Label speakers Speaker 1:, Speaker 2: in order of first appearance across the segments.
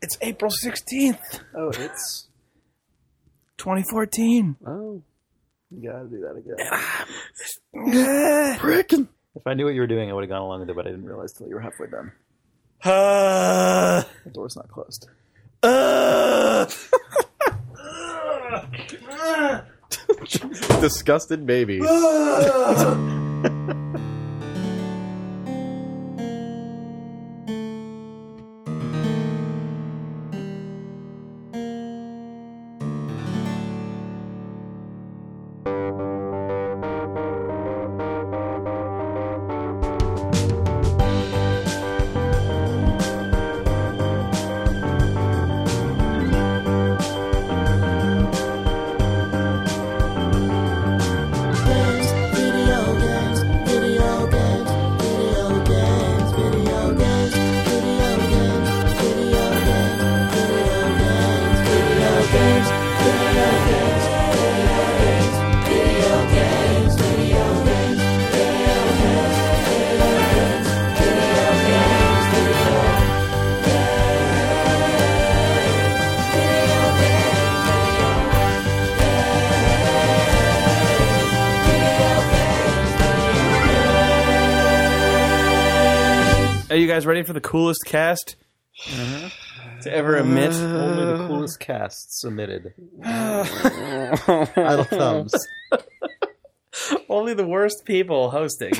Speaker 1: It's April 16th,
Speaker 2: Oh, it's
Speaker 1: 2014.
Speaker 2: oh, you gotta do that again.
Speaker 1: Frickin'.
Speaker 2: If I knew what you were doing, I would have gone along with it, but I didn't realize till you were halfway done.
Speaker 1: Uh,
Speaker 2: The door's not closed.
Speaker 1: uh.
Speaker 3: Disgusted babies.
Speaker 1: Are you guys ready for the coolest cast to ever emit?
Speaker 2: Only the coolest casts submitted.
Speaker 3: Idle thumbs.
Speaker 1: Only the worst people hosting.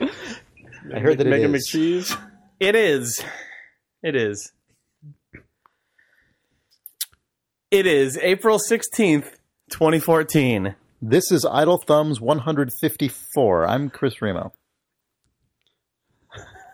Speaker 3: I heard that it
Speaker 2: Megan
Speaker 3: is.
Speaker 2: McCheese.
Speaker 1: It is. It is. It is April 16th, 2014.
Speaker 3: This is Idle Thumbs 154. I'm Chris Remo.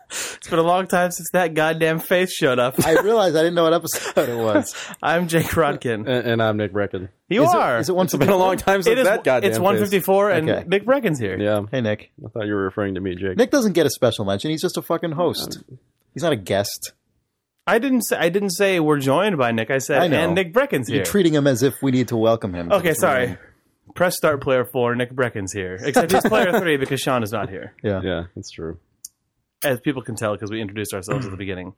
Speaker 1: It's been a long time since that goddamn face showed up.
Speaker 3: I realized I didn't know what episode it was.
Speaker 1: I'm Jake Rodkin.
Speaker 4: And, and I'm Nick Brecken.
Speaker 1: You
Speaker 3: is
Speaker 1: are.
Speaker 3: It, is it once
Speaker 4: It's been a long time since
Speaker 1: It is-
Speaker 4: that goddamn.
Speaker 1: It's
Speaker 4: face.
Speaker 1: 154 and
Speaker 3: Okay.
Speaker 1: Nick Brecken's here.
Speaker 4: Yeah,
Speaker 3: Hey Nick.
Speaker 4: I thought you were referring to me, Jake.
Speaker 3: Nick doesn't get a special mention. He's just a fucking host. He's not a guest.
Speaker 1: I didn't say I didn't say we're joined by Nick. I said
Speaker 3: I know.
Speaker 1: and Nick Brecken's here.
Speaker 3: You're treating him as if we need to welcome him.
Speaker 1: okay, sorry. Press start player 4, Nick Brecken's here. Except he's player 3 because Sean is not here.
Speaker 3: Yeah.
Speaker 4: Yeah, that's true.
Speaker 1: As people can tell because we introduced ourselves at the beginning.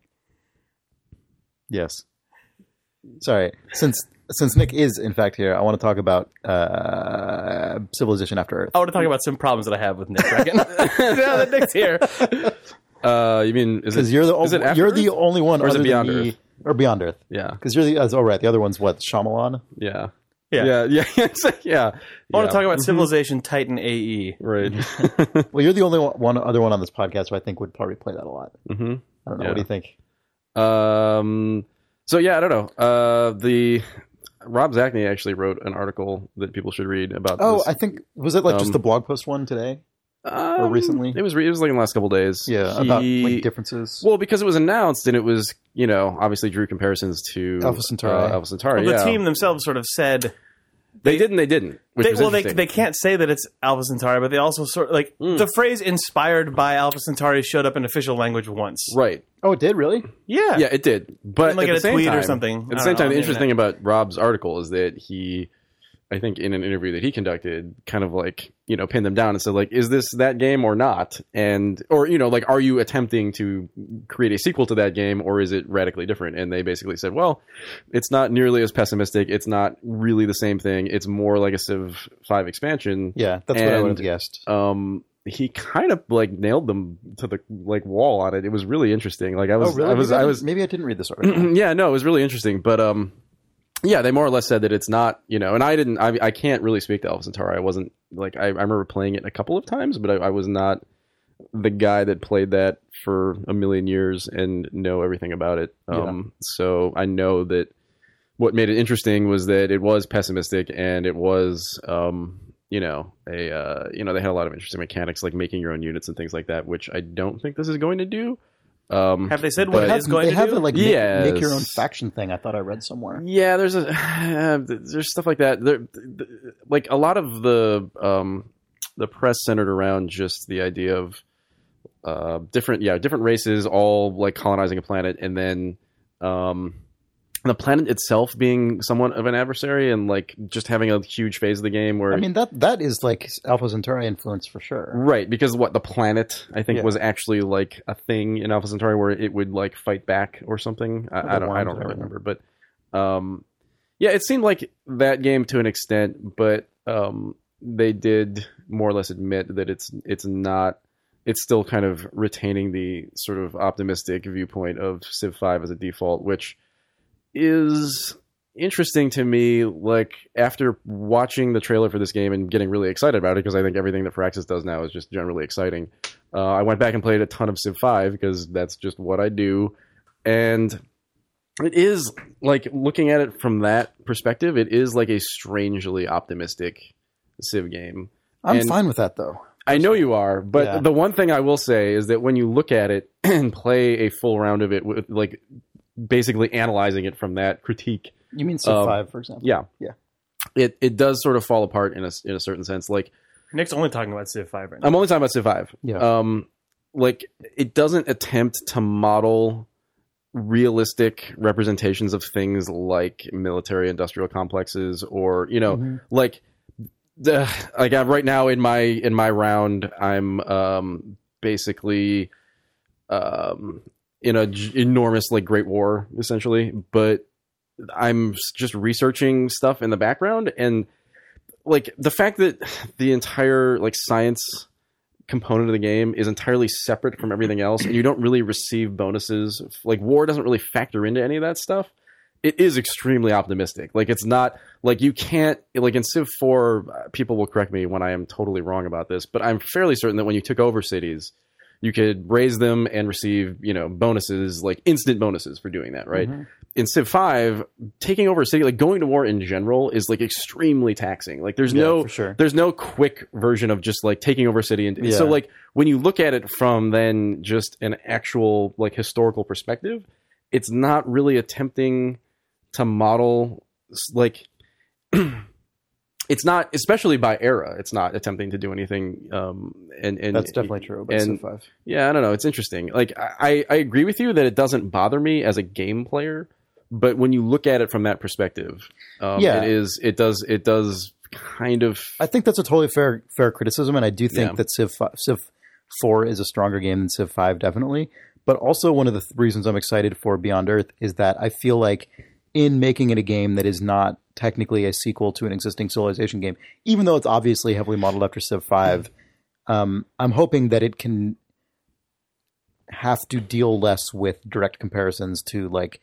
Speaker 3: Yes. Sorry. Since since Nick is in fact here, I want to talk about uh, Civilization After Earth.
Speaker 1: I
Speaker 4: Oh,
Speaker 1: want to talk about some problems that I have with Nick Brecken. now that Nick's here,
Speaker 4: Uh, you mean is
Speaker 3: Because
Speaker 4: it?
Speaker 3: you're the
Speaker 4: is it after
Speaker 3: you're
Speaker 4: Earth?
Speaker 3: the only one
Speaker 4: Or is it
Speaker 3: other than
Speaker 4: Beyond
Speaker 3: me- or Beyond Earth.
Speaker 4: yeah,
Speaker 3: Because you're the that's- oh right, the other one's what Shyamalan.
Speaker 4: yeah,
Speaker 1: Yeah.
Speaker 4: yeah, yeah, It's like, yeah. Mm-hmm.
Speaker 1: I want to talk about Civilization Titan E. AE.
Speaker 4: right.
Speaker 3: Well, you're the only one, one other one on this podcast who I think would probably play that a lot.
Speaker 4: hmm
Speaker 3: I don't know.
Speaker 4: Yeah.
Speaker 3: What do you think?
Speaker 4: Um. So yeah, I don't know. Uh, the Rob Zachney actually wrote an article that people should read about.
Speaker 3: Oh,
Speaker 4: this.
Speaker 3: I think was it like
Speaker 4: um,
Speaker 3: just the blog post one today?
Speaker 4: Um,
Speaker 3: or recently?
Speaker 4: It was re- it was like in the last couple days.
Speaker 3: Yeah,
Speaker 4: He-
Speaker 3: about like differences.
Speaker 4: well, because it was announced and it was you know obviously drew comparisons to
Speaker 3: Alpha Centauri.
Speaker 4: Uh, Alpha Centauri.
Speaker 1: Well, the
Speaker 4: yeah.
Speaker 1: team themselves sort of said,
Speaker 4: They, did and they didn't. Which
Speaker 1: they,
Speaker 4: was
Speaker 1: well, they,
Speaker 4: interesting. Mm.
Speaker 1: they can't say that it's Alpha Centauri, but they also sort of like the phrase inspired by Alpha Centauri showed up in official language once.
Speaker 4: right.
Speaker 3: oh, it did really.
Speaker 1: Yeah.
Speaker 4: Yeah, it did. But
Speaker 1: like
Speaker 4: at
Speaker 1: in
Speaker 4: the
Speaker 1: a
Speaker 4: same
Speaker 1: tweet or
Speaker 4: time-
Speaker 1: something.
Speaker 4: At
Speaker 1: I
Speaker 4: the
Speaker 1: don't
Speaker 4: same
Speaker 1: know,
Speaker 4: time,
Speaker 1: on
Speaker 4: the
Speaker 1: the
Speaker 4: interesting thing about Rob's article is that he, I think, in an interview that he conducted, kind of like you know pinned them down and said like, "Is this that game or not?" And or you know like, are you attempting to create a sequel to that game or is it radically different? And they basically said, "Well, it's not nearly as pessimistic. It's not really the same thing. It's more like a Civ Five expansion."
Speaker 3: Yeah, that's what I would have
Speaker 4: And-
Speaker 3: guessed.
Speaker 4: um he kind of like nailed them to the like wall on it. It was really interesting. Like I
Speaker 3: oh,
Speaker 4: was
Speaker 3: really?
Speaker 4: I was
Speaker 3: maybe,
Speaker 4: I
Speaker 3: didn't-
Speaker 4: was
Speaker 3: maybe I didn't read this article.
Speaker 4: yeah, no, it was really interesting. But um, yeah, they more or less said that it's not, you know, and I didn't, I, I can't really speak to Alpha Centauri. I wasn't like, I, I remember playing it a couple of times, but I, I was not the guy that played that for a million years and know everything about it. Um, so I know that what made it interesting was that it was pessimistic and it was, um, you know, a uh, you know they had a lot of interesting mechanics like making your own units and things like that, which I don't think this is going to do. Um,
Speaker 1: Have they said what
Speaker 4: But-
Speaker 1: it is going
Speaker 3: they
Speaker 1: to
Speaker 3: have
Speaker 1: do?
Speaker 3: a, like make- make,
Speaker 4: Yes.
Speaker 3: your own faction thing. I thought I read somewhere.
Speaker 4: Yeah, there's a there's stuff like that. There, th- like a lot of the um, the press centered around just the idea of uh, different yeah different races all like colonizing a planet and then um, the planet itself being somewhat of an adversary and like just having a huge phase of the game where
Speaker 3: I mean that that is like Alpha Centauri influence for sure.
Speaker 4: Right, because what the planet I think
Speaker 3: Yeah.
Speaker 4: was actually like a thing in Alpha Centauri where it would like fight back or something. I, I don't,
Speaker 3: worms
Speaker 4: I don't
Speaker 3: or
Speaker 4: really
Speaker 3: whatever.
Speaker 4: remember, but um, yeah, it seemed like that game to an extent, but um, they did more or less admit that it's it's not. It's still kind of retaining the sort of optimistic viewpoint of Civ Five as a default, which is interesting to me like after watching the trailer for this game and getting really excited about it because i think everything that Firaxis does now is just generally exciting uh, i went back and played a ton of civ 5 because that's just what i do and it is like looking at it from that perspective it is like a strangely optimistic civ game
Speaker 3: I'm
Speaker 4: And-
Speaker 3: fine with that though.
Speaker 4: I know you are, but
Speaker 3: Yeah.
Speaker 4: the one thing I will say is that when you look at it and play a full round of it with like basically analyzing it from that critique,
Speaker 3: You mean Civ
Speaker 4: Um,
Speaker 3: Five, for example?
Speaker 4: yeah.
Speaker 3: Yeah.
Speaker 4: It it does sort of fall apart in a in a certain sense. Like
Speaker 1: Nick's only talking about Civ Five right now.
Speaker 4: I'm only talking about Civ 5.
Speaker 3: Yeah.
Speaker 4: Um, like it doesn't attempt to model realistic representations of things like military industrial complexes or you know
Speaker 3: Mhm.
Speaker 4: like the like I'm right now in my in my round I'm um basically um in a j- enormous like great war essentially but I'm s- just researching stuff in the background and like the fact that the entire like science component of the game is entirely separate from everything else and you don't really receive bonuses like war doesn't really factor into any of that stuff it is extremely optimistic like it's not like you can't like in civ 4 uh, people will correct me when i am totally wrong about this but i'm fairly certain that when you took over cities you could raise them and receive you know bonuses like instant bonuses for doing that right in civ 5 taking over a city like going to war in general is like extremely taxing like there's
Speaker 3: Yeah,
Speaker 4: no
Speaker 3: for sure.
Speaker 4: there's no quick version of just like taking over a city and and so
Speaker 3: Yeah.
Speaker 4: like when you look at it from then just an actual like historical perspective it's not really attempting to model s- like it's not especially by era it's not attempting to do anything um and and
Speaker 3: That's definitely true about
Speaker 4: and-
Speaker 3: Civ Five.
Speaker 4: yeah, I don't know. It's interesting. Like I, I I agree with you that it doesn't bother me as a game player, but when you look at it from that perspective, um,
Speaker 3: Yeah.
Speaker 4: it is it does it does kind of
Speaker 3: I think that's a totally fair fair criticism, and I do think
Speaker 4: Yeah.
Speaker 3: that Civ 5, Civ Four is a stronger game than Civ Five, definitely. But also one of the th- reasons I'm excited for Beyond Earth is that I feel like in making it a game that is not technically a sequel to an existing Civilization game, even though it's obviously heavily modeled after Civ Five, um, I'm hoping that it can have to deal less with direct comparisons to like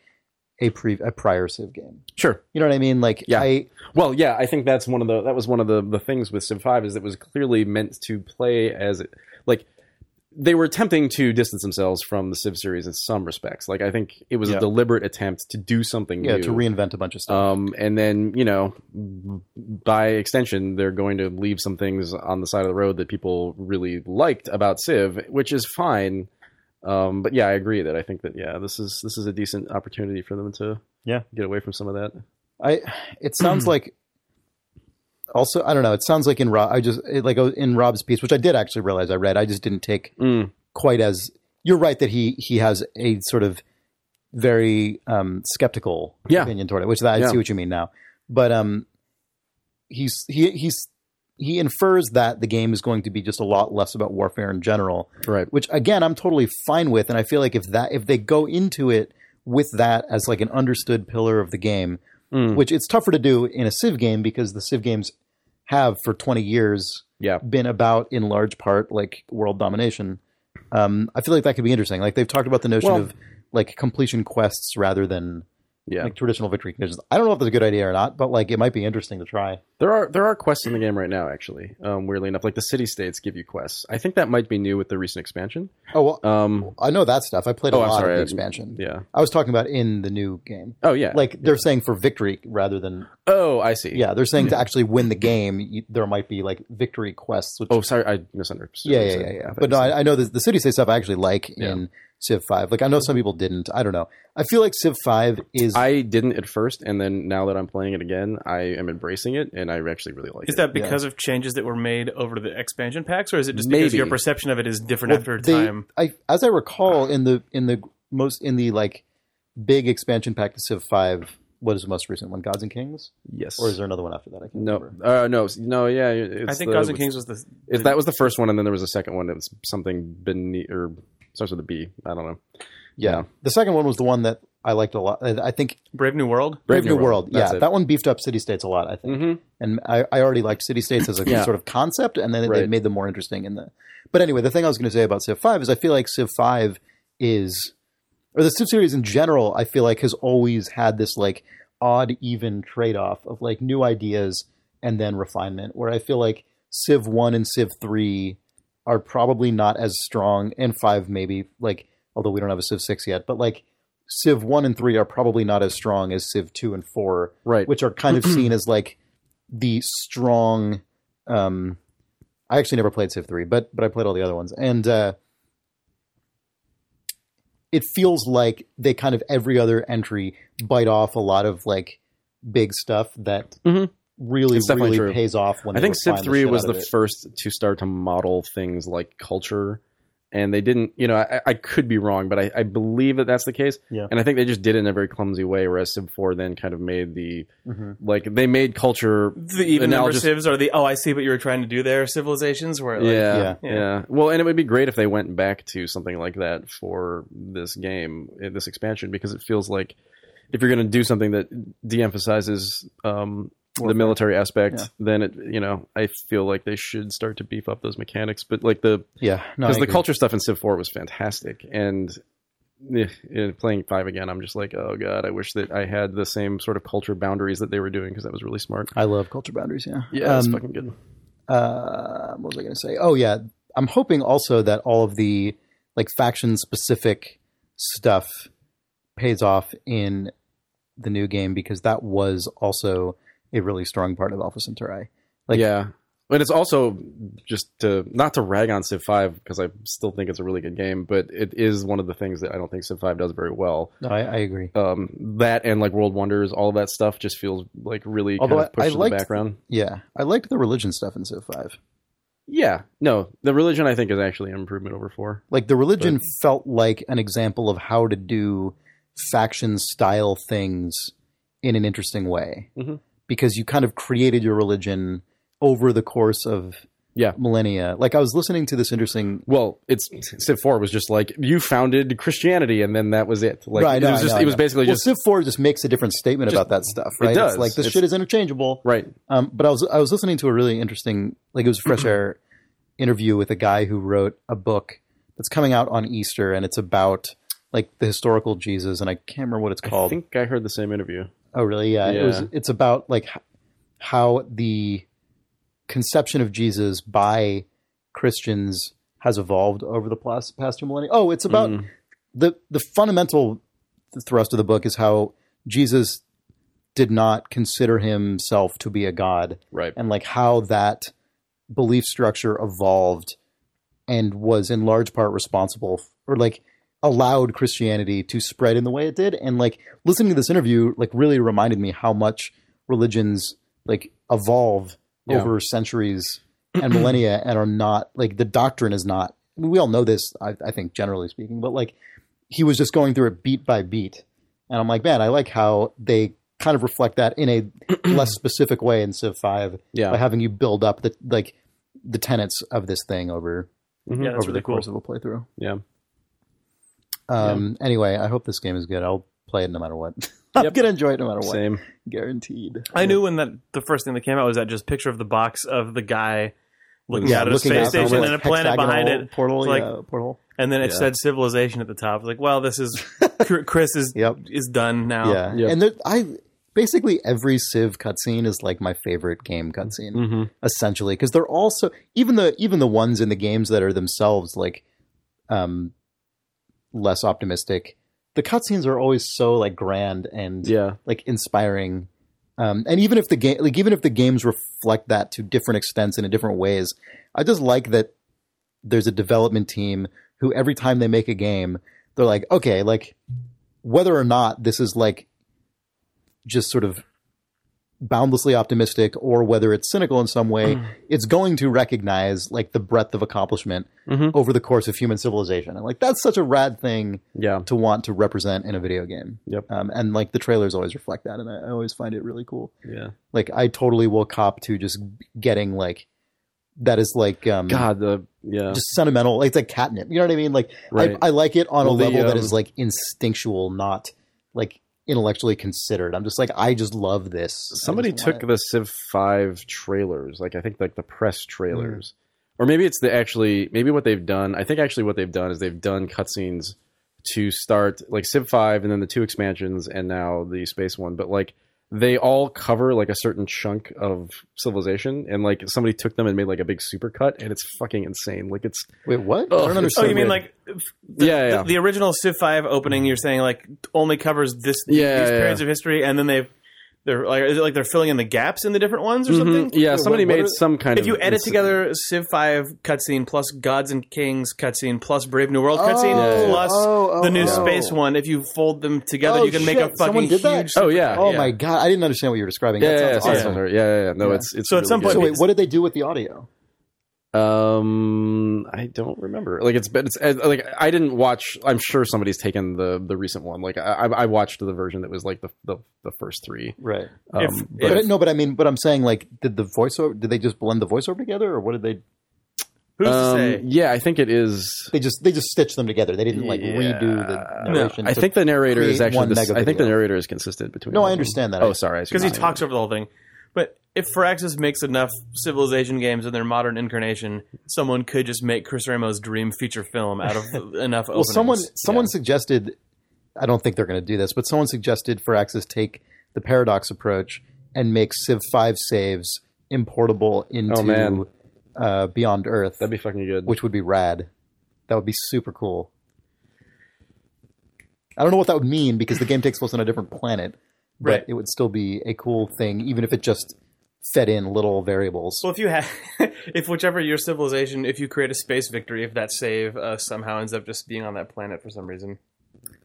Speaker 3: a pre a prior Civ game.
Speaker 4: sure.
Speaker 3: You know what I mean? Like
Speaker 4: Yeah.
Speaker 3: I
Speaker 4: Well, yeah, I think that's one of the that was one of the the things with Civ Five is that it was clearly meant to play as like they were attempting to distance themselves from the Civ series in some respects. Like I think it was
Speaker 3: Yeah.
Speaker 4: a deliberate attempt to do something
Speaker 3: yeah
Speaker 4: new.
Speaker 3: to reinvent a bunch of stuff.
Speaker 4: Um, and then you know, by extension, they're going to leave some things on the side of the road that people really liked about Civ, which is fine. Um, but yeah, I agree that I think that yeah, this is this is a decent opportunity for them to
Speaker 1: Yeah.
Speaker 4: get away from some of that.
Speaker 3: I it sounds like also I don't know. It sounds like in Rob I just it, like oh, in Rob's piece, which I did actually realize I read. I just didn't take
Speaker 4: Mm.
Speaker 3: quite as you're right that he he has a sort of very um, skeptical
Speaker 4: Yeah.
Speaker 3: opinion toward it, which that, I
Speaker 4: Yeah.
Speaker 3: see what you mean now. But um, he's he he's he infers that the game is going to be just a lot less about warfare in general,
Speaker 4: Right.
Speaker 3: which again I'm totally fine with, and I feel like if that if they go into it with that as like an understood pillar of the game,
Speaker 4: Mm.
Speaker 3: which it's tougher to do in a Civ game because the Civ games have for 20 years
Speaker 4: Yeah.
Speaker 3: been about in large part like world domination. Um, I feel like that could be interesting. Like they've talked about the notion
Speaker 4: Well-
Speaker 3: of like completion quests rather than
Speaker 4: Yeah.
Speaker 3: like traditional victory conditions. I don't know if that's a good idea or not, but like it might be interesting to try.
Speaker 4: There are there are quests in the game right now, actually. Um, weirdly enough, like the city states give you quests. I think that might be new with the recent expansion.
Speaker 3: Oh, well,
Speaker 4: Um,
Speaker 3: I know that stuff. I played a
Speaker 4: Oh, I'm
Speaker 3: lot
Speaker 4: sorry,
Speaker 3: of the
Speaker 4: I-
Speaker 3: expansion.
Speaker 4: yeah.
Speaker 3: I was talking about in the new game.
Speaker 4: Oh yeah.
Speaker 3: Like they're saying for victory rather than
Speaker 4: oh, I see.
Speaker 3: yeah, they're saying to actually win the game, you, there might be like victory quests, which
Speaker 4: Oh, sorry, I misunderstood.
Speaker 3: yeah, yeah, yeah, yeah. But no, I, I know the, the city state stuff I actually like
Speaker 4: Yeah.
Speaker 3: in Civ Five. Like I know some people didn't. I don't know. I feel like Civ Five is
Speaker 4: I didn't at first, and then now that I'm playing it again, I am embracing it, and I actually really like
Speaker 1: Is
Speaker 4: it.
Speaker 1: that because of changes that were made over the expansion packs, or is it just because
Speaker 4: Maybe.
Speaker 1: your perception of it is different
Speaker 3: well,
Speaker 1: after
Speaker 3: they-
Speaker 1: time?
Speaker 3: I, as I recall, in the in the most in the like big expansion pack to Civ Five. What is the most recent one? Gods and Kings,
Speaker 4: Yes.
Speaker 3: or is there another one after that? I can't
Speaker 4: no?
Speaker 3: remember.
Speaker 4: Uh, no. s- No. Yeah. It's
Speaker 1: I think
Speaker 4: the-
Speaker 1: Gods and Kings was the.
Speaker 4: If that was the first one, and then there was a second one that was something beneath or starts with a B. I don't know.
Speaker 3: Yeah.
Speaker 4: Yeah.
Speaker 3: the second one was the one that I liked a lot. I I think
Speaker 1: Brave New World.
Speaker 3: Brave, New World.
Speaker 4: That's
Speaker 3: yeah,
Speaker 4: it.
Speaker 3: that one beefed up City States a lot. I think.
Speaker 4: Mhm.
Speaker 3: and I, I already liked City States as a
Speaker 4: Yeah.
Speaker 3: sort of concept, and then they
Speaker 4: Right.
Speaker 3: made them more interesting in the. But anyway, the thing I was going to say about Civ Five is I feel like Civ Five is, or the Civ series in general, I feel like has always had this like odd even trade off of like new ideas and then refinement, where I feel like Civ One and Civ Three are probably not as strong, and Five maybe like although we don't have a Civ Six yet, but like. Civ 1 and 3 are probably not as strong as Civ 2 and 4
Speaker 4: Right.
Speaker 3: which are kind of seen as like the strong. Um, I actually never played Civ three, but but I played all the other ones, and uh, it feels like they kind of every other entry bite off a lot of like big stuff that
Speaker 4: Mhm.
Speaker 3: really
Speaker 4: It's definitely
Speaker 3: really
Speaker 4: true.
Speaker 3: pays off when
Speaker 4: I
Speaker 3: they
Speaker 4: think
Speaker 3: refine
Speaker 4: Civ 3
Speaker 3: shit
Speaker 4: was
Speaker 3: out of
Speaker 4: the
Speaker 3: it.
Speaker 4: first to start to model things like culture. And they didn't, you know, I, I could be wrong, but I, I believe that that's the case.
Speaker 3: Yeah.
Speaker 4: And I think they just did it in a very clumsy way, whereas Civ 4 then kind of made the,
Speaker 3: Mhm.
Speaker 4: like, they made culture.
Speaker 1: The even number
Speaker 4: analogous-
Speaker 1: civs are the. Oh, I see what you were trying to do there. Civilizations where like,
Speaker 4: yeah,
Speaker 3: Yeah.
Speaker 4: yeah,
Speaker 1: Yeah.
Speaker 4: Well, and it would be great if they went back to something like that for this game, eh, this expansion, because it feels like if you're going to do something that de-emphasizes um, the military aspect,
Speaker 3: Yeah.
Speaker 4: then it, you know, I feel like they should start to beef up those mechanics. But like the
Speaker 3: yeah no, I
Speaker 4: because the
Speaker 3: agree.
Speaker 4: culture stuff in Civ Four was fantastic, and eh, eh, playing Five again, I'm just like, oh god, I wish that I had the same sort of culture boundaries that they were doing because that was really smart.
Speaker 3: I love culture boundaries. Yeah,
Speaker 4: Yeah, that's
Speaker 3: Um,
Speaker 4: fucking good.
Speaker 3: uh, what was I going to say? Oh yeah, I'm hoping also that all of the like faction specific stuff pays off in the new game because that was also a really strong part of Alpha Centauri. Like,
Speaker 4: yeah. But it's also just to not to rag on Civ 5 because I still think it's a really good game, but it is one of the things that I don't think Civ 5 does very well.
Speaker 3: No, I, I agree.
Speaker 4: Um, that and like World Wonders, all that stuff just feels like really
Speaker 3: Although
Speaker 4: kind
Speaker 3: I-
Speaker 4: of pushed
Speaker 3: I
Speaker 4: to
Speaker 3: liked-
Speaker 4: the background.
Speaker 3: Yeah, I liked the religion stuff in Civ Five.
Speaker 4: Yeah, no, the religion I think is actually an improvement over four.
Speaker 3: Like the religion felt like an example of how to do faction style things in an interesting way
Speaker 4: Mhm.
Speaker 3: because you kind of created your religion over the course of
Speaker 4: Yeah.
Speaker 3: millennia. Like I was listening to this interesting
Speaker 4: Well, it's Civ Four was just like you founded Christianity and then that was it. Like
Speaker 3: right,
Speaker 4: it
Speaker 3: no,
Speaker 4: was
Speaker 3: I
Speaker 4: just
Speaker 3: know, I
Speaker 4: it was
Speaker 3: know.
Speaker 4: basically
Speaker 3: well,
Speaker 4: just
Speaker 3: Civ Four just makes a different statement
Speaker 4: Just-
Speaker 3: about that stuff, right? It's
Speaker 4: does.
Speaker 3: like this
Speaker 4: It's-
Speaker 3: shit is interchangeable.
Speaker 4: right.
Speaker 3: Um, but I was I was listening to a really interesting like it was a fresh air interview with a guy who wrote a book that's coming out on Easter and it's about like the historical Jesus and I can't remember what it's
Speaker 4: I
Speaker 3: called.
Speaker 4: think I heard the same interview.
Speaker 3: Oh, really? Yeah. It was,
Speaker 4: Yeah.
Speaker 3: it's about like h- how the conception of Jesus by Christians has evolved over the plas- past two millennia. Oh, it's about
Speaker 4: Mm.
Speaker 3: the the fundamental thrust of the book is how Jesus did not consider himself to be a god
Speaker 4: Right.
Speaker 3: and like how that belief structure evolved and was in large part responsible f- or like allowed Christianity to spread in the way it did and like listening to this interview like really reminded me how much religions like evolve
Speaker 4: Yeah.
Speaker 3: over centuries and millennia and are not like the doctrine is not I mean, we all know this I, I think generally speaking but like he was just going through it beat by beat and I'm like man I like how they kind of reflect that in a less specific way in Civ 5
Speaker 4: Yeah.
Speaker 3: by having you build up the like the tenets of this thing over
Speaker 4: Mhm.
Speaker 1: Yeah, that's
Speaker 3: over
Speaker 1: really
Speaker 3: the
Speaker 1: cool.
Speaker 3: course of a playthrough.
Speaker 4: Yeah.
Speaker 3: Um. Anyway, I hope this game is good. I'll play it no matter what. I'm
Speaker 4: Yep.
Speaker 3: gonna enjoy it no matter what.
Speaker 4: Same.
Speaker 3: Guaranteed.
Speaker 1: I knew when that the first thing that came out was that just picture of the box of the guy looking
Speaker 3: Yeah,
Speaker 1: out at a
Speaker 3: looking
Speaker 1: space
Speaker 3: out from
Speaker 1: station
Speaker 3: this
Speaker 1: and a planet behind
Speaker 3: hexagonal
Speaker 1: it,
Speaker 3: Portal.
Speaker 1: It's like-
Speaker 3: yeah, portal.
Speaker 1: and then it
Speaker 4: Yeah.
Speaker 1: said civilization at the top. Like, well, this is Chr- Chris is
Speaker 3: Yep.
Speaker 1: is done now.
Speaker 3: Yeah.
Speaker 4: Yep.
Speaker 3: And there, I basically every Civ cutscene is like my favorite game cutscene.
Speaker 4: Mm-hmm.
Speaker 3: essentially because they're also even the even the ones in the games that are themselves like um less optimistic the cutscenes are always so like grand and
Speaker 4: Yeah.
Speaker 3: like inspiring um and even if the game like even if the games reflect that to different extents and in different ways i just like that there's a development team who every time they make a game they're like okay like whether or not this is like just sort of boundlessly optimistic or whether it's cynical in some
Speaker 1: Oh,
Speaker 3: way, it's going to recognize like the breadth of accomplishment
Speaker 4: Mhm.
Speaker 3: over the course of human civilization. And like that's such a rad thing
Speaker 4: Yeah.
Speaker 3: to want to represent in a video game.
Speaker 4: Yep.
Speaker 3: Um, and like the trailers always reflect that, and I, I always find it really cool.
Speaker 4: Yeah.
Speaker 3: Like I totally will cop to just getting like that is like um,
Speaker 4: God, the yeah.
Speaker 3: just sentimental. Like, it's like catnip. You know what I mean? Like
Speaker 4: Right.
Speaker 3: I, I like it on
Speaker 4: Well,
Speaker 3: a
Speaker 4: the,
Speaker 3: level that
Speaker 4: um,
Speaker 3: is like instinctual, not like intellectually considered. I'm just like I just love this. I
Speaker 4: Somebody
Speaker 3: just want
Speaker 4: took
Speaker 3: it.
Speaker 4: the Civ Five trailers, like I think like the press trailers,
Speaker 1: Mm.
Speaker 4: or maybe it's the actually maybe what they've done. I think actually what they've done is they've done cutscenes to start like Civ Five, and then the two expansions, and now the space one. But like they all cover like a certain chunk of civilization, and like somebody took them and made like a big super cut, and it's fucking insane. Like it's
Speaker 3: Wait, what?
Speaker 4: Ugh,
Speaker 3: I don't
Speaker 4: it's
Speaker 1: Oh,
Speaker 3: understand.
Speaker 4: so
Speaker 1: you mean
Speaker 4: good.
Speaker 1: like f-
Speaker 4: yeah,
Speaker 1: the,
Speaker 4: yeah.
Speaker 1: the original Civ Five opening? You're saying like only covers this
Speaker 4: Yeah,
Speaker 1: these
Speaker 4: yeah.
Speaker 1: periods of history, and then they've they're like is it like they're filling in the gaps in the different ones or
Speaker 4: Mhm.
Speaker 1: something?
Speaker 4: Yeah,
Speaker 1: Or
Speaker 4: somebody
Speaker 1: what- what
Speaker 4: made
Speaker 1: are-
Speaker 4: some kind
Speaker 1: If
Speaker 4: of
Speaker 1: you edit
Speaker 4: it's-
Speaker 1: together Civ Five cutscene plus Gods and Kings cutscene plus Brave New World cutscene
Speaker 4: Yeah, yeah.
Speaker 1: plus
Speaker 3: oh, oh,
Speaker 1: the new
Speaker 3: oh.
Speaker 1: space one, if you fold them together,
Speaker 3: Oh,
Speaker 1: you can make a
Speaker 3: shit, someone
Speaker 1: fucking
Speaker 3: did that?
Speaker 1: huge.
Speaker 4: Oh yeah.
Speaker 3: Oh
Speaker 4: yeah.
Speaker 3: my god, I didn't understand what you were describing.
Speaker 4: Yeah,
Speaker 3: that
Speaker 4: yeah, yeah,
Speaker 3: sounds awesome.
Speaker 4: yeah, yeah, yeah. No,
Speaker 3: Yeah.
Speaker 4: it's it's
Speaker 1: So at
Speaker 4: really
Speaker 1: some
Speaker 4: good.
Speaker 1: point-
Speaker 3: So
Speaker 1: But
Speaker 3: wait,
Speaker 1: it's-
Speaker 3: what did they do with the audio?
Speaker 4: Um, I don't remember. Like it's, but it's uh, like I didn't watch. I'm sure somebody's taken the the recent one. Like I I I watched the version that was like the the, the first three.
Speaker 3: Right.
Speaker 4: Um,
Speaker 1: If-
Speaker 4: but
Speaker 3: But no, but I mean, but I'm saying like, did the voiceover? Did they just blend the voiceover together, or what did they?
Speaker 1: Who's
Speaker 4: um,
Speaker 1: to say?
Speaker 4: yeah, I think it is.
Speaker 3: They just they just stitched them together. They didn't like
Speaker 4: Yeah.
Speaker 3: redo the narration.
Speaker 4: I
Speaker 3: to-
Speaker 4: think the narrator is
Speaker 3: create
Speaker 4: actually.
Speaker 3: one
Speaker 4: The, s-
Speaker 3: mega
Speaker 4: I think the
Speaker 3: video.
Speaker 4: narrator is consistent between.
Speaker 3: No,
Speaker 4: all
Speaker 3: I
Speaker 4: of them.
Speaker 3: understand that.
Speaker 4: Oh, sorry, I see
Speaker 1: because he
Speaker 4: what you
Speaker 1: talks
Speaker 4: mean.
Speaker 1: over the whole thing. But if Firaxis makes enough Civilization games in their modern incarnation, someone could just make Chris Ramos' dream feature film out of enough.
Speaker 3: well, someone someone suggested. I don't think they're going to do this, but someone suggested for Axis take the paradox approach and make Civ Five saves importable into
Speaker 4: Oh, man.
Speaker 3: uh, Beyond Earth,
Speaker 4: That'd be fucking good.
Speaker 3: which would be rad. That would be super cool. I don't know what that would mean because the game takes place on a different planet, but
Speaker 1: Right.
Speaker 3: it would still be a cool thing, even if it just fed in little variables.
Speaker 1: So if you have, if whichever your civilization, if you create a space victory, if that save uh, somehow ends up just being on that planet for some reason,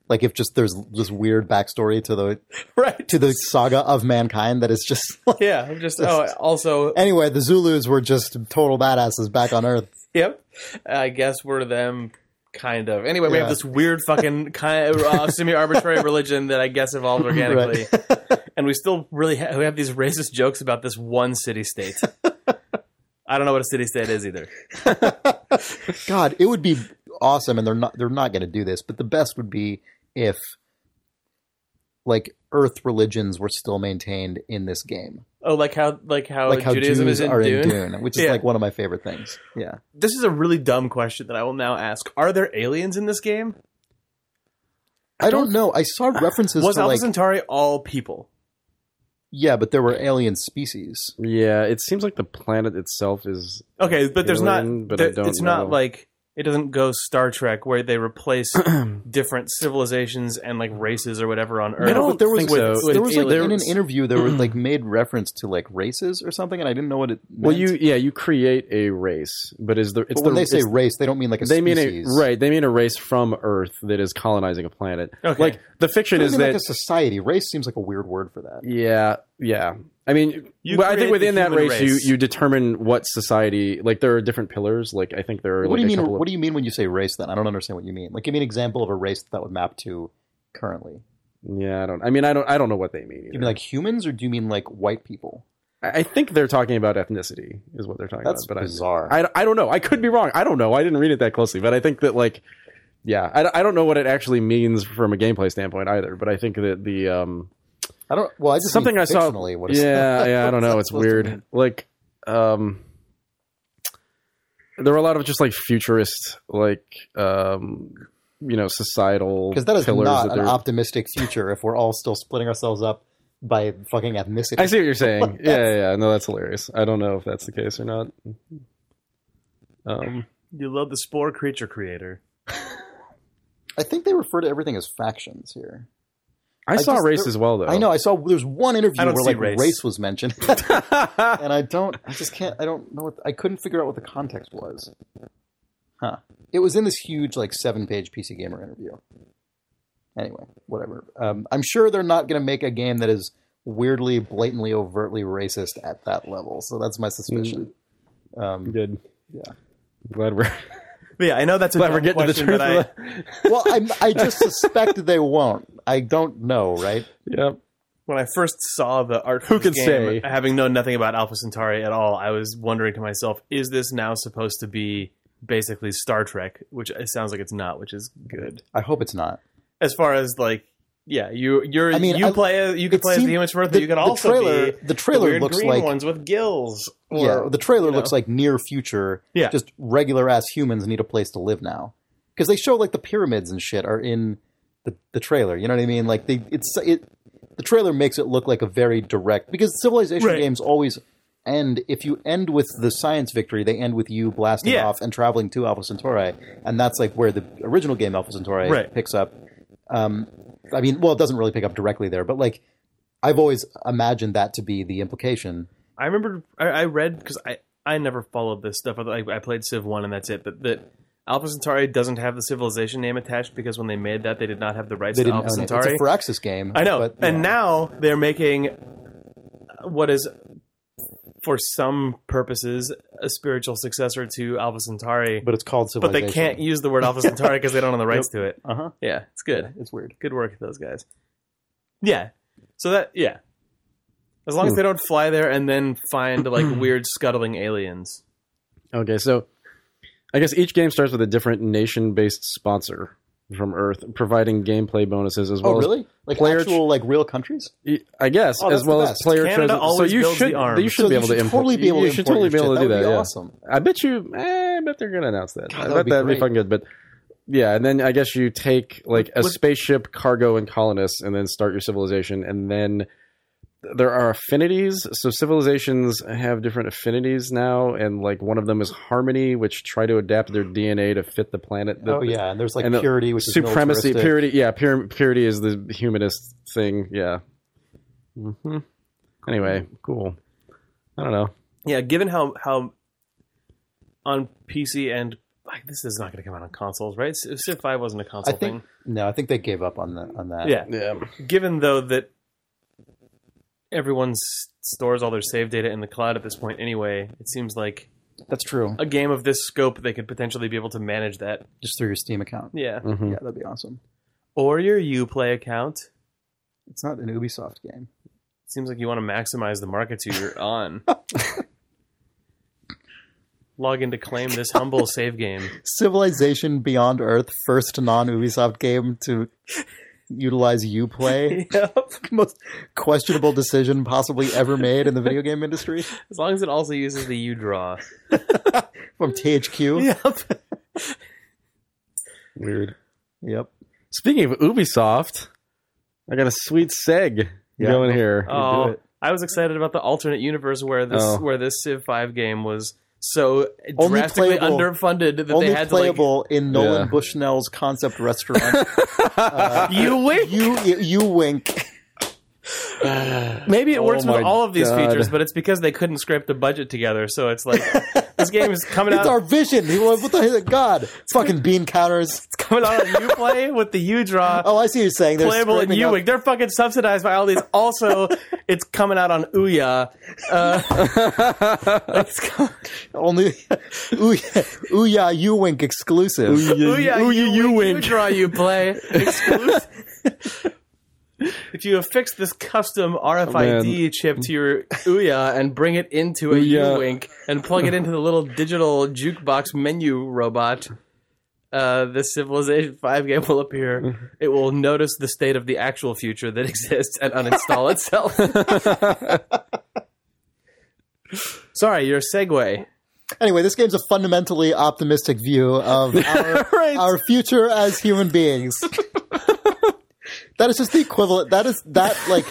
Speaker 3: Like if just there's this weird backstory to the
Speaker 1: right?
Speaker 3: to the saga of mankind that is just like
Speaker 1: Yeah, I'm just oh, also,
Speaker 3: Anyway, the Zulus were just total badasses back on Earth.
Speaker 1: yep. I guess we're them, kind of. Anyway, we have
Speaker 3: Yeah.
Speaker 1: this weird fucking kind of uh, semi-arbitrary religion that I guess evolved organically, and we still really ha- we have these racist jokes about this one city-state. I don't know what a city-state is either.
Speaker 3: God, it would be awesome, and they're not they're not going to do this. But the best would be if like Earth religions were still maintained in this game,
Speaker 1: Oh, like how like how
Speaker 3: like how
Speaker 1: Judaism
Speaker 3: Jews
Speaker 1: is in
Speaker 3: are
Speaker 1: Dune.
Speaker 3: in Dune, which is
Speaker 1: Yeah.
Speaker 3: like one of my favorite things. Yeah,
Speaker 1: This is a really dumb question that I will now ask. Are there aliens in this game?
Speaker 3: I don't know. I saw references
Speaker 1: Was
Speaker 3: to
Speaker 1: Alpha
Speaker 3: like
Speaker 1: Centauri all people?
Speaker 3: yeah, but there were alien species.
Speaker 4: yeah, it seems like the planet itself is.
Speaker 1: Okay, but there's
Speaker 4: Alien,
Speaker 1: not.
Speaker 4: but I
Speaker 1: there,
Speaker 4: don't
Speaker 1: it's
Speaker 4: know.
Speaker 1: not like it doesn't go Star Trek where they replace different civilizations and like races or whatever on Earth.
Speaker 4: I don't
Speaker 3: but there was
Speaker 4: think
Speaker 3: with-
Speaker 4: so.
Speaker 3: there was like in an
Speaker 4: Aliens.
Speaker 3: interview there was like made reference to like races or something, and I didn't know what it. Meant.
Speaker 4: Well, you yeah, you create a race, but is the
Speaker 3: But
Speaker 4: it's
Speaker 3: when
Speaker 4: the
Speaker 3: they say
Speaker 4: it's-
Speaker 3: race, they don't mean like a
Speaker 4: they mean a
Speaker 3: species.
Speaker 4: right. They mean a race from Earth that is colonizing a planet.
Speaker 1: Okay.
Speaker 4: Like the fiction
Speaker 3: They
Speaker 4: is
Speaker 3: mean
Speaker 4: that
Speaker 3: like a society. Race seems like a weird word for that.
Speaker 4: Yeah, yeah. I mean,
Speaker 1: You
Speaker 4: well, I
Speaker 1: create
Speaker 4: think
Speaker 1: the
Speaker 4: within that
Speaker 1: human
Speaker 4: race, you
Speaker 1: race.
Speaker 4: you determine what society. Like there are different pillars. Like I think there are.
Speaker 3: what do
Speaker 4: like,
Speaker 3: you
Speaker 4: a
Speaker 3: mean?
Speaker 4: couple of-
Speaker 3: What do you mean when you say race? Then I don't understand what you mean. Like, give me an example of a race that would map to currently.
Speaker 4: yeah, I don't. I mean, I don't. I don't know what they mean.
Speaker 3: Do you
Speaker 4: either.
Speaker 3: mean like humans, or do you mean like white people?
Speaker 4: I I think they're talking about ethnicity is what they're talking
Speaker 3: That's
Speaker 4: about. But
Speaker 3: bizarre.
Speaker 4: I, I I don't know. I could be wrong. I don't know. I didn't read it that closely, but I think that like. Yeah, I, don't- I don't know what it actually means from a gameplay standpoint either, but I think that the um,
Speaker 3: I don't. Well, I just
Speaker 4: something
Speaker 3: mean
Speaker 4: I saw.
Speaker 3: fictionally, What is
Speaker 4: yeah, yeah, I don't know.
Speaker 3: What's that
Speaker 4: It's
Speaker 3: supposed to
Speaker 4: weird.
Speaker 3: mean?
Speaker 4: Like, um, there were a lot of just like futurist, like, um, you know, societal
Speaker 3: Because that is
Speaker 4: pillars
Speaker 3: not
Speaker 4: that
Speaker 3: an
Speaker 4: they're-
Speaker 3: optimistic future if we're all still splitting ourselves up by fucking ethnicity.
Speaker 4: I see what you're saying. yeah, yeah, yeah. No, that's hilarious. I don't know if that's the case or not. Um,
Speaker 1: You love the spore creature creator.
Speaker 3: I think they refer to everything as factions here.
Speaker 4: I, saw
Speaker 3: just-
Speaker 4: race
Speaker 3: there-
Speaker 4: as well, though.
Speaker 3: I know. I saw there's one interview
Speaker 1: I
Speaker 3: where
Speaker 1: don't see
Speaker 3: like
Speaker 1: race.
Speaker 3: race. was mentioned, and I don't. I just can't. I don't know. What, I couldn't figure out what the context was. Huh? It was in this huge like seven page PC Gamer interview. Anyway, whatever. Um, I'm sure they're not going to make a game that is weirdly, blatantly, overtly racist at that level. So that's my suspicion. Um,
Speaker 4: Good. Yeah. Glad we're
Speaker 1: But yeah, I know that's a
Speaker 4: glad we're
Speaker 1: dumb
Speaker 4: getting to the
Speaker 1: question,
Speaker 4: truth.
Speaker 1: but I-
Speaker 4: of that.
Speaker 3: well, I, I just suspect that they won't. I don't know, right?
Speaker 4: Yep.
Speaker 1: when I first saw the art,
Speaker 4: Who
Speaker 1: for this
Speaker 4: can
Speaker 1: game,
Speaker 4: say?
Speaker 1: Having known nothing about Alpha Centauri at all, I was wondering to myself, is this now supposed to be basically Star Trek? Which it sounds like it's not, which is good.
Speaker 3: I hope it's not.
Speaker 1: As far as like, yeah, you you're
Speaker 3: I mean,
Speaker 1: you
Speaker 3: I-
Speaker 1: play as, you could
Speaker 3: it
Speaker 1: play as
Speaker 3: seemed-
Speaker 1: the Image but
Speaker 3: the-
Speaker 1: you could
Speaker 3: the
Speaker 1: also
Speaker 3: trailer-
Speaker 1: be
Speaker 3: the trailer
Speaker 1: weird
Speaker 3: looks
Speaker 1: green
Speaker 3: like-
Speaker 1: ones with gills.
Speaker 3: yeah,
Speaker 1: Or,
Speaker 3: the trailer
Speaker 1: you
Speaker 3: looks
Speaker 1: know.
Speaker 3: like near future.
Speaker 1: Yeah.
Speaker 3: just regular ass humans need a place to live now because they show like the pyramids and shit are in the, the trailer. You know what I mean? Like they, it's it. The trailer makes it look like a very direct because civilization
Speaker 1: Right.
Speaker 3: games always end. If you end with the science victory, they end with you blasting
Speaker 1: Yeah.
Speaker 3: off and traveling to Alpha Centauri, and that's like where the original game Alpha Centauri
Speaker 1: Right.
Speaker 3: picks up. Um, I mean, well, it doesn't really pick up directly there, but like I've always imagined that to be the implication.
Speaker 1: I remember I, I read because I I never followed this stuff. I, I played Civ One and that's it. But that Alpha Centauri doesn't have the civilization name attached because when they made that, they did not have the rights
Speaker 3: They
Speaker 1: to
Speaker 3: didn't
Speaker 1: Alpha
Speaker 3: own it.
Speaker 1: Centauri.
Speaker 3: It's a Firaxis game.
Speaker 1: I know.
Speaker 3: but,
Speaker 1: And
Speaker 3: yeah.
Speaker 1: now they're making what is, for some purposes, a spiritual successor to Alpha Centauri,
Speaker 3: but it's called
Speaker 1: but
Speaker 3: Civilization.
Speaker 1: they can't e- use the word Alpha Centauri because they don't own the rights to it.
Speaker 3: Uh huh.
Speaker 1: Yeah, it's good.
Speaker 3: It's weird.
Speaker 1: Good work, those guys. Yeah. So that, yeah. As long as
Speaker 3: Hmm.
Speaker 1: they don't fly there and then find like weird scuttling aliens.
Speaker 4: Okay, so I guess each game starts with a different nation-based sponsor from Earth, providing gameplay bonuses as well.
Speaker 3: Oh,
Speaker 4: as-
Speaker 3: really? Like
Speaker 4: player
Speaker 3: actual like real countries?
Speaker 4: I guess
Speaker 3: Oh, that's
Speaker 4: as well
Speaker 3: the
Speaker 4: as
Speaker 3: best.
Speaker 4: player
Speaker 1: Canada
Speaker 4: chosen. So
Speaker 1: always
Speaker 4: you
Speaker 1: builds the
Speaker 4: should
Speaker 1: arms.
Speaker 4: you should
Speaker 3: So
Speaker 4: be
Speaker 3: you
Speaker 4: able to
Speaker 3: should
Speaker 4: import-
Speaker 3: totally be able
Speaker 4: you
Speaker 3: to
Speaker 4: should
Speaker 3: import your
Speaker 4: totally be able
Speaker 3: shit.
Speaker 4: to do
Speaker 3: That
Speaker 4: that.
Speaker 3: would be
Speaker 4: yeah.
Speaker 3: awesome.
Speaker 4: I bet you. Eh, I bet they're gonna announce that.
Speaker 3: God,
Speaker 4: I
Speaker 3: that would
Speaker 4: bet
Speaker 3: be
Speaker 4: that'd be
Speaker 3: great.
Speaker 4: fucking good. But yeah, and then I guess you take like a
Speaker 1: What-
Speaker 4: spaceship, cargo, and colonists, and then start your civilization. And then there are affinities. So civilizations have different affinities now, and like one of them is harmony, which try to adapt their DNA to fit the planet. that-
Speaker 3: oh yeah, and there's like
Speaker 4: and the
Speaker 3: purity, which
Speaker 4: supremacy,
Speaker 3: is militaristic.
Speaker 4: purity. Yeah, pur- purity is the humanist thing. Yeah. hmm Anyway, cool. I don't know.
Speaker 1: Yeah, given how, how on PC and like this is not going to come out on consoles, right? Civ Civ 5 wasn't a
Speaker 3: I
Speaker 1: console thing.
Speaker 3: think no, I think they gave up on that. On that.
Speaker 1: Yeah.
Speaker 4: Yeah.
Speaker 1: Given though that everyone s- stores all their save data in the cloud at this point anyway, it seems like
Speaker 3: that's true.
Speaker 1: a game of this scope they could potentially be able to manage that.
Speaker 3: Just through your Steam account.
Speaker 1: Yeah.
Speaker 4: hmm
Speaker 3: Yeah, that'd be awesome.
Speaker 1: Or your Uplay account.
Speaker 3: It's not an Ubisoft game.
Speaker 1: Seems like you want to maximize the markets you're on. Log in to claim this humble save game.
Speaker 3: Civilization Beyond Earth, first non-Ubisoft game to utilize UPlay.
Speaker 1: Yep.
Speaker 3: Most questionable decision possibly ever made in the video game industry
Speaker 1: As long as it also uses the U draw.
Speaker 3: from THQ.
Speaker 1: Yep.
Speaker 4: Weird.
Speaker 3: Yep.
Speaker 4: Speaking of Ubisoft, I got a sweet seg
Speaker 3: Yeah.
Speaker 4: going here.
Speaker 1: Oh,
Speaker 4: You do it.
Speaker 1: I was excited about the alternate universe where this
Speaker 4: Oh.
Speaker 1: where this Civ Five game was so
Speaker 3: Only
Speaker 1: drastically
Speaker 3: playable-
Speaker 1: underfunded that
Speaker 3: Only
Speaker 1: they had
Speaker 3: playable in Nolan
Speaker 4: Yeah.
Speaker 3: Bushnell's concept restaurant.
Speaker 1: to like you wait.
Speaker 3: you, you you wink.
Speaker 1: Maybe it
Speaker 4: Oh
Speaker 1: works with
Speaker 4: my
Speaker 1: all of these
Speaker 4: God.
Speaker 1: features, but it's because they couldn't scrape the budget together. So it's like this game is coming out
Speaker 3: It's our vision. He was- What the hell? God, fucking bean counters.
Speaker 1: it's coming out on UPlay with the U draw.
Speaker 3: Oh, I see what you're saying. They're
Speaker 1: Playable and
Speaker 3: scraping up-
Speaker 1: Uwig. They're fucking subsidized by all these. Also, it's coming out on Ouya. Uh, it's co-
Speaker 3: Only Ouya, Ouya you wink exclusive.
Speaker 1: Ouya,
Speaker 4: Ouya,
Speaker 1: you, win.
Speaker 4: Uwig.
Speaker 1: draw, you play. Exclusive. if you affix this custom RFID chip to your Ouya and bring it into a
Speaker 4: Ouya.
Speaker 1: U-Wink and plug it into the little digital jukebox menu robot, uh, this Civilization 5 game will appear. It will notice the state of the actual future that exists and uninstall itself. Sorry, your segue.
Speaker 3: Anyway, this game's a fundamentally optimistic view of our,
Speaker 4: Right.
Speaker 3: our future as human beings. that is just the equivalent. That is that like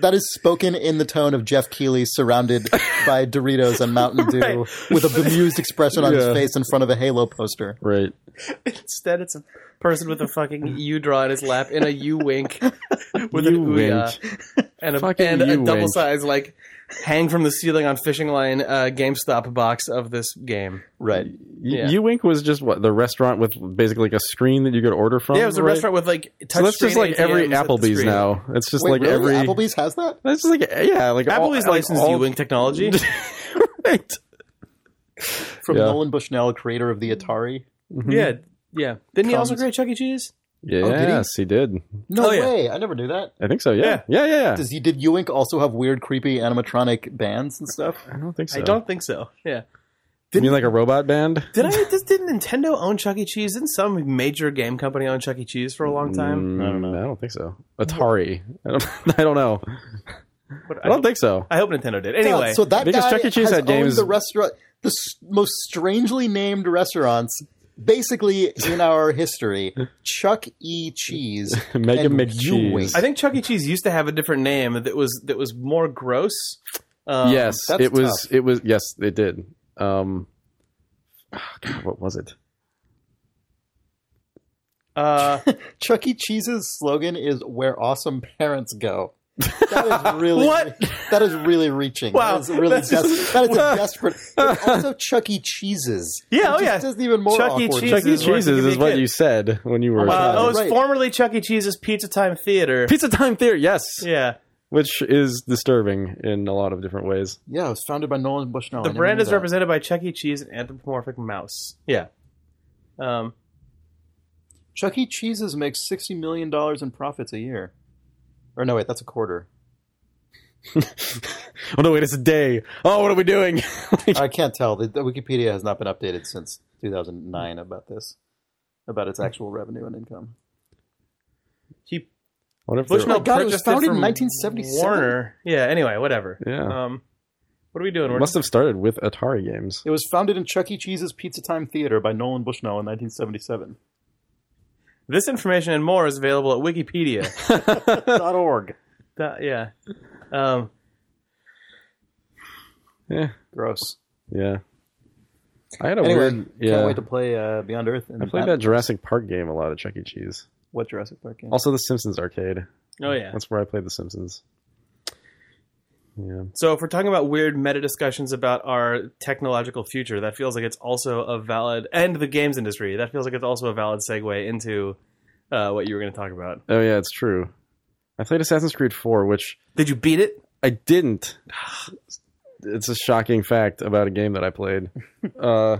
Speaker 3: that is spoken in the tone of Jeff Keeley surrounded by Doritos and Mountain Dew with a bemused expression on
Speaker 4: Yeah.
Speaker 3: his face in front of a Halo poster.
Speaker 4: Right.
Speaker 1: Instead, it's a person with a fucking U draw in his lap in a U wink with an
Speaker 4: You
Speaker 1: Ouya. and a,
Speaker 4: Fucking
Speaker 1: and a
Speaker 4: you,
Speaker 1: double
Speaker 4: Wink.
Speaker 1: size like hang from the ceiling on fishing line uh, GameStop box of this game.
Speaker 3: Right.
Speaker 1: Yeah.
Speaker 4: You Wink was just what the restaurant with basically like a screen that you could order from.
Speaker 1: yeah, it was a
Speaker 4: right?
Speaker 1: restaurant with like.
Speaker 4: So that's just
Speaker 1: touchscreen
Speaker 4: like every
Speaker 1: ATMs at the
Speaker 4: Applebee's
Speaker 1: screen.
Speaker 4: now. It's just
Speaker 3: Wait,
Speaker 4: like
Speaker 3: really?
Speaker 4: every
Speaker 3: Applebee's has that?
Speaker 4: That's just like yeah, like all-
Speaker 1: Applebee's
Speaker 4: like
Speaker 1: licensed
Speaker 4: all-
Speaker 1: U Wing technology.
Speaker 4: Right.
Speaker 3: From
Speaker 4: Yeah. Oh,
Speaker 3: Nolan Bushnell, creator of the Atari.
Speaker 1: yeah, yeah. Didn't he also
Speaker 3: Comes-
Speaker 1: create Chuck E. Cheese?
Speaker 4: Yes, he? Oh, did.
Speaker 3: No
Speaker 1: Oh, yeah.
Speaker 3: way. I never knew that.
Speaker 4: I think so. Yeah. Yeah. Yeah. yeah.
Speaker 3: Does he did Ewink also have weird, creepy animatronic bands and stuff?
Speaker 4: I don't think so.
Speaker 1: I don't think so. Yeah.
Speaker 4: You mean like a robot band?
Speaker 1: Did I? Just, did Nintendo own Chuck E. Cheese? Didn't some major game company own Chuck E. Cheese for a long time?
Speaker 4: Mm, I don't know. I don't think so. Atari. I don't. I don't know.
Speaker 1: What-
Speaker 4: Mm. I don't think so.
Speaker 1: I hope Nintendo did. Anyway,
Speaker 3: God, so that
Speaker 4: because
Speaker 3: guy
Speaker 4: Chuck E. Cheese
Speaker 3: has
Speaker 4: had games-
Speaker 3: owned the restaurant, the s- most strangely named restaurants, basically in our history. Chuck E. Cheese,
Speaker 4: Make
Speaker 3: and
Speaker 4: him make
Speaker 3: Ewink.
Speaker 4: cheese.
Speaker 1: I think Chuck E. Cheese used to have a different name that was that was more gross. Um,
Speaker 4: yes,
Speaker 3: that's
Speaker 4: it was. It was. Yes, it did. Um, ah, God, what was it?
Speaker 1: Uh,
Speaker 3: Chuck E. Cheese's slogan is "Where awesome parents go." That is really
Speaker 1: What?
Speaker 3: That is really reaching.
Speaker 1: Wow,
Speaker 3: that is really
Speaker 1: that's-
Speaker 3: des- that is a desperate. It's also Chuck E. Cheese's.
Speaker 1: Yeah,
Speaker 3: It
Speaker 1: oh,
Speaker 3: just
Speaker 1: yeah.
Speaker 3: doesn't even more
Speaker 1: Chuck E.
Speaker 3: awkward.
Speaker 1: Cheese
Speaker 4: Chuck E.
Speaker 1: is where I
Speaker 4: Cheese's
Speaker 1: think you'd
Speaker 4: is
Speaker 1: be a
Speaker 4: what
Speaker 1: kid.
Speaker 4: you said when you were.
Speaker 3: my
Speaker 1: uh,
Speaker 3: God.
Speaker 1: oh, it was
Speaker 3: Right.
Speaker 1: formerly Chuck E. Cheese's Pizza Time Theater.
Speaker 4: Pizza Time Theater. Yes,
Speaker 1: Yeah,
Speaker 3: Oh,
Speaker 4: which is disturbing in a lot of different ways.
Speaker 3: Yeah, it was founded by Nolan Bushnell.
Speaker 1: the
Speaker 3: I never
Speaker 1: brand
Speaker 3: knew
Speaker 1: is
Speaker 3: that.
Speaker 1: represented by Chuck E. Cheese, an anthropomorphic mouse. Yeah. Um,
Speaker 3: Chuck E. Cheese's makes sixty million dollars in profits a year. Or no, wait, that's a quarter.
Speaker 4: Oh no! Wait, it's a day. Oh, what are we doing?
Speaker 3: I can't tell. The, the Wikipedia has not been updated since 2009 about this, about its actual revenue and income.
Speaker 1: he
Speaker 4: What if they're-
Speaker 1: Bushnell
Speaker 3: God, it was
Speaker 1: purchased
Speaker 3: founded in
Speaker 1: from
Speaker 3: 1977.
Speaker 1: Warner. Yeah. Anyway, whatever.
Speaker 3: Uh,
Speaker 4: Yeah.
Speaker 1: Um, what are we doing? We're
Speaker 4: must have started with Atari games.
Speaker 3: It was founded in Chuck E. Cheese's Pizza Time Theater by Nolan Bushnell in 1977.
Speaker 1: This information and more is available at Wikipedia.
Speaker 3: Dot org.
Speaker 1: That- yeah. Um,
Speaker 4: Yeah,
Speaker 3: Gross.
Speaker 4: yeah. I had a
Speaker 3: Anyway,
Speaker 4: weird. Yeah,
Speaker 3: can't wait to play uh, Beyond Earth. And
Speaker 4: I played that Jurassic Park game a lot at Chuck E. Cheese.
Speaker 3: What Jurassic Park game?
Speaker 4: Also, the Simpsons arcade.
Speaker 1: oh yeah.
Speaker 4: That's where I played the Simpsons. Yeah,
Speaker 1: So if we're talking about weird meta discussions about our technological future, that feels like it's also a valid and the games industry. That feels like it's also a valid segue into uh, what you were going to talk about.
Speaker 4: Oh yeah, it's true. I played Assassin's Creed 4, which
Speaker 1: Did you beat it?
Speaker 4: I didn't. It's a shocking fact about a game that I played. Uh,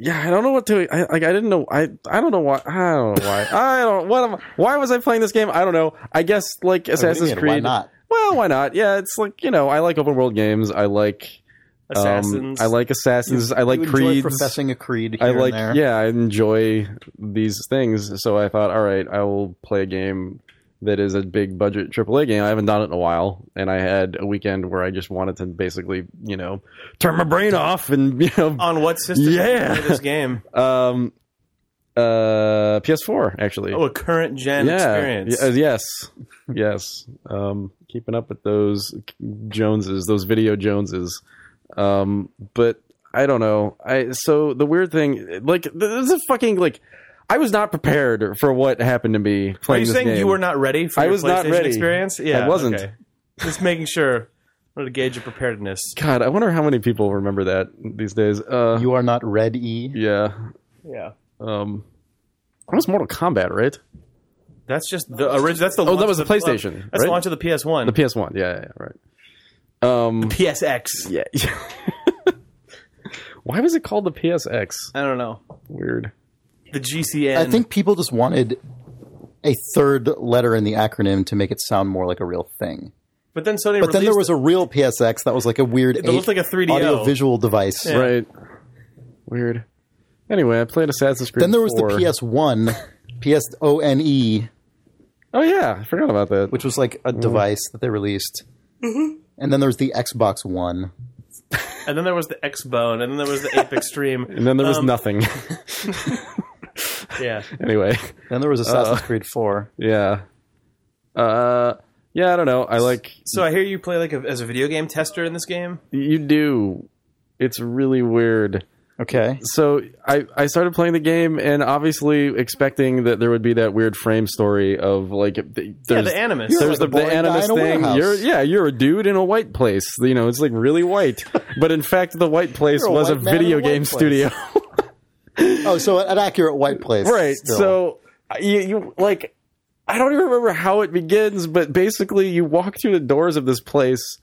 Speaker 4: yeah, I don't know what to. I, like, I didn't know. I I don't know why. I don't know why. I don't. What am? I- Why was I playing this game? I don't know. I guess like
Speaker 3: Oh, what do you
Speaker 4: Assassin's
Speaker 3: mean,
Speaker 4: Creed.
Speaker 3: Why not?
Speaker 4: Well, why not? Yeah, it's like you know. I like open world games. I like um,
Speaker 1: Assassins.
Speaker 4: I like assassins. I like
Speaker 3: you enjoy
Speaker 4: creeds.
Speaker 3: professing a creed. Here
Speaker 4: I like,
Speaker 3: And there.
Speaker 4: yeah, I enjoy these things. So I thought, all right, I will play a game that is a big budget AAA game. I haven't done it in a while, and I had a weekend where I just wanted to basically, you know, turn my brain off and you know,
Speaker 1: on what system? did you
Speaker 4: Yeah.
Speaker 1: play this game.
Speaker 4: um, uh, PS4 actually.
Speaker 1: Oh, a current gen experience.
Speaker 4: y- uh, yes, yes. Um, keeping up with those Joneses, those video Joneses. Um, but I don't know. I so the weird thing, like, th- this is a fucking like. I was not prepared for what happened to me
Speaker 1: Are
Speaker 4: playing
Speaker 1: you
Speaker 4: this
Speaker 1: saying
Speaker 4: game.
Speaker 1: you were not ready for
Speaker 4: I
Speaker 1: your
Speaker 4: was
Speaker 1: PlayStation
Speaker 4: not ready.
Speaker 1: experience? Yeah,
Speaker 4: wasn't.
Speaker 1: okay. Just making sure. I wanted to gauge your preparedness.
Speaker 4: God, I wonder how many people remember that these days. Uh,
Speaker 3: You are not Red E.
Speaker 4: yeah.
Speaker 1: Yeah.
Speaker 4: Um, that was Mortal Kombat, right?
Speaker 1: That's just the original. That's the
Speaker 4: Oh, that
Speaker 1: launch
Speaker 4: was
Speaker 1: of
Speaker 4: the PlayStation,
Speaker 1: that's the
Speaker 4: right?
Speaker 1: launch of the PS1.
Speaker 4: The PS1. Yeah, yeah, yeah right. Um,
Speaker 1: PSX.
Speaker 4: yeah. Why was it called the PSX?
Speaker 1: I don't know.
Speaker 4: Weird.
Speaker 1: The GCN.
Speaker 3: I think people just wanted a third letter in the acronym to make it sound more like a real thing.
Speaker 1: But then Sony.
Speaker 3: But then there was a real PSX that was like a weird
Speaker 1: It looked
Speaker 3: eight
Speaker 1: like a 3DO.
Speaker 3: audio visual device.
Speaker 4: Right. Weird. Anyway, I played Assassin's Creed.
Speaker 3: Then there was the
Speaker 4: 4.
Speaker 3: PS1, PS O N E,
Speaker 4: Oh yeah, I forgot about that.
Speaker 3: which was like a device that they released. And then there was the Xbox One.
Speaker 1: and then there was the X Bone, and then there was the Ape Extreme.
Speaker 4: and then there was
Speaker 1: um,
Speaker 4: nothing.
Speaker 1: Yeah,
Speaker 4: anyway,
Speaker 3: Then there was Assassin's Creed 4.
Speaker 4: yeah. Uh, yeah. I don't know. I like
Speaker 1: so I hear you play like a, as a video game tester in this game.
Speaker 4: you do. It's really weird.
Speaker 3: Okay.
Speaker 4: so I, I started playing the game and obviously expecting that there would be that weird frame story of like th-
Speaker 1: Yeah,
Speaker 4: there's
Speaker 1: the animus.
Speaker 3: You're
Speaker 4: there's
Speaker 3: like a
Speaker 4: the, the
Speaker 3: boring guy
Speaker 4: animus
Speaker 3: in a
Speaker 4: thing.
Speaker 3: warehouse.
Speaker 4: You're yeah, you're a dude in a white place. You know, it's like really white. but in fact, the white place
Speaker 3: You're a
Speaker 4: was a
Speaker 3: white man in a
Speaker 4: video
Speaker 3: white
Speaker 4: game
Speaker 3: place.
Speaker 4: studio,
Speaker 3: Oh, so an accurate white place.
Speaker 4: right?
Speaker 3: still.
Speaker 4: So uh, you, you like I don't even remember how it begins, but basically you walk through the doors of this place.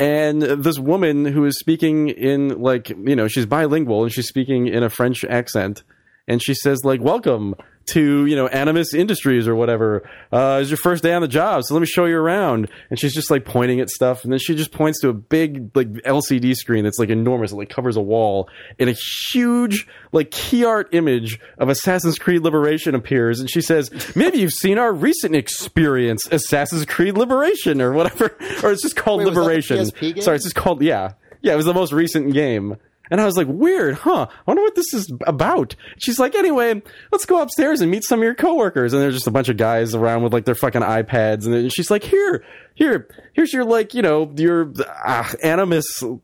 Speaker 4: And this woman who is speaking in like you know she's bilingual and she's speaking in a French accent, and she says like welcome to you know animus industries or whatever uh, it's your first day on the job so let me show you around and she's just like pointing at stuff and then she just points to a big like lcd screen that's like enormous it like covers a wall and a huge like key art image of assassin's creed liberation appears and she says maybe you've seen our recent experience assassin's creed liberation or whatever or it's just called
Speaker 3: Wait, was that the
Speaker 4: liberation
Speaker 3: PSP game?
Speaker 4: sorry it's just called yeah yeah it was the most recent game and i was like weird huh i wonder what this is about she's like anyway let's go upstairs and meet some of your coworkers and there's just a bunch of guys around with like their fucking ipads and then she's like here here here's your like you know your uh, animus uh,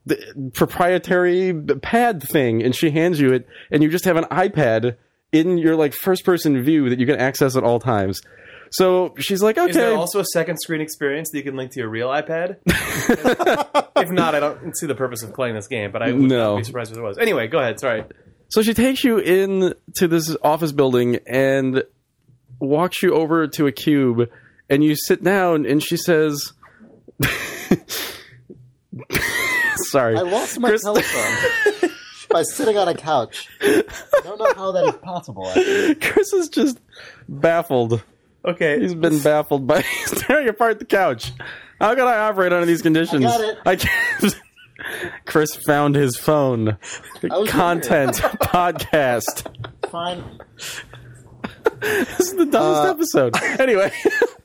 Speaker 4: proprietary pad thing and she hands you it and you just have an ipad in your like first person view that you can access at all times so she's like okay
Speaker 1: Is there also a second screen experience that you can link to your real iPad? if not, I don't see the purpose of playing this game, but I would
Speaker 4: No.
Speaker 1: not be surprised if there was. Anyway, go ahead. Sorry.
Speaker 4: So she takes you in to this office building and walks you over to a cube, and you sit down, and she says, "Sorry,
Speaker 3: I lost my
Speaker 4: Chris-
Speaker 3: telephone by sitting on a couch. I don't know how that is possible. Actually.
Speaker 4: Chris is just baffled.
Speaker 1: Okay.
Speaker 4: He's been baffled by tearing apart the couch. How can I operate under these conditions?
Speaker 3: got it.
Speaker 4: I can't." Chris found his phone.
Speaker 3: was
Speaker 4: Content podcast.
Speaker 3: Fine. Uh,
Speaker 4: This is the dumbest episode. Anyway.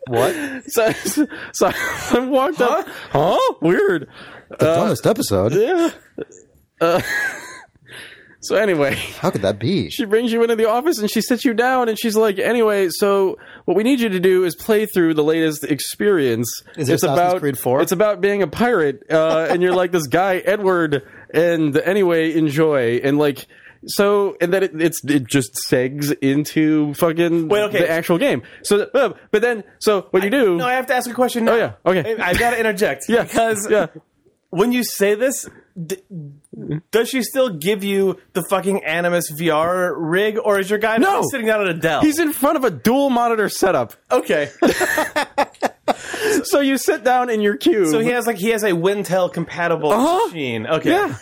Speaker 3: What?
Speaker 4: So, so so I walked up. Huh? Weird. Uh,
Speaker 3: The dumbest episode?
Speaker 4: Yeah. Uh, so anyway,
Speaker 3: How could that be?
Speaker 4: she brings you into the office and she sits you down and she's like, anyway, so what we need you to do is play through the latest experience.
Speaker 3: Is it Assassin's Creed 4?
Speaker 4: It's about being a pirate, uh, and you're like this guy Edward, and anyway, enjoy and like. So and then it, it's it just segs into fucking
Speaker 1: Wait, okay.
Speaker 4: the actual game. So uh, but then so what you do?
Speaker 1: No, I have to ask a question. Now.
Speaker 4: Oh, yeah. Okay.
Speaker 1: I, have got to interject.
Speaker 4: Yeah.
Speaker 1: Because
Speaker 4: Yeah.
Speaker 1: when you say this, d- does she still give you the fucking Animus VR rig, or is your guy
Speaker 4: No.
Speaker 1: sitting down at a Dell?
Speaker 4: He's in front of a dual monitor setup.
Speaker 1: okay.
Speaker 4: So you sit down in your cube.
Speaker 1: so he has like he has a Wintel compatible
Speaker 4: Uh-huh.
Speaker 1: machine. Okay.
Speaker 4: yeah.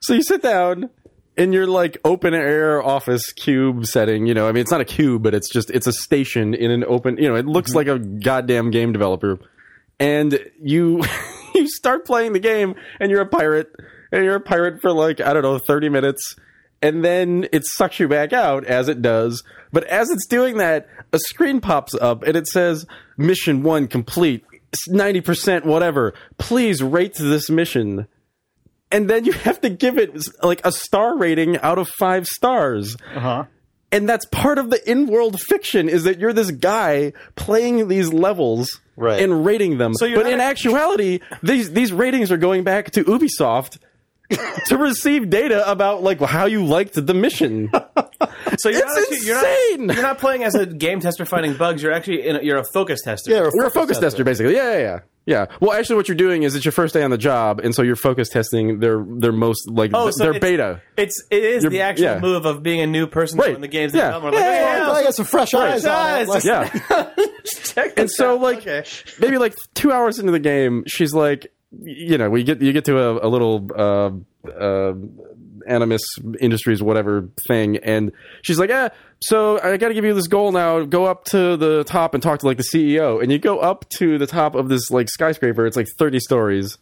Speaker 4: so you sit down in your like open air office cube setting. You know, I mean, it's not a cube, but it's just it's a station in an open. You know, it looks like a goddamn game developer, and you you start playing the game, and you're a pirate, and you're a pirate for like I don't know thirty minutes. And then it sucks you back out as it does. But as it's doing that, a screen pops up and it says, Mission one complete, 90% whatever. Please rate this mission and then you have to give it like a star rating out of five stars.
Speaker 3: Uh-huh.
Speaker 4: And that's part of the in-world fiction is that you're this guy playing these levels
Speaker 3: Right.
Speaker 4: and rating them.
Speaker 1: So you're
Speaker 4: but
Speaker 1: not
Speaker 4: in
Speaker 1: a-
Speaker 4: actuality, these these ratings are going back to Ubisoft to receive data about like how you liked the mission.
Speaker 1: So you're
Speaker 4: It's
Speaker 1: not actually- you're not-
Speaker 4: insane!
Speaker 1: You're not playing as a game tester finding bugs. You're actually in a, you're a focus tester.
Speaker 3: Yeah,
Speaker 4: We're a focus tester, basically. Yeah, yeah, yeah. Yeah. Well, actually, what you're doing is it's your first day on the job, and so you're focus testing their their most like
Speaker 1: Oh,
Speaker 4: th-
Speaker 1: so
Speaker 4: their
Speaker 1: it's-
Speaker 4: beta.
Speaker 1: It's it is the actual
Speaker 4: yeah.
Speaker 1: move of being a new person
Speaker 4: Right.
Speaker 1: in the game's
Speaker 4: Yeah.
Speaker 1: development. We're like,
Speaker 4: Yeah, yeah,
Speaker 1: "Hey,
Speaker 4: yeah.
Speaker 3: I got some fresh eyes. on it.
Speaker 1: Eyes.
Speaker 3: Let's-
Speaker 4: Yeah. and so like maybe like two hours into the game, she's like, you know, we get you get to a, a little uh, uh, Animus Industries whatever thing, and she's like, ah, so I got to give you this goal now. Go up to the top and talk to like the CEO, and you go up to the top of this like skyscraper. It's like thirty stories,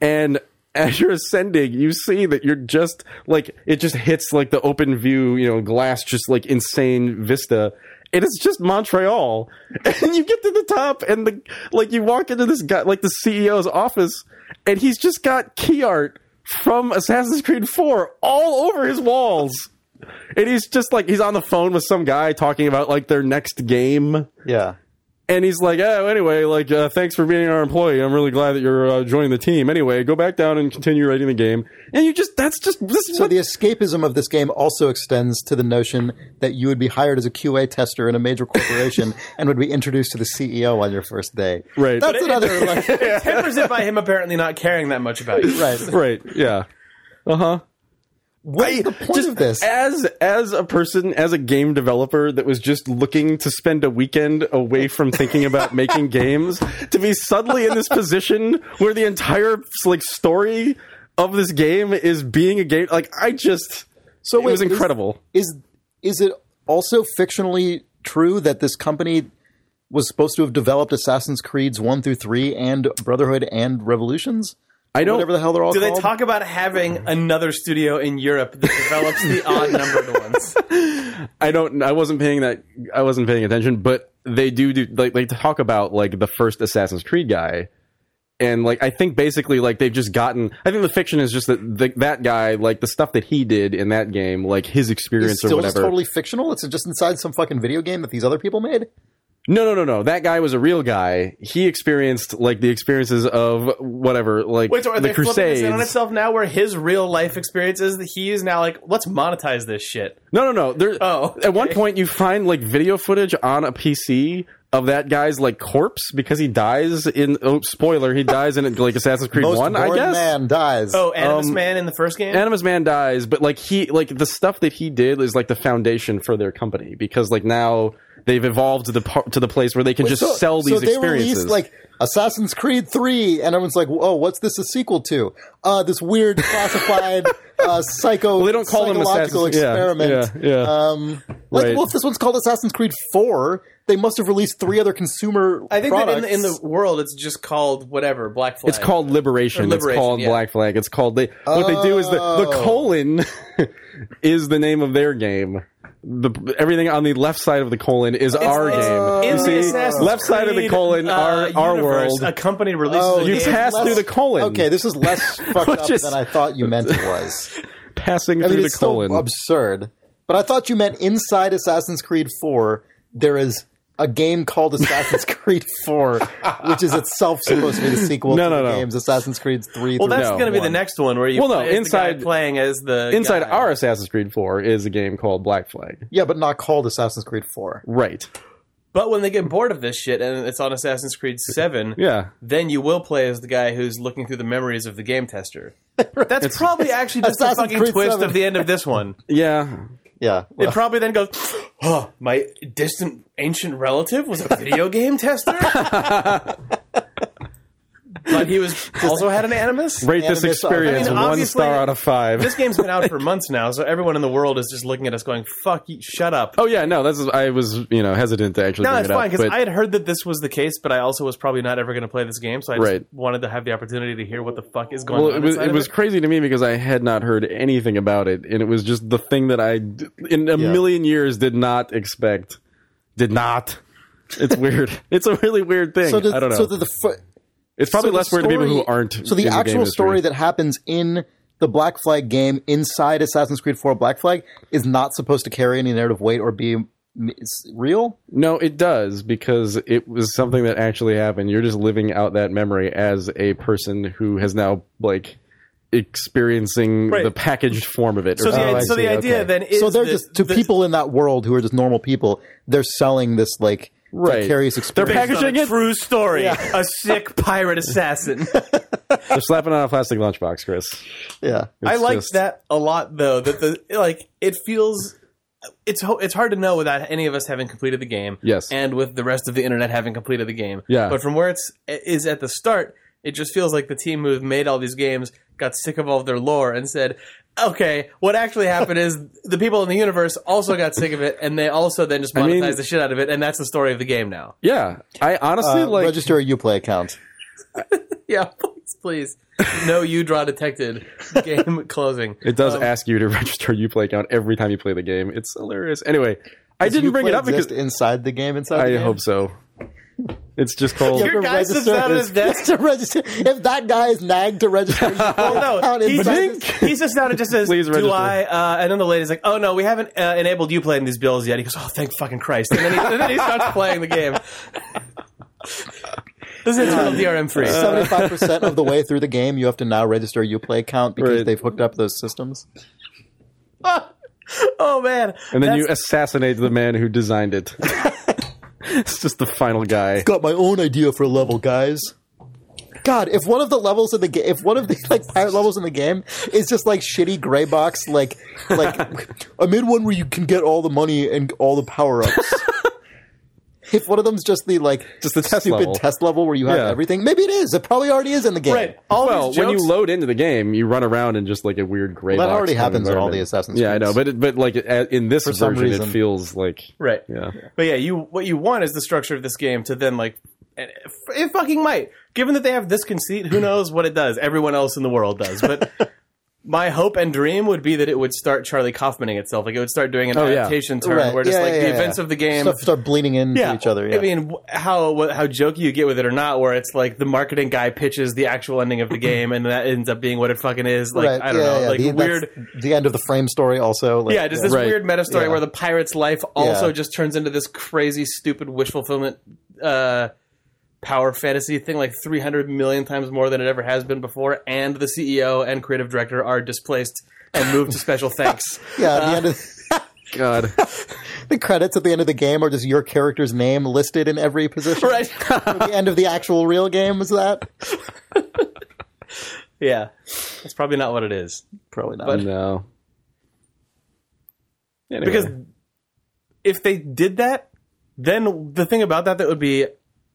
Speaker 4: and as you're ascending, you see that you're just like it just hits like the open view, you know, glass, just like insane vista. And it's just Montreal. And you get to the top, and the like you walk into this guy, like the CEO's office, and he's just got key art from Assassin's Creed 4 all over his walls. And he's just like he's on the phone with some guy talking about like their next game
Speaker 3: Yeah.
Speaker 4: And he's like, oh, anyway, like, uh, thanks for being our employee. I'm really glad that you're uh, joining the team. Anyway, go back down and continue writing the game. And you just, that's just, this is
Speaker 3: So
Speaker 4: what
Speaker 3: the escapism of this game also extends to the notion that you would be hired as a QA tester in a major corporation and would be introduced to the CEO on your first day.
Speaker 4: Right.
Speaker 3: That's another like,
Speaker 1: Ten percent by him apparently not caring that much about you.
Speaker 3: right.
Speaker 4: right. Yeah. Uh huh.
Speaker 3: What is the point of this?
Speaker 4: As as a person, as a game developer that was just looking to spend a weekend away from thinking about making games, to be suddenly in this position where the entire like story of this game is being a game. Like I just, so it
Speaker 3: wait,
Speaker 4: was
Speaker 3: is-
Speaker 4: incredible.
Speaker 3: is is it also fictionally true that this company was supposed to have developed Assassin's Creeds one through three and Brotherhood and Revolutions?
Speaker 4: I don't.
Speaker 3: Whatever the hell they're all
Speaker 1: Do they
Speaker 3: called.
Speaker 1: talk about having another studio in Europe that develops the odd numbered ones?
Speaker 4: I don't. I wasn't paying that. I wasn't paying attention. But they do do like they talk about like the first Assassin's Creed guy, and like I think basically like they've just gotten. I think the fiction is just that the, that guy like the stuff that he did in that game, like his experience
Speaker 3: It's
Speaker 4: or
Speaker 3: still just
Speaker 4: whatever.
Speaker 3: totally fictional. It's just inside some fucking video game that these other people made.
Speaker 4: No, no, no, no. That guy was a real guy. He experienced like the experiences of whatever, like
Speaker 1: Wait, so are
Speaker 4: the
Speaker 1: they flipping
Speaker 4: Crusades.
Speaker 1: this in on itself now where his real life experience is that he is now like, let's monetize this shit.
Speaker 4: No, no, no. There,
Speaker 1: Oh,
Speaker 4: at one point you find like video footage on a PC of that guy's like corpse because he dies in. Oh, spoiler! He dies in like Assassin's Creed
Speaker 3: Most
Speaker 4: One, I
Speaker 3: born
Speaker 4: guess.
Speaker 3: man dies.
Speaker 1: Oh, Animus
Speaker 4: Um,
Speaker 1: Man in the first game?
Speaker 4: Animus Man dies, but like he, like the stuff that he did is like the foundation for their company because like now they've evolved to the par- to the place where they can just
Speaker 3: So-
Speaker 4: sell
Speaker 3: so
Speaker 4: these
Speaker 3: they
Speaker 4: experiences.
Speaker 3: released like Assassin's Creed 3 and everyone's like, "Whoa, what's this a sequel to?" Uh this weird classified uh psycho
Speaker 4: they don't call them
Speaker 3: psychological
Speaker 4: Assassin's- yeah,
Speaker 3: experiment.
Speaker 4: yeah, yeah.
Speaker 3: Um like
Speaker 4: Right.
Speaker 3: well if this one's called Assassin's Creed 4, they must have released three other consumer
Speaker 1: I think
Speaker 3: products.
Speaker 1: that in the, in the world it's just called whatever, Black Flag.
Speaker 4: It's called liberation.
Speaker 1: Or Liberation,
Speaker 4: It's called
Speaker 1: yeah.
Speaker 4: Black Flag. It's called they. What they do is the the
Speaker 3: Oh.
Speaker 4: colon is the name of their game. The everything on the left side of the colon is our game.
Speaker 1: In
Speaker 4: You
Speaker 1: the
Speaker 4: see,
Speaker 1: Assassin's
Speaker 4: left side of the
Speaker 1: Creed,
Speaker 4: colon,
Speaker 1: uh,
Speaker 4: our our
Speaker 1: universe,
Speaker 4: world.
Speaker 1: A company releases
Speaker 3: Oh,
Speaker 1: a
Speaker 4: You
Speaker 1: game.
Speaker 4: pass through the colon.
Speaker 3: Okay, this is less fucked
Speaker 4: Which
Speaker 3: up
Speaker 4: is-
Speaker 3: than I thought you meant it was.
Speaker 4: passing
Speaker 3: I
Speaker 4: through
Speaker 3: mean,
Speaker 4: the
Speaker 3: it's so
Speaker 4: colon.
Speaker 3: absurd. But I thought you meant inside Assassin's Creed 4, there is a game called Assassin's Creed 4, which is itself supposed to be the sequel
Speaker 4: No,
Speaker 3: to
Speaker 4: no,
Speaker 3: the
Speaker 4: no.
Speaker 3: games Assassin's Creed 3.
Speaker 1: Well,
Speaker 3: through
Speaker 1: that's
Speaker 4: No,
Speaker 1: going to be the
Speaker 3: one.
Speaker 1: next one where you
Speaker 4: Well, no,
Speaker 1: play as the
Speaker 4: inside-
Speaker 1: guy playing as the
Speaker 4: Inside
Speaker 1: guy.
Speaker 4: our Assassin's Creed 4 is a game called Black Flag.
Speaker 3: Yeah, but not called Assassin's Creed 4.
Speaker 4: Right.
Speaker 1: But when they get bored of this shit and it's on Assassin's Creed Seven,
Speaker 4: Yeah.
Speaker 1: then you will play as the guy who's looking through the memories of the game tester. That's probably actually just the
Speaker 3: Assassin's
Speaker 1: fucking
Speaker 3: Creed
Speaker 1: twist
Speaker 3: 7.
Speaker 1: of the end of this one.
Speaker 4: Yeah.
Speaker 3: Yeah.
Speaker 1: It
Speaker 3: Well,
Speaker 1: probably then goes, "Oh, my distant ancient relative was a video game tester." but he was also had an animus.
Speaker 4: Rate this
Speaker 3: Animus-
Speaker 4: experience
Speaker 1: I mean,
Speaker 4: one
Speaker 1: obviously-
Speaker 4: star out of five.
Speaker 1: This game's been out for months now, so everyone in the world is just looking at us going, "Fuck, you, shut up."
Speaker 4: oh yeah, no, this is I was you know hesitant to actually.
Speaker 1: No,
Speaker 4: bring
Speaker 1: it's
Speaker 4: it
Speaker 1: fine
Speaker 4: up,
Speaker 1: because
Speaker 4: but-
Speaker 1: I had heard that this was the case, but I also was probably not ever going to play this game, so I just
Speaker 4: Right.
Speaker 1: wanted to have the opportunity to hear what the fuck is going
Speaker 4: Well,
Speaker 1: on.
Speaker 4: it was,
Speaker 1: inside
Speaker 4: it
Speaker 1: of
Speaker 4: was crazy to me because I had not heard anything about it, and it was just the thing that I, d- in a
Speaker 3: Yeah.
Speaker 4: million years, did not expect. Did not. It's weird. it's a really weird thing.
Speaker 3: so the,
Speaker 4: I don't know.
Speaker 3: So the, the, fir-
Speaker 4: it's probably
Speaker 3: so the
Speaker 4: less weird to people who
Speaker 3: story-
Speaker 4: aren't.
Speaker 3: So the
Speaker 4: in game
Speaker 3: actual
Speaker 4: industry.
Speaker 3: story that happens in the Black Flag game inside Assassin's Creed 4 Black Flag is not supposed to carry any narrative weight or be m- s- real?
Speaker 4: No, it does because it was something that actually happened. You're just living out that memory as a person who has now like experiencing
Speaker 1: Right.
Speaker 4: the packaged form of it. Uh, or
Speaker 1: So the,
Speaker 4: something.
Speaker 3: I
Speaker 1: so the
Speaker 3: see,
Speaker 1: idea
Speaker 3: okay.
Speaker 1: then is
Speaker 3: so they're
Speaker 1: that
Speaker 3: just to
Speaker 1: the-
Speaker 3: people in that world who are just normal people. They're selling this like
Speaker 4: Right.
Speaker 3: vicarious experience.
Speaker 1: based on
Speaker 4: packaging
Speaker 1: a
Speaker 4: it-
Speaker 1: True story: a sick pirate assassin.
Speaker 4: They're slapping on a plastic lunchbox, Chris.
Speaker 3: yeah,
Speaker 1: I
Speaker 4: It's
Speaker 1: like
Speaker 4: just-
Speaker 1: that a lot, though. That the like it feels. It's ho- it's hard to know without any of us having completed the game.
Speaker 4: Yes.
Speaker 1: and with the rest of the internet having completed the game.
Speaker 4: Yeah.
Speaker 1: but from where it's it is at the start, it just feels like the team who have made all these games got sick of all of their lore and said. Okay, what actually happened is the people in the universe also got sick of it, and they also then just monetized
Speaker 4: mean-
Speaker 1: the shit out of it, and that's the story of the game now.
Speaker 4: Yeah, I honestly
Speaker 3: Uh,
Speaker 4: like.
Speaker 3: register a UPlay account.
Speaker 1: Yeah, please, please. No, you draw detected. Game closing. Um,
Speaker 4: It does
Speaker 3: Um,
Speaker 4: ask you to register your play account every time you play the game. It's hilarious. Anyway, I didn't bring it
Speaker 3: Uplay
Speaker 4: up because
Speaker 3: exist inside the game. Inside,
Speaker 4: I
Speaker 3: the game?
Speaker 4: hope so. It's just called.
Speaker 1: Your guy sits down at his desk.
Speaker 3: to register. If that guy is nagged to register,
Speaker 4: Oh,
Speaker 1: Well, Oh, no,
Speaker 3: account
Speaker 1: he's
Speaker 3: inside
Speaker 1: just,
Speaker 3: this-
Speaker 1: he's just down and just says,
Speaker 4: Please
Speaker 1: "Do
Speaker 4: register."
Speaker 1: I?" Uh, and then the lady's like, "Oh no, we haven't uh, enabled you playing these bills yet." He goes, "Oh, thank fucking Christ!" And then he, and then he starts playing the game. This is total DRM free.
Speaker 4: Uh,
Speaker 3: Seventy-five percent of the way through the game, you have to now register your play account because
Speaker 4: Right.
Speaker 3: they've hooked up those systems.
Speaker 1: oh man!
Speaker 4: And then
Speaker 1: That's-
Speaker 4: you assassinate the man who designed it. it's just the final guy.
Speaker 3: Got my own idea for a level, guys. God, if one of the levels in the game, if one of the like pirate levels in the game is just like shitty gray box, like like I made one where you can get all the money and all the power ups. if one of them's just the like
Speaker 4: Just the test
Speaker 3: stupid
Speaker 4: level.
Speaker 3: test level where you have
Speaker 4: Yeah.
Speaker 3: everything, maybe it is. It probably already is in the game.
Speaker 1: right. All
Speaker 4: well,
Speaker 1: these
Speaker 4: when you
Speaker 1: jokes-
Speaker 4: load into the game, you run around in just like a weird gray.
Speaker 3: That
Speaker 4: box
Speaker 3: already happens in all the
Speaker 4: environment.
Speaker 3: Assassin's
Speaker 4: Yeah, I know,
Speaker 3: Creeds.
Speaker 4: but it, but like a- in this
Speaker 3: some
Speaker 4: version,
Speaker 3: reason.
Speaker 4: it feels like
Speaker 1: right,
Speaker 4: yeah.
Speaker 1: But yeah, you what you want is the structure of this game to then like and it, it fucking might. Given that they have this conceit, who knows what it does? Everyone else in the world does. But my hope and dream would be that it would start Charlie Kaufmaning itself. Like it would start doing an
Speaker 4: Oh, yeah.
Speaker 1: adaptation turn
Speaker 3: Right.
Speaker 1: where just
Speaker 3: Yeah,
Speaker 1: like
Speaker 3: yeah,
Speaker 1: the
Speaker 3: yeah,
Speaker 1: events
Speaker 3: yeah.
Speaker 1: of the game
Speaker 3: Stuff start bleeding into each other. Yeah.
Speaker 1: I mean, wh- how wh- how jokey you get with it or not, where it's like the marketing guy pitches the actual ending of the game, and that ends up being what it fucking is. Like
Speaker 3: right.
Speaker 1: I don't
Speaker 3: yeah,
Speaker 1: know,
Speaker 3: yeah.
Speaker 1: like
Speaker 3: the, that's
Speaker 1: weird.
Speaker 3: The end of the frame story also. Like,
Speaker 1: Yeah, just this
Speaker 4: Right.
Speaker 1: weird meta story
Speaker 3: Yeah.
Speaker 1: where the pirate's life also
Speaker 3: Yeah.
Speaker 1: just turns into this crazy, stupid wish fulfillment uh, power fantasy thing, like 300 million times more than it ever has been before. And the CEO and creative director are displaced and moved to special thanks.
Speaker 3: yeah. the end of.
Speaker 4: God,
Speaker 3: The credits at the end of the game are just your character's name listed in every position.
Speaker 1: Right?
Speaker 3: At the end of the actual real game is that?
Speaker 1: yeah, that's probably not what it is.
Speaker 3: Probably not.
Speaker 4: no. Anyway.
Speaker 1: Because if they did that, then the thing about that that would be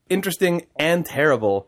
Speaker 1: interesting and terrible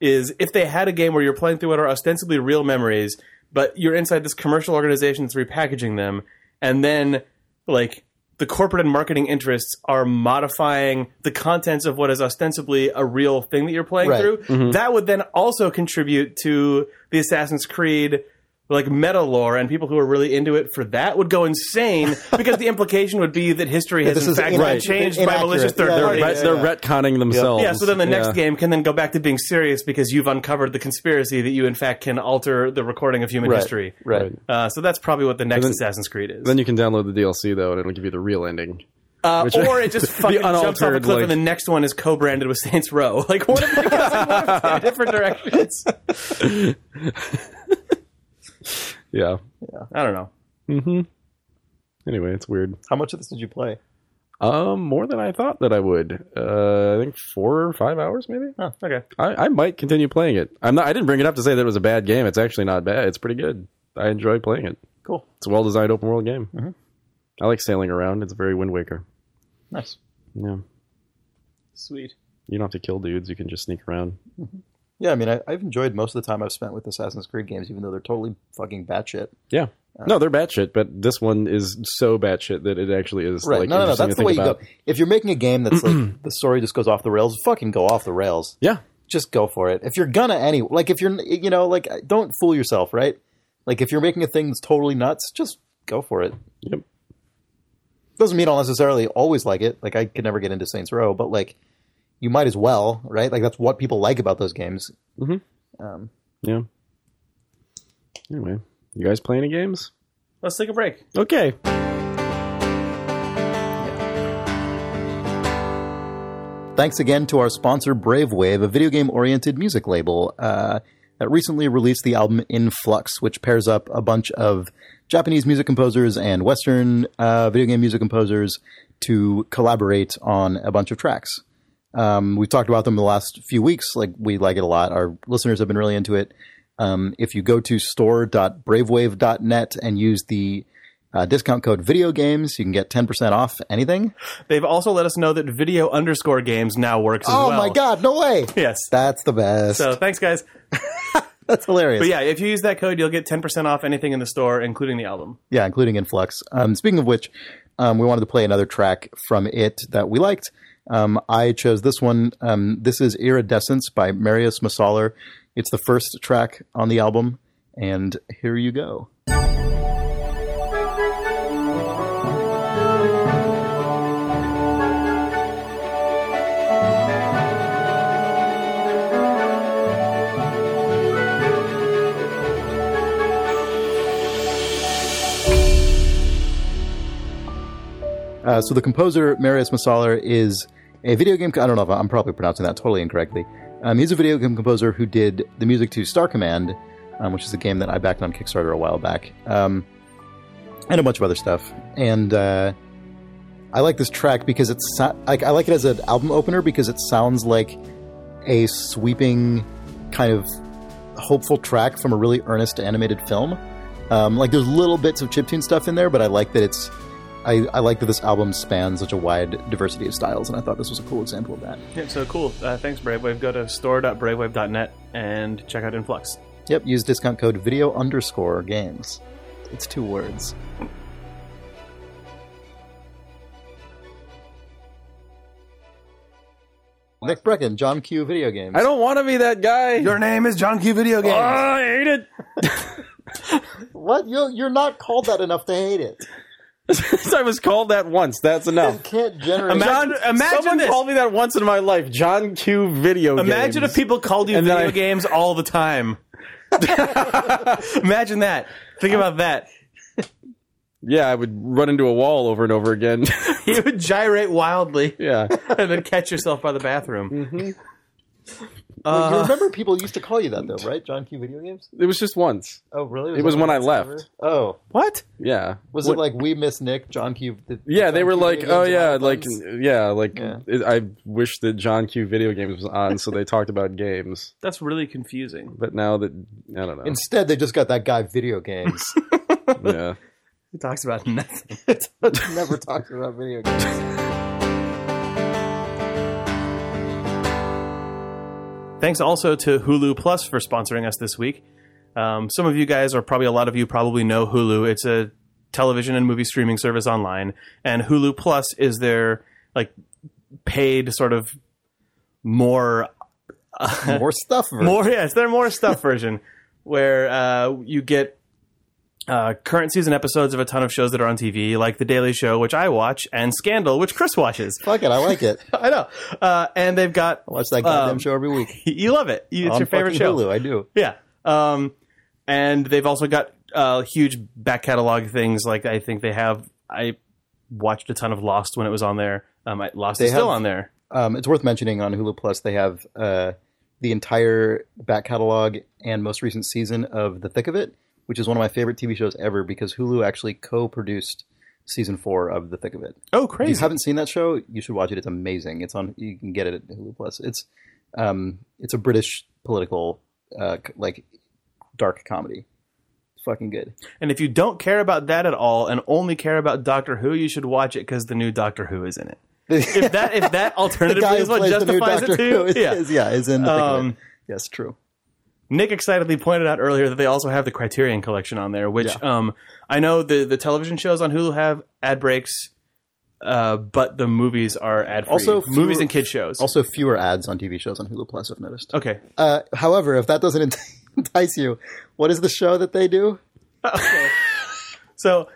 Speaker 1: is if they had a game where you're playing through what are ostensibly real memories, but you're inside this commercial organization that's repackaging them, and then like the corporate and marketing interests are modifying the contents of what is ostensibly a real thing that you're playing
Speaker 3: Right. Mm-hmm.
Speaker 1: through. That would then also contribute to the Assassin's Creed like meta lore and people who are really into it for that would go insane because the implication would be that history has
Speaker 3: this
Speaker 1: in
Speaker 3: is
Speaker 1: fact been
Speaker 3: inac-
Speaker 1: changed by
Speaker 3: inaccurate.
Speaker 1: malicious third
Speaker 3: Yeah,
Speaker 4: they're,
Speaker 1: parties.
Speaker 4: ret- they're retconning themselves.
Speaker 1: Yeah, so then the next
Speaker 4: Yeah.
Speaker 1: game can then go back to being serious because you've uncovered the conspiracy that you, in fact, can alter the recording of human
Speaker 3: Right,
Speaker 1: history.
Speaker 3: Right.
Speaker 1: Uh, so that's probably what the next
Speaker 4: then-
Speaker 1: Assassin's Creed is.
Speaker 4: Then you can download the DLC though, and it'll give you the real ending.
Speaker 1: uh,
Speaker 4: which-
Speaker 1: or it just
Speaker 4: the
Speaker 1: fucking jumps off a
Speaker 4: unaltered,
Speaker 1: cliff
Speaker 4: like-
Speaker 1: and the next one is co branded with Saints Row. Like, what if it goes in one of two different directions?
Speaker 4: Yeah.
Speaker 1: I don't know.
Speaker 4: Anyway, it's weird.
Speaker 3: How much of this did you play?
Speaker 4: Um, more than I thought that I would. Uh, I think four or five hours, maybe.
Speaker 1: Oh, okay.
Speaker 4: I, I might continue playing it. I'm not. I didn't bring it up to say that it was a bad game. It's actually not bad. It's pretty good. I enjoy playing it.
Speaker 3: Cool. Mm-hmm.
Speaker 4: It's a well designed open world game. I like sailing around. It's very Wind Waker.
Speaker 3: Nice.
Speaker 4: Yeah.
Speaker 1: Sweet.
Speaker 4: You don't have to kill dudes. You can just sneak around.
Speaker 3: Yeah, I mean, I, I've enjoyed most of the time I've spent with Assassin's Creed games, even though they're totally fucking batshit.
Speaker 4: Yeah.
Speaker 3: Uh.
Speaker 4: no, they're batshit, but this one is so batshit that it actually is
Speaker 3: Right.
Speaker 4: like
Speaker 3: no, no, no.
Speaker 4: interesting
Speaker 3: That's
Speaker 4: to
Speaker 3: the way
Speaker 4: think about.
Speaker 3: you go. If you're making a game that's like the story just goes off the rails, fucking go off the rails.
Speaker 4: Yeah.
Speaker 3: Just go for it. If you're gonna any like if you're you know, like don't fool yourself, right? Like if you're making a thing that's totally nuts, just go for it.
Speaker 4: Yep.
Speaker 3: doesn't mean I'll necessarily always like it. Like I could never get into Saints Row, but like you might as well, right? Like that's what people like about those games. Um,
Speaker 4: Yeah. Anyway, you guys play any games?
Speaker 1: Let's take a break.
Speaker 4: Okay.
Speaker 3: Thanks again to our sponsor, Brave Wave, a video game oriented music label uh, that recently released the album Influx, which pairs up a bunch of Japanese music composers and Western uh, video game music composers to collaborate on a bunch of tracks. Um, we've talked about them the last few weeks. Like we like it a lot. Our listeners have been really into it. Um, if you go to store.bravewave.net and use the uh, discount code video games, you can get 10% off anything.
Speaker 1: They've also let us know that video underscore games now works as
Speaker 3: Oh
Speaker 1: well.
Speaker 3: my God, no way.
Speaker 1: Yes.
Speaker 3: That's the best.
Speaker 1: So thanks, guys.
Speaker 3: That's hilarious.
Speaker 1: But
Speaker 3: Yeah.
Speaker 1: yeah, if you use that code, you'll get 10% off anything in the store, including the album.
Speaker 3: including Influx. Um, speaking of which, um, we wanted to play another track from it that we liked. Um, I chose this one. Um, this is Iridescence by Marius Massaler. It's the first track on the album, and here you go. Uh, so the composer Marius Massaler is a video game. I don't know if I'm probably pronouncing that totally incorrectly. Um, he's a video game composer who did the music to Star Command, um, which is a game that I backed on Kickstarter a while back, um, and a bunch of other stuff. And uh, I like this track because it's so- like I like it as an album opener because it sounds like a sweeping kind of hopeful track from a really earnest animated film. Um, like there's little bits of chiptune stuff in there, but I like that it's I, I like that this album spans such a wide diversity of styles, and I thought this was a cool example of that.
Speaker 1: Yeah, so cool. Uh, thanks, Bravewave. Go to store.bravewave.net and check out Influx.
Speaker 3: Yep, use discount code video underscore games. It's two words. Nick Brecken, John Q video games.
Speaker 4: I don't want to be that guy.
Speaker 5: Your name is John Q Video Games.
Speaker 1: Ah,
Speaker 4: I hate it.
Speaker 3: What? You're, you're not called that enough to hate it.
Speaker 4: Since I was called that once, that's enough.
Speaker 3: You can't generate.
Speaker 1: Imagine, imagine
Speaker 4: Someone
Speaker 1: this.
Speaker 4: called me that once in my life. John Q. Video.
Speaker 1: Imagine
Speaker 4: games.
Speaker 1: if people called you
Speaker 4: And then
Speaker 1: video
Speaker 4: I-
Speaker 1: games all the time. Imagine that. Think about that.
Speaker 4: Yeah, I would run into a wall over and over again.
Speaker 1: You would gyrate wildly
Speaker 4: yeah,
Speaker 1: and then catch yourself by the bathroom.
Speaker 3: you
Speaker 1: Uh,
Speaker 3: remember people used to call you that though, right? John Q video games.
Speaker 4: it was just once.
Speaker 3: Oh, really?
Speaker 4: It was
Speaker 3: that
Speaker 4: when
Speaker 3: on
Speaker 4: I left.
Speaker 3: Discover? Oh,
Speaker 1: what?
Speaker 4: Yeah.
Speaker 3: was
Speaker 4: What-
Speaker 3: it like we miss Nick, John Q? the-
Speaker 4: Yeah,
Speaker 3: John
Speaker 4: they were
Speaker 3: Q
Speaker 4: like,
Speaker 3: Video
Speaker 4: oh
Speaker 3: Games
Speaker 4: yeah,
Speaker 3: on
Speaker 4: like
Speaker 3: things?
Speaker 4: yeah, like
Speaker 3: Yeah.
Speaker 4: It, I wish that John Q. Video Games was on, so they talked about games.
Speaker 1: That's really confusing.
Speaker 4: But now that I
Speaker 1: Oh.
Speaker 4: don't know.
Speaker 3: Instead, they just got that guy video games.
Speaker 4: yeah.
Speaker 1: It talks about nothing.
Speaker 3: Never talked about video games.
Speaker 1: Thanks also to Hulu Plus for sponsoring us this week. Um, some of you guys, or probably a lot of you, probably know Hulu. It's a television and movie streaming service online, and Hulu Plus is their like paid sort of more
Speaker 3: More stuff. version.
Speaker 1: more yeah, it's their more stuff version where uh, you get uh, current season episodes of a ton of shows that are on TV, like The Daily Show, which I watch, and Scandal, which Chris watches.
Speaker 3: Fuck it, I like it.
Speaker 1: I know, uh, and they've got
Speaker 3: I watch that goddamn
Speaker 1: Um,
Speaker 3: show every week.
Speaker 1: you love it. You, it's
Speaker 3: on
Speaker 1: your favorite
Speaker 3: fucking
Speaker 1: show.
Speaker 3: Hulu, I do.
Speaker 1: Yeah. Um, and they've also got uh, huge back catalog things. Like I think they have. I watched a ton of Lost when it was on there. Um, I, Lost
Speaker 3: They
Speaker 1: is still
Speaker 3: have-
Speaker 1: on there.
Speaker 3: Um, it's worth mentioning on Hulu Plus they have uh, the entire back catalog and most recent season of The Thick of It, which is one of my favorite TV shows ever because Hulu actually co-produced season four of The Thick of It.
Speaker 1: Oh,
Speaker 3: If you
Speaker 1: crazy!
Speaker 3: haven't seen that show, you should watch it. It's amazing. It's on. You can get it at Hulu Plus. It's um, it's a British political uh, c- like dark comedy. It's fucking good.
Speaker 1: And if you don't care about that at all and only care about Doctor Who, you should watch it because the new Doctor Who is in it. If that if that alternatively is what justifies it to
Speaker 3: Who
Speaker 1: you,
Speaker 3: is,
Speaker 1: yeah.
Speaker 3: is, yeah, is in The Thick of It.
Speaker 1: Um,
Speaker 3: Yes, true.
Speaker 1: Nick excitedly pointed out earlier that they also have the Criterion Collection on there, which um, I know the the television shows on Hulu have ad breaks, uh, but the movies are ad free.
Speaker 3: Also,
Speaker 1: movies
Speaker 3: fewer-
Speaker 1: and kid shows.
Speaker 3: Also, fewer ads on TV shows on Hulu Plus. I've noticed.
Speaker 1: okay,
Speaker 3: Uh, however, if that doesn't entice you, what is the show that they do?
Speaker 1: so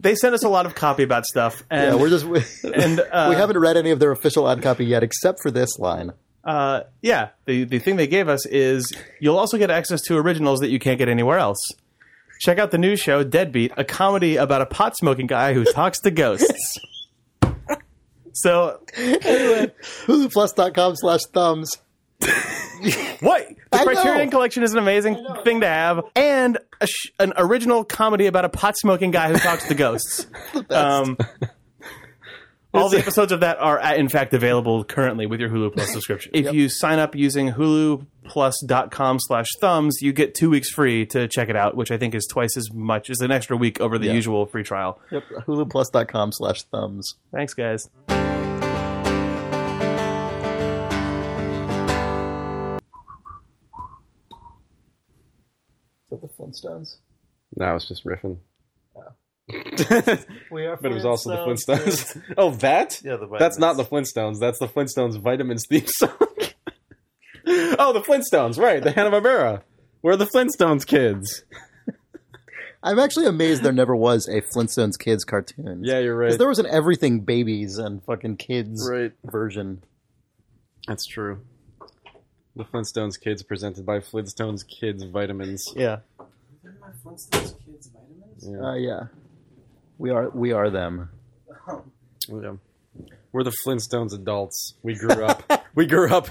Speaker 1: they send us a lot of copy about stuff, and
Speaker 3: Yeah, we're just we,
Speaker 1: and uh,
Speaker 3: we haven't read any of their official ad copy yet, except for this line.
Speaker 1: uh, yeah, the the thing they gave us is you'll also get access to originals that you can't get anywhere else. Check out the new show Deadbeat, a comedy about a pot smoking guy who talks to ghosts. so
Speaker 3: HuluPlus.com slash thumbs.
Speaker 1: What? The
Speaker 3: I know.
Speaker 1: Criterion Collection is an amazing thing to have, and a sh- an original comedy about a pot smoking guy who talks to ghosts. Um, all the episodes of that are, uh, in fact, available currently with your Hulu Plus subscription. If you sign up using huluplus.com slash thumbs, you get two weeks free to check it out, which I think is twice as much as an extra week over the usual free trial.
Speaker 3: Yep. HuluPlus.com slash thumbs.
Speaker 1: Thanks, guys.
Speaker 3: Is that the Flintstones?
Speaker 4: No, I was just riffing.
Speaker 3: We are
Speaker 4: But it was also the Flintstones. oh, that?
Speaker 5: Yeah, the
Speaker 4: That's not the Flintstones. That's the Flintstones Vitamins theme song. oh, the Flintstones, right. The Hanna-Barbera. We're the Flintstones kids.
Speaker 3: I'm actually amazed there never was a Flintstones kids cartoon.
Speaker 4: Yeah, you're
Speaker 3: Because
Speaker 4: right.
Speaker 3: there was an everything babies and fucking kids
Speaker 4: Right.
Speaker 3: version.
Speaker 4: That's true. The Flintstones kids presented by Flintstones kids vitamins.
Speaker 3: Yeah.
Speaker 4: Yeah.
Speaker 3: Uh, yeah. We are we are them.
Speaker 4: Yeah. We're the Flintstones adults. We grew up. we grew up.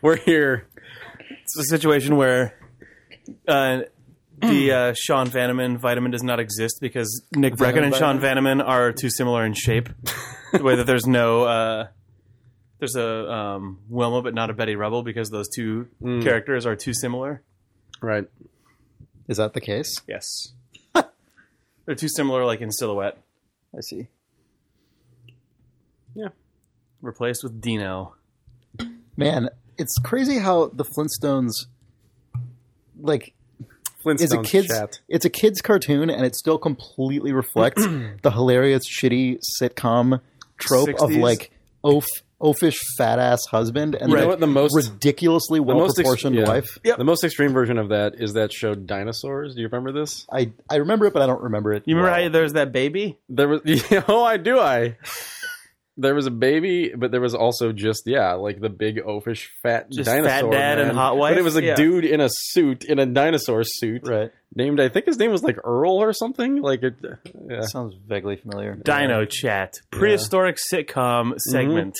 Speaker 1: We're here. It's a situation where uh, the uh, Sean Vanaman vitamin does not exist because Nick Brecken and Sean Vanaman are too similar in shape. the way that there's no. Uh, there's a um, Wilma, but not a Betty Rubble because those two characters are too similar.
Speaker 4: Right.
Speaker 3: Is that the case?
Speaker 1: Yes. They're too similar, like in silhouette.
Speaker 3: I see.
Speaker 1: Replaced with Dino.
Speaker 3: Man, it's crazy how the Flintstones, like,
Speaker 4: Flintstones
Speaker 3: is a kids
Speaker 4: chat.
Speaker 3: it's a kids cartoon and it still completely reflects the hilarious shitty sitcom trope of
Speaker 1: 60s.
Speaker 3: like oaf oafish fat ass husband and
Speaker 4: You know
Speaker 3: like,
Speaker 4: what the most-
Speaker 3: ridiculously
Speaker 4: The
Speaker 3: well
Speaker 4: most ex-
Speaker 3: proportioned
Speaker 4: yeah.
Speaker 3: wife.
Speaker 1: Yep.
Speaker 4: The most extreme version of that is that show Dinosaurs. Do you remember this?
Speaker 3: I, I remember it, but I don't remember it.
Speaker 1: You remember
Speaker 3: well.
Speaker 1: how there's that baby?
Speaker 4: There was oh I do I. There was a baby, but there was also just yeah, like the big oafish fat
Speaker 1: Just fat
Speaker 4: dinosaur
Speaker 1: dad and
Speaker 4: man.
Speaker 1: hot wife?
Speaker 4: But it was a
Speaker 1: Yeah.
Speaker 4: dude in a suit, in a dinosaur suit,
Speaker 3: right?
Speaker 4: named I think his name was like Earl or something. Like it, yeah.
Speaker 3: Sounds vaguely familiar.
Speaker 1: Dino Chat, prehistoric
Speaker 3: Mm-hmm.
Speaker 1: sitcom segment.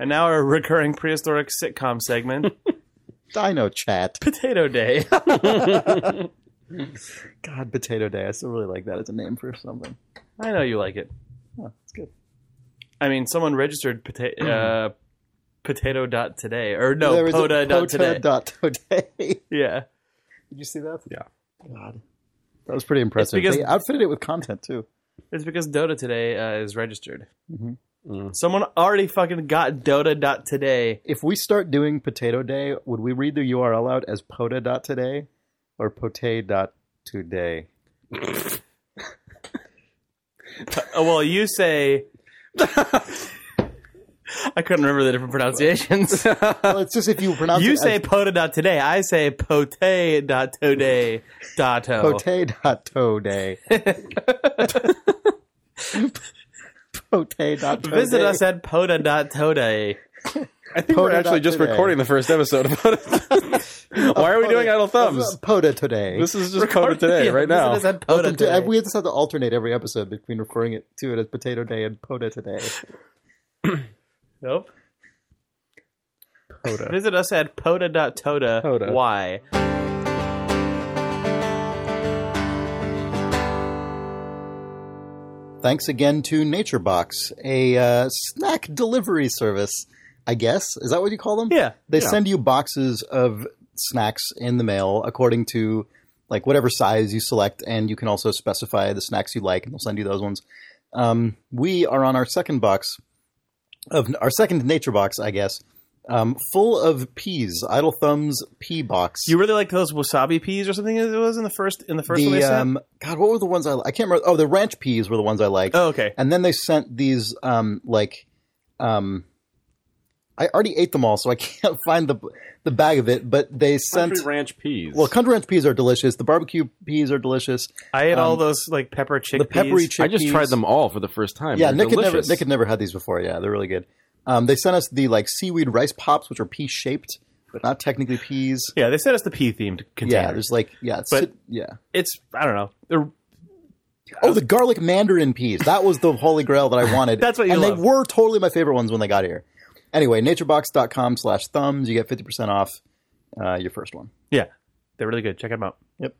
Speaker 1: and now our recurring prehistoric sitcom segment,
Speaker 3: Dino Chat.
Speaker 1: Potato Day.
Speaker 3: God, Potato Day. I still really like that as a name for something.
Speaker 1: I know you like it.
Speaker 3: Oh, it's good.
Speaker 1: I mean, someone registered pota- uh, potato dot today, or no,
Speaker 3: There was a
Speaker 1: poda dot
Speaker 3: Poda
Speaker 1: today.
Speaker 3: dot today. Did
Speaker 1: yeah,
Speaker 3: you see that?
Speaker 4: Yeah.
Speaker 3: God, that was pretty impressive.
Speaker 1: because-
Speaker 3: they outfitted it with content too.
Speaker 1: it's because Dota today uh, is registered.
Speaker 3: Mhm.
Speaker 4: Mm.
Speaker 1: Someone already fucking got Dota dot today.
Speaker 3: If we start doing Potato Day, would we read the URL out as Poda dot today or Pote dot today?
Speaker 1: Oh well, you say. I couldn't remember the different pronunciations.
Speaker 3: Well, it's just if you pronounce
Speaker 1: You
Speaker 3: it
Speaker 1: say
Speaker 3: as
Speaker 1: poda dot today. I say pote dot today dato.
Speaker 3: Pote dot today. Pote dot today.
Speaker 1: Visit us at poda dot today.
Speaker 4: I think we're
Speaker 3: Poda
Speaker 4: actually
Speaker 3: dot
Speaker 4: just
Speaker 3: today.
Speaker 4: recording the first episode. About it. Why are we doing idle thumbs?
Speaker 3: Poda Uh, today.
Speaker 4: This is just coded today,
Speaker 1: Yeah,
Speaker 4: right now.
Speaker 1: Visit us at poda
Speaker 3: Potato Day.
Speaker 1: today.
Speaker 3: We just Oh, have to alternate every episode between referring it to it as Potato Day and Poda Today.
Speaker 1: Nope. Visit us at poda.toda.
Speaker 4: Poda.
Speaker 1: Why?
Speaker 3: Thanks again to NatureBox, a uh, snack delivery service. I guess is that what you call them?
Speaker 1: Yeah.
Speaker 3: they send you boxes of snacks in the mail according to like whatever size you select, and you can also specify the snacks you like, and they'll send you those ones. Um, we are on our second box of our second nature box, I guess, um, full of peas, idle thumbs pea box.
Speaker 1: You really like those wasabi peas or something? It was in the first in the first one they
Speaker 3: the
Speaker 1: sent?
Speaker 3: um, God, what were the ones I I can't remember. Oh, the ranch peas were the ones I liked.
Speaker 1: Oh, okay.
Speaker 3: And then they sent these um like um I already ate them all, so I can't find the the bag of it. But they sent
Speaker 4: Country ranch peas.
Speaker 3: well, country ranch peas are delicious. The barbecue peas are delicious.
Speaker 1: I had all those like pepper chickpeas.
Speaker 3: um, The peppery chickpeas.
Speaker 4: I just tried them all for the first time.
Speaker 3: Yeah,
Speaker 4: They're
Speaker 3: Nick had never
Speaker 4: delicious.
Speaker 3: Nick had never had these before. Yeah, they're really good. Um, they sent us the like seaweed rice pops, which are pea shaped, but not technically peas.
Speaker 1: yeah, they sent us the pea themed container.
Speaker 3: Yeah, there's like yeah,
Speaker 1: But-
Speaker 3: sit- yeah.
Speaker 1: it's I don't know. They're-
Speaker 3: Oh, the garlic mandarin peas. That was the holy grail that I wanted.
Speaker 1: That's what you
Speaker 3: And
Speaker 1: love.
Speaker 3: they were totally my favorite ones when they got here. Anyway, naturebox.com slash thumbs. You get 50% off uh, your first one.
Speaker 1: yeah, they're really good. Check them out.
Speaker 3: Yep.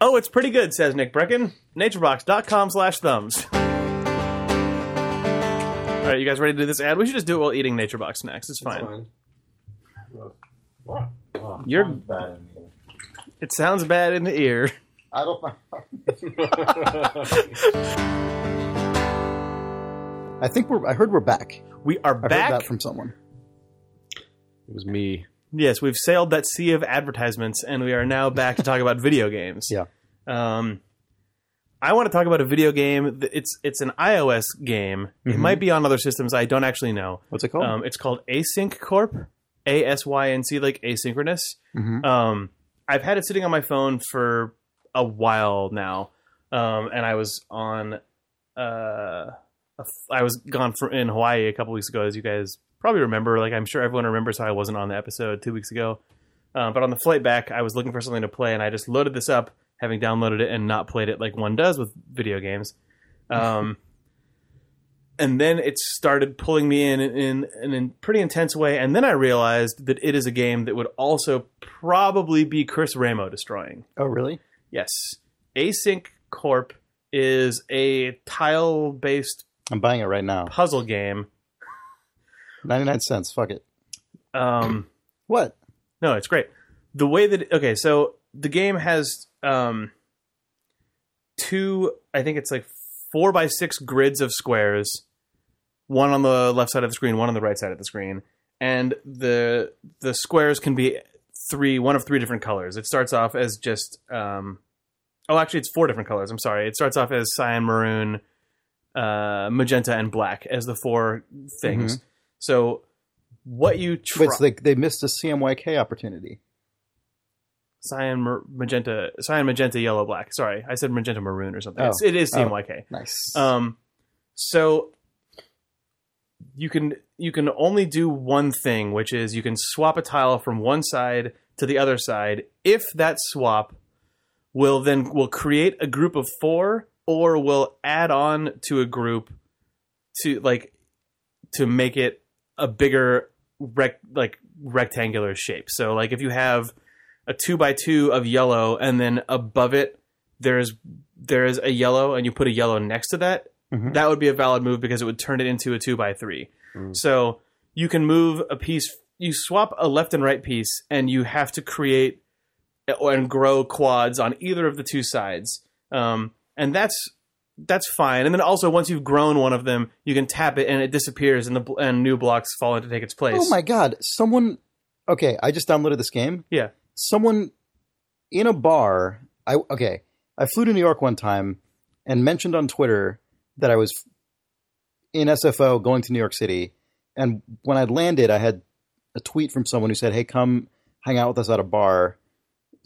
Speaker 1: Oh, it's pretty good, says Nick Brecken. Naturebox.com slash thumbs. All right, you guys ready to do this ad? We should just do it while eating Naturebox snacks. It's fine. You're. It sounds bad in the ear.
Speaker 3: I don't know. I think we're, I heard we're back.
Speaker 1: We are
Speaker 3: I
Speaker 1: back.
Speaker 3: heard that from someone.
Speaker 4: It was me.
Speaker 1: yes, we've sailed that sea of advertisements, and we are now back to talk about video games.
Speaker 3: Yeah.
Speaker 1: Um, I want to talk about a video game. that- It's it's an iOS game. It
Speaker 3: Mm-hmm.
Speaker 1: might be on other systems. I don't actually know.
Speaker 3: What's it called?
Speaker 1: Um, it's called Async Corp. A S Y N C, like asynchronous.
Speaker 3: Mhm.
Speaker 1: Um, I've had it sitting on my phone for a while now, um, and I was on. Uh, a f- I was gone for in Hawaii a couple weeks ago, as you guys probably remember. Like I'm sure everyone remembers how I wasn't on the episode two weeks ago. Uh, but on the flight back, I was looking for something to play, and I just loaded this up, having downloaded it and not played it like one does with video games. Um, and then it started pulling me in in, in a pretty intense way. And then I realized that it is a game that would also probably be Chris Ramo destroying.
Speaker 3: Oh, really?
Speaker 1: Yes, Async Corp is a tile-based
Speaker 3: I'm buying it right now.
Speaker 1: puzzle game.
Speaker 3: 99 cents. Fuck it.
Speaker 1: Um,
Speaker 3: What?
Speaker 1: No, it's great. The way that okay, so the game has um two I think it's like four by six grids of squares, one on the left side of the screen, one on the right side of the screen, and the the squares can be three one of three different colors. It starts off as just um oh actually it's four different colors, I'm sorry. It starts off as cyan, maroon, uh magenta, and black as the four things. So what you try
Speaker 3: Wait, so they, they missed a CMYK opportunity.
Speaker 1: cyan, mer- magenta, cyan, magenta, yellow, black. Sorry, I said magenta, maroon or something.
Speaker 3: Oh.
Speaker 1: It's, it is
Speaker 3: Oh.
Speaker 1: CMYK.
Speaker 3: Nice.
Speaker 1: Um, so you can you can only do one thing, which is you can swap a tile from one side to the other side. If that swap will then will create a group of four, or will add on to a group to like to make it a bigger rec- like rectangular shape. So like if you have a two by two of yellow, and then above it there's there is a yellow, and you put a yellow next to that,
Speaker 3: Mhm.
Speaker 1: that would be a valid move because it would turn it into a two by three.
Speaker 4: Mm.
Speaker 1: So you can move a piece. You swap a left and right piece, and you have to create and grow quads on either of the two sides. Um, and that's that's fine. And then also, once you've grown one of them, you can tap it, and it disappears, and the bl- and new blocks fall in to take its place.
Speaker 3: Oh my god! Someone. Okay, I just downloaded this game.
Speaker 1: Yeah.
Speaker 3: Someone in a bar. I okay. I flew to New York one time and mentioned on Twitter that I was in SFO going to New York City, and when I landed, I had a tweet from someone who said, "Hey, come hang out with us at a bar."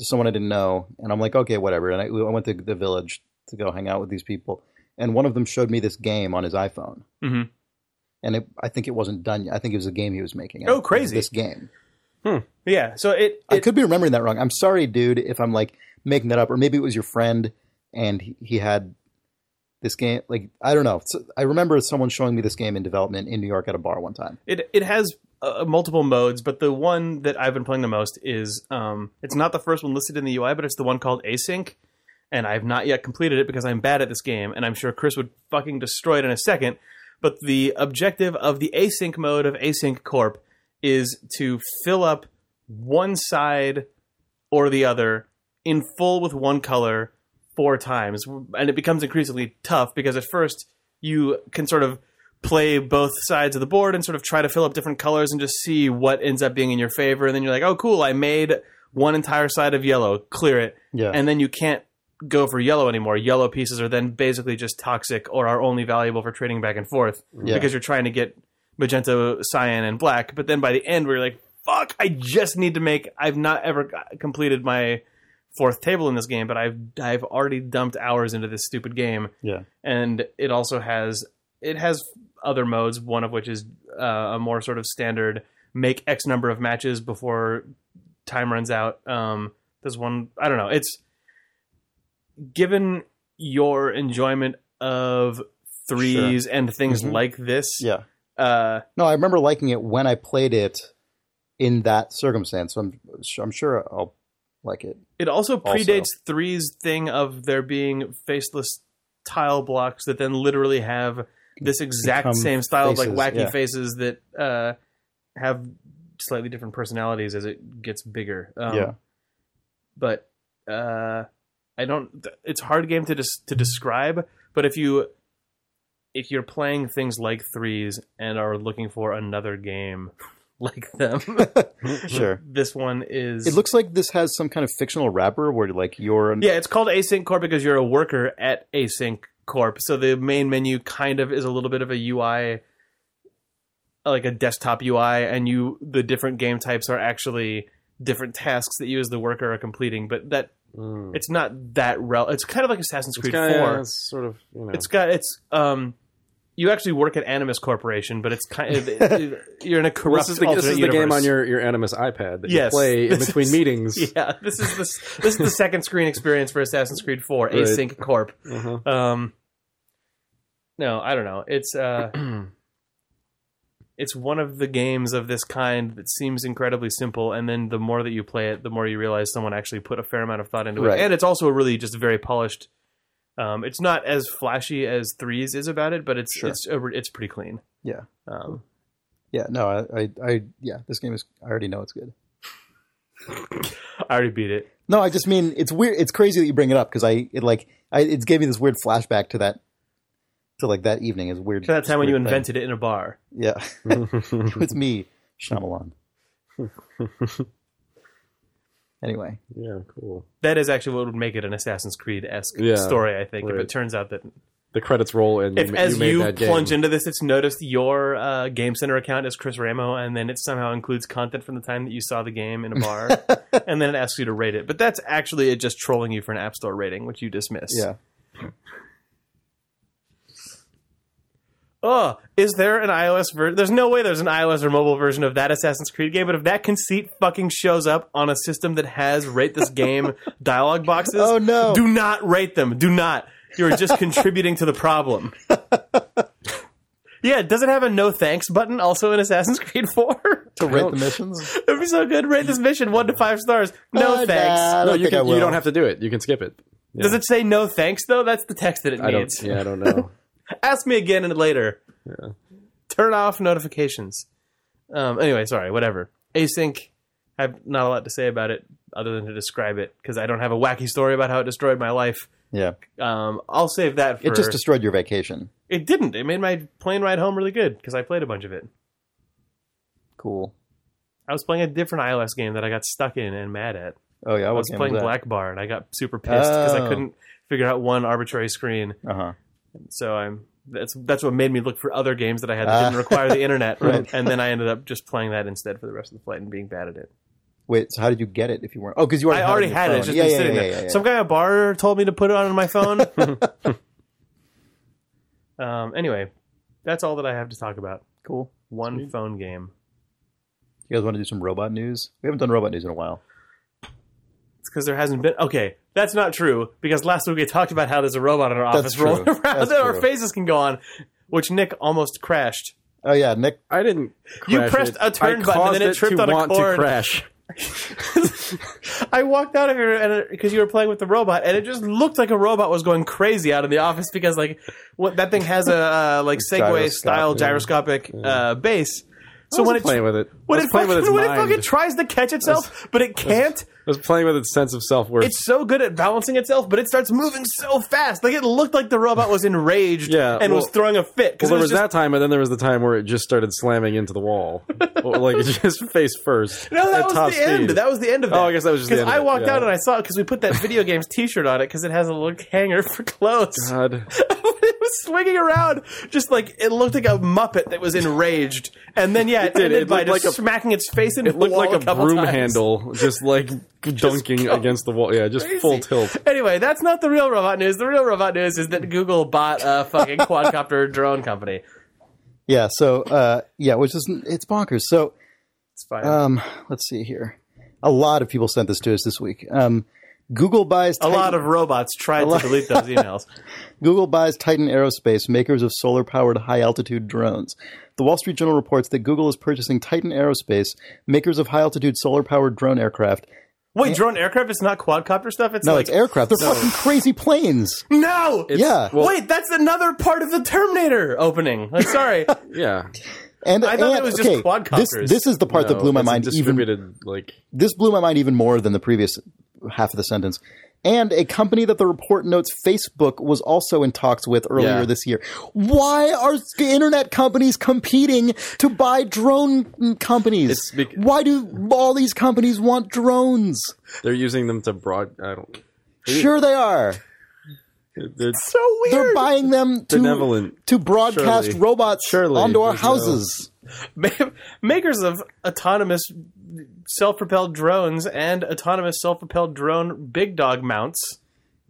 Speaker 3: To someone I didn't know, and I'm like, "Okay, whatever." And I, I went to the village to go hang out with these people, and one of them showed me this game on his iPhone
Speaker 1: Mhm.
Speaker 3: and it, I think it wasn't done yet. I think it was a game he was making.
Speaker 1: Oh, crazy.
Speaker 3: This game.
Speaker 1: Yeah. So it,
Speaker 3: I
Speaker 1: it
Speaker 3: could be remembering that wrong. I'm sorry, dude, if I'm like making that up, or maybe it was your friend and he, he had this game. Like I don't know. So I remember someone showing me this game in development in New York at a bar one time.
Speaker 1: It it has uh, multiple modes, but the one that I've been playing the most is um, it's not the first one listed in the UI, but it's the one called Async, and I've not yet completed it because I'm bad at this game, and I'm sure Chris would fucking destroy it in a second. But the objective of the async mode of Async Corp is to fill up one side or the other in full with one color four times. And it becomes increasingly tough because at first you can sort of play both sides of the board and sort of try to fill up different colors and just see what ends up being in your favor. And then you're like, oh, cool, I made one entire side of yellow, clear it.
Speaker 3: Yeah.
Speaker 1: And then you can't go for yellow anymore. Yellow pieces are then basically just toxic or are only valuable for trading back and forth
Speaker 3: Yeah.
Speaker 1: because you're trying to get magenta, cyan, and black. But then by the end, we're like, fuck, I just need to make. I've not ever g- completed my fourth table in this game, but I've I've already dumped hours into this stupid game.
Speaker 3: Yeah.
Speaker 1: and it also has it has other modes. One of which is uh, a more sort of standard make X number of matches before time runs out. Um, there's one I don't know. It's given your enjoyment of threes and things
Speaker 3: Mhm.
Speaker 1: like this.
Speaker 3: Yeah.
Speaker 1: Uh,
Speaker 3: No, I remember liking it when I played it in that circumstance. So I'm I'm sure I'll like it.
Speaker 1: It also
Speaker 3: Also.
Speaker 1: predates Three's thing of there being faceless tile blocks that then literally have this exact
Speaker 3: Become
Speaker 1: same style of like
Speaker 3: faces,
Speaker 1: wacky
Speaker 3: yeah.
Speaker 1: faces that uh, have slightly different personalities as it gets bigger. Um,
Speaker 3: Yeah.
Speaker 1: But uh, I don't. It's a hard game to des- to describe. But if you if you're playing things like Threes and are looking for another game like them,
Speaker 3: Sure.
Speaker 1: this one is.
Speaker 3: It looks like this has some kind of fictional wrapper where like you're an,
Speaker 1: Yeah, it's called Async Corp because you're a worker at Async Corp. So the main menu kind of is a little bit of a UI, like a desktop UI, and you the different game types are actually different tasks that you as the worker are completing. But that
Speaker 4: Mm.
Speaker 1: it's not that rel. It's kind of like Assassin's Creed
Speaker 4: kinda-
Speaker 1: Four.
Speaker 4: yeah, it's sort of you know.
Speaker 1: It's got it's um. You actually work at Animus Corporation, but it's kind of you're in a
Speaker 4: Well,
Speaker 1: corrupt.
Speaker 4: this is the, this is the
Speaker 1: alternate
Speaker 4: game
Speaker 1: universe.
Speaker 4: on your, your Animus iPad that
Speaker 1: Yes.
Speaker 4: you play in
Speaker 1: This
Speaker 4: between
Speaker 1: is-
Speaker 4: meetings.
Speaker 1: Yeah, this is the this is the
Speaker 4: Uh-huh.
Speaker 1: second screen experience for Assassin's Creed Four,
Speaker 4: Right.
Speaker 3: Um,
Speaker 1: Async Corp.
Speaker 4: Uh-huh.
Speaker 1: Um, no, I don't know. It's uh, it's one of the games of this kind that seems incredibly simple, and then the more that you play it, the more you realize someone actually put a fair amount of thought into
Speaker 3: Right.
Speaker 1: it. And it's also really just very polished. Um, it's not as flashy as Threes is about it, but it's
Speaker 3: Sure.
Speaker 1: it's over, it's pretty clean.
Speaker 3: Yeah.
Speaker 1: Um,
Speaker 3: Yeah, no, I, I, I, yeah, this game is. I already know it's good.
Speaker 1: I already beat it.
Speaker 3: No, I just mean it's weird. It's crazy that you bring it up because I, it like, I, it's gave me this weird flashback to that, to like that evening. Is weird.
Speaker 1: To that time when you
Speaker 3: weird thing.
Speaker 1: invented it in a bar.
Speaker 3: Yeah, it was me, Shyamalan. anyway,
Speaker 4: yeah, cool.
Speaker 1: That is actually what would make it an Assassin's Creed esque
Speaker 4: Yeah,
Speaker 1: story, I think. If it
Speaker 4: right.
Speaker 1: turns out that
Speaker 4: The credits roll and
Speaker 1: if
Speaker 4: you, ma-
Speaker 1: as
Speaker 4: you made
Speaker 1: you,
Speaker 4: that
Speaker 1: plunge
Speaker 4: game.
Speaker 1: into this, it's noticed your uh, Game Center account is Chris Ramo, and then it somehow includes content from the time that you saw the game in a bar, and then it asks you to rate it. But that's actually it just trolling you for an App Store rating, which you dismiss.
Speaker 3: yeah,
Speaker 1: Oh, is there an iOS version? There's no way there's an iOS or mobile version of that Assassin's Creed game. But if that conceit fucking shows up on a system that has rate this game dialogue boxes,
Speaker 3: Oh, no.
Speaker 1: do not rate them. Do not. You're just contributing to the problem. yeah, does it have a no thanks button also in Assassin's Creed Four?
Speaker 3: to rate the missions.
Speaker 1: It'd be so good. Rate this mission one to five stars. No
Speaker 3: Uh, nah,
Speaker 1: thanks.
Speaker 3: I
Speaker 4: No,
Speaker 3: don't
Speaker 4: you
Speaker 3: think I
Speaker 4: can.
Speaker 3: will.
Speaker 4: You don't have to do it. You can skip it. Yeah.
Speaker 1: Does it say no thanks though? That's the text that it
Speaker 4: I don't.
Speaker 1: needs.
Speaker 4: Yeah, I don't know.
Speaker 1: ask me again and later. Turn off notifications. Um, anyway, sorry, whatever. Async, I have not a lot to say about it other than to describe it because I don't have a wacky story about how it destroyed my life.
Speaker 3: Yeah,
Speaker 1: Um, I'll save that for.
Speaker 3: it just destroyed your vacation.
Speaker 1: it didn't. It made my plane ride home really good because I played a bunch of it.
Speaker 3: Cool.
Speaker 1: I was playing a different iOS game that I got stuck in and mad at.
Speaker 3: Oh yeah,
Speaker 1: I
Speaker 3: what
Speaker 1: was
Speaker 3: game
Speaker 1: playing
Speaker 3: was
Speaker 1: Black Bar and I got super pissed because
Speaker 3: Oh.
Speaker 1: I couldn't figure out one arbitrary screen.
Speaker 3: Uh huh.
Speaker 1: So I'm that's that's what made me look for other games that I had that
Speaker 3: Ah.
Speaker 1: didn't require the internet,
Speaker 3: Right.
Speaker 1: and then I ended up just playing that instead for the rest of the flight and being bad at it.
Speaker 3: Wait, so how did you get it if you weren't? Oh, because you already
Speaker 1: I already had it;
Speaker 3: on
Speaker 1: it's just
Speaker 3: your
Speaker 1: been
Speaker 3: phone.
Speaker 1: sitting
Speaker 3: yeah, yeah,
Speaker 1: there.
Speaker 3: yeah, yeah, yeah.
Speaker 1: Some guy at a bar told me to put it on my phone. um, anyway, that's all that I have to talk about.
Speaker 3: cool.
Speaker 1: One phone game.
Speaker 3: You guys want to do some robot news? We haven't done robot news in a while.
Speaker 1: It's because there hasn't been. Okay, that's not true because last week we talked about how there's a robot in our
Speaker 3: That's
Speaker 1: office
Speaker 3: true.
Speaker 1: rolling around
Speaker 3: That's
Speaker 1: that our
Speaker 3: true.
Speaker 1: faces can go on, which Nick almost crashed.
Speaker 3: Oh yeah, Nick.
Speaker 4: I didn't.
Speaker 1: You
Speaker 4: crash
Speaker 1: pressed
Speaker 4: it.
Speaker 1: a turn button and
Speaker 4: I caused
Speaker 1: then it tripped
Speaker 4: to
Speaker 1: on a
Speaker 4: want
Speaker 1: cord.
Speaker 4: to crash.
Speaker 1: I walked out of here because you were playing with the robot, and it just looked like a robot was going crazy out in the office because like what that thing has a uh, like Segway style gyroscopic uh, base. So
Speaker 4: I
Speaker 1: when
Speaker 4: was
Speaker 1: it
Speaker 4: playing with it,
Speaker 1: when
Speaker 4: I
Speaker 1: it
Speaker 4: was playing with its
Speaker 1: fucking, when it
Speaker 4: mind.
Speaker 1: fucking tries to catch itself, but it can't.
Speaker 4: I was playing with its sense of self worth.
Speaker 1: It's so good at balancing itself, but it starts moving so fast. Like it looked like the robot was enraged
Speaker 4: Yeah,
Speaker 1: and was
Speaker 4: well-
Speaker 1: throwing a fit
Speaker 4: Well,
Speaker 1: because
Speaker 4: there was,
Speaker 1: it was just
Speaker 4: that time, and then there was the time where it just started slamming into the wall, Or, like it just face first.
Speaker 1: No,
Speaker 4: at
Speaker 1: that was the
Speaker 4: top
Speaker 1: end.
Speaker 4: speed.
Speaker 1: That was the end of that.
Speaker 4: Oh, I guess that was just the
Speaker 1: because
Speaker 4: end of
Speaker 1: I
Speaker 4: it,
Speaker 1: walked
Speaker 4: yeah.
Speaker 1: out and I saw it because we put that video games T-shirt on it because it has a little hanger for clothes.
Speaker 4: God.
Speaker 1: it was swinging around, just like it looked like a muppet that was enraged. And then yeah, it,
Speaker 4: did.
Speaker 1: ended
Speaker 4: It
Speaker 1: by
Speaker 4: looked
Speaker 1: just
Speaker 4: like a-
Speaker 1: smacking its face into
Speaker 4: It
Speaker 1: the
Speaker 4: looked
Speaker 1: wall
Speaker 4: like a,
Speaker 1: couple
Speaker 4: broom
Speaker 1: times.
Speaker 4: handle, just like dunking
Speaker 1: go
Speaker 4: against the wall. Yeah, just
Speaker 1: Crazy.
Speaker 4: full tilt.
Speaker 1: Anyway, that's not the real robot news. The real robot news is that Google bought a fucking quadcopter drone company.
Speaker 3: Yeah. So uh, yeah, which is it's bonkers. So
Speaker 1: It's fine.
Speaker 3: um, let's see here. A lot of people sent this to us this week. Um, Google buys
Speaker 1: a
Speaker 3: Titan-
Speaker 1: lot of robots tried to delete those emails.
Speaker 3: Google buys Titan Aerospace, makers of solar powered high altitude drones. The Wall Street Journal reports that Google is purchasing Titan Aerospace, makers of high altitude solar powered drone aircraft.
Speaker 1: Wait, drone aircraft? It's not quadcopter stuff. It's
Speaker 3: No,
Speaker 1: like
Speaker 3: it's aircraft. They're fucking crazy planes.
Speaker 1: no.
Speaker 3: yeah.
Speaker 1: Wait, that's another part of the Terminator opening. I'm sorry.
Speaker 4: Yeah,
Speaker 3: and
Speaker 1: I thought
Speaker 3: and-
Speaker 1: it was just
Speaker 3: okay,
Speaker 1: quadcopters.
Speaker 3: This, this is the part that
Speaker 4: No,
Speaker 3: blew my
Speaker 4: it's a
Speaker 3: mind even
Speaker 4: Distributed like
Speaker 3: this blew my mind even more than the previous half of the sentence. And a company that the report notes Facebook was also in talks with earlier
Speaker 4: Yeah.
Speaker 3: this year. Why are s- internet companies competing to buy drone companies?
Speaker 4: It's bec-
Speaker 3: Why do all these companies want drones?
Speaker 4: they're using them to broad. I don't.
Speaker 3: Sure, they are.
Speaker 4: They're
Speaker 1: so weird.
Speaker 3: They're buying them to,
Speaker 4: benevolent.
Speaker 3: to broadcast
Speaker 4: Surely.
Speaker 3: robots
Speaker 4: Surely,
Speaker 3: onto our
Speaker 4: there's no-
Speaker 3: houses.
Speaker 1: Ma- makers of autonomous self-propelled drones and autonomous self-propelled drone big dog mounts.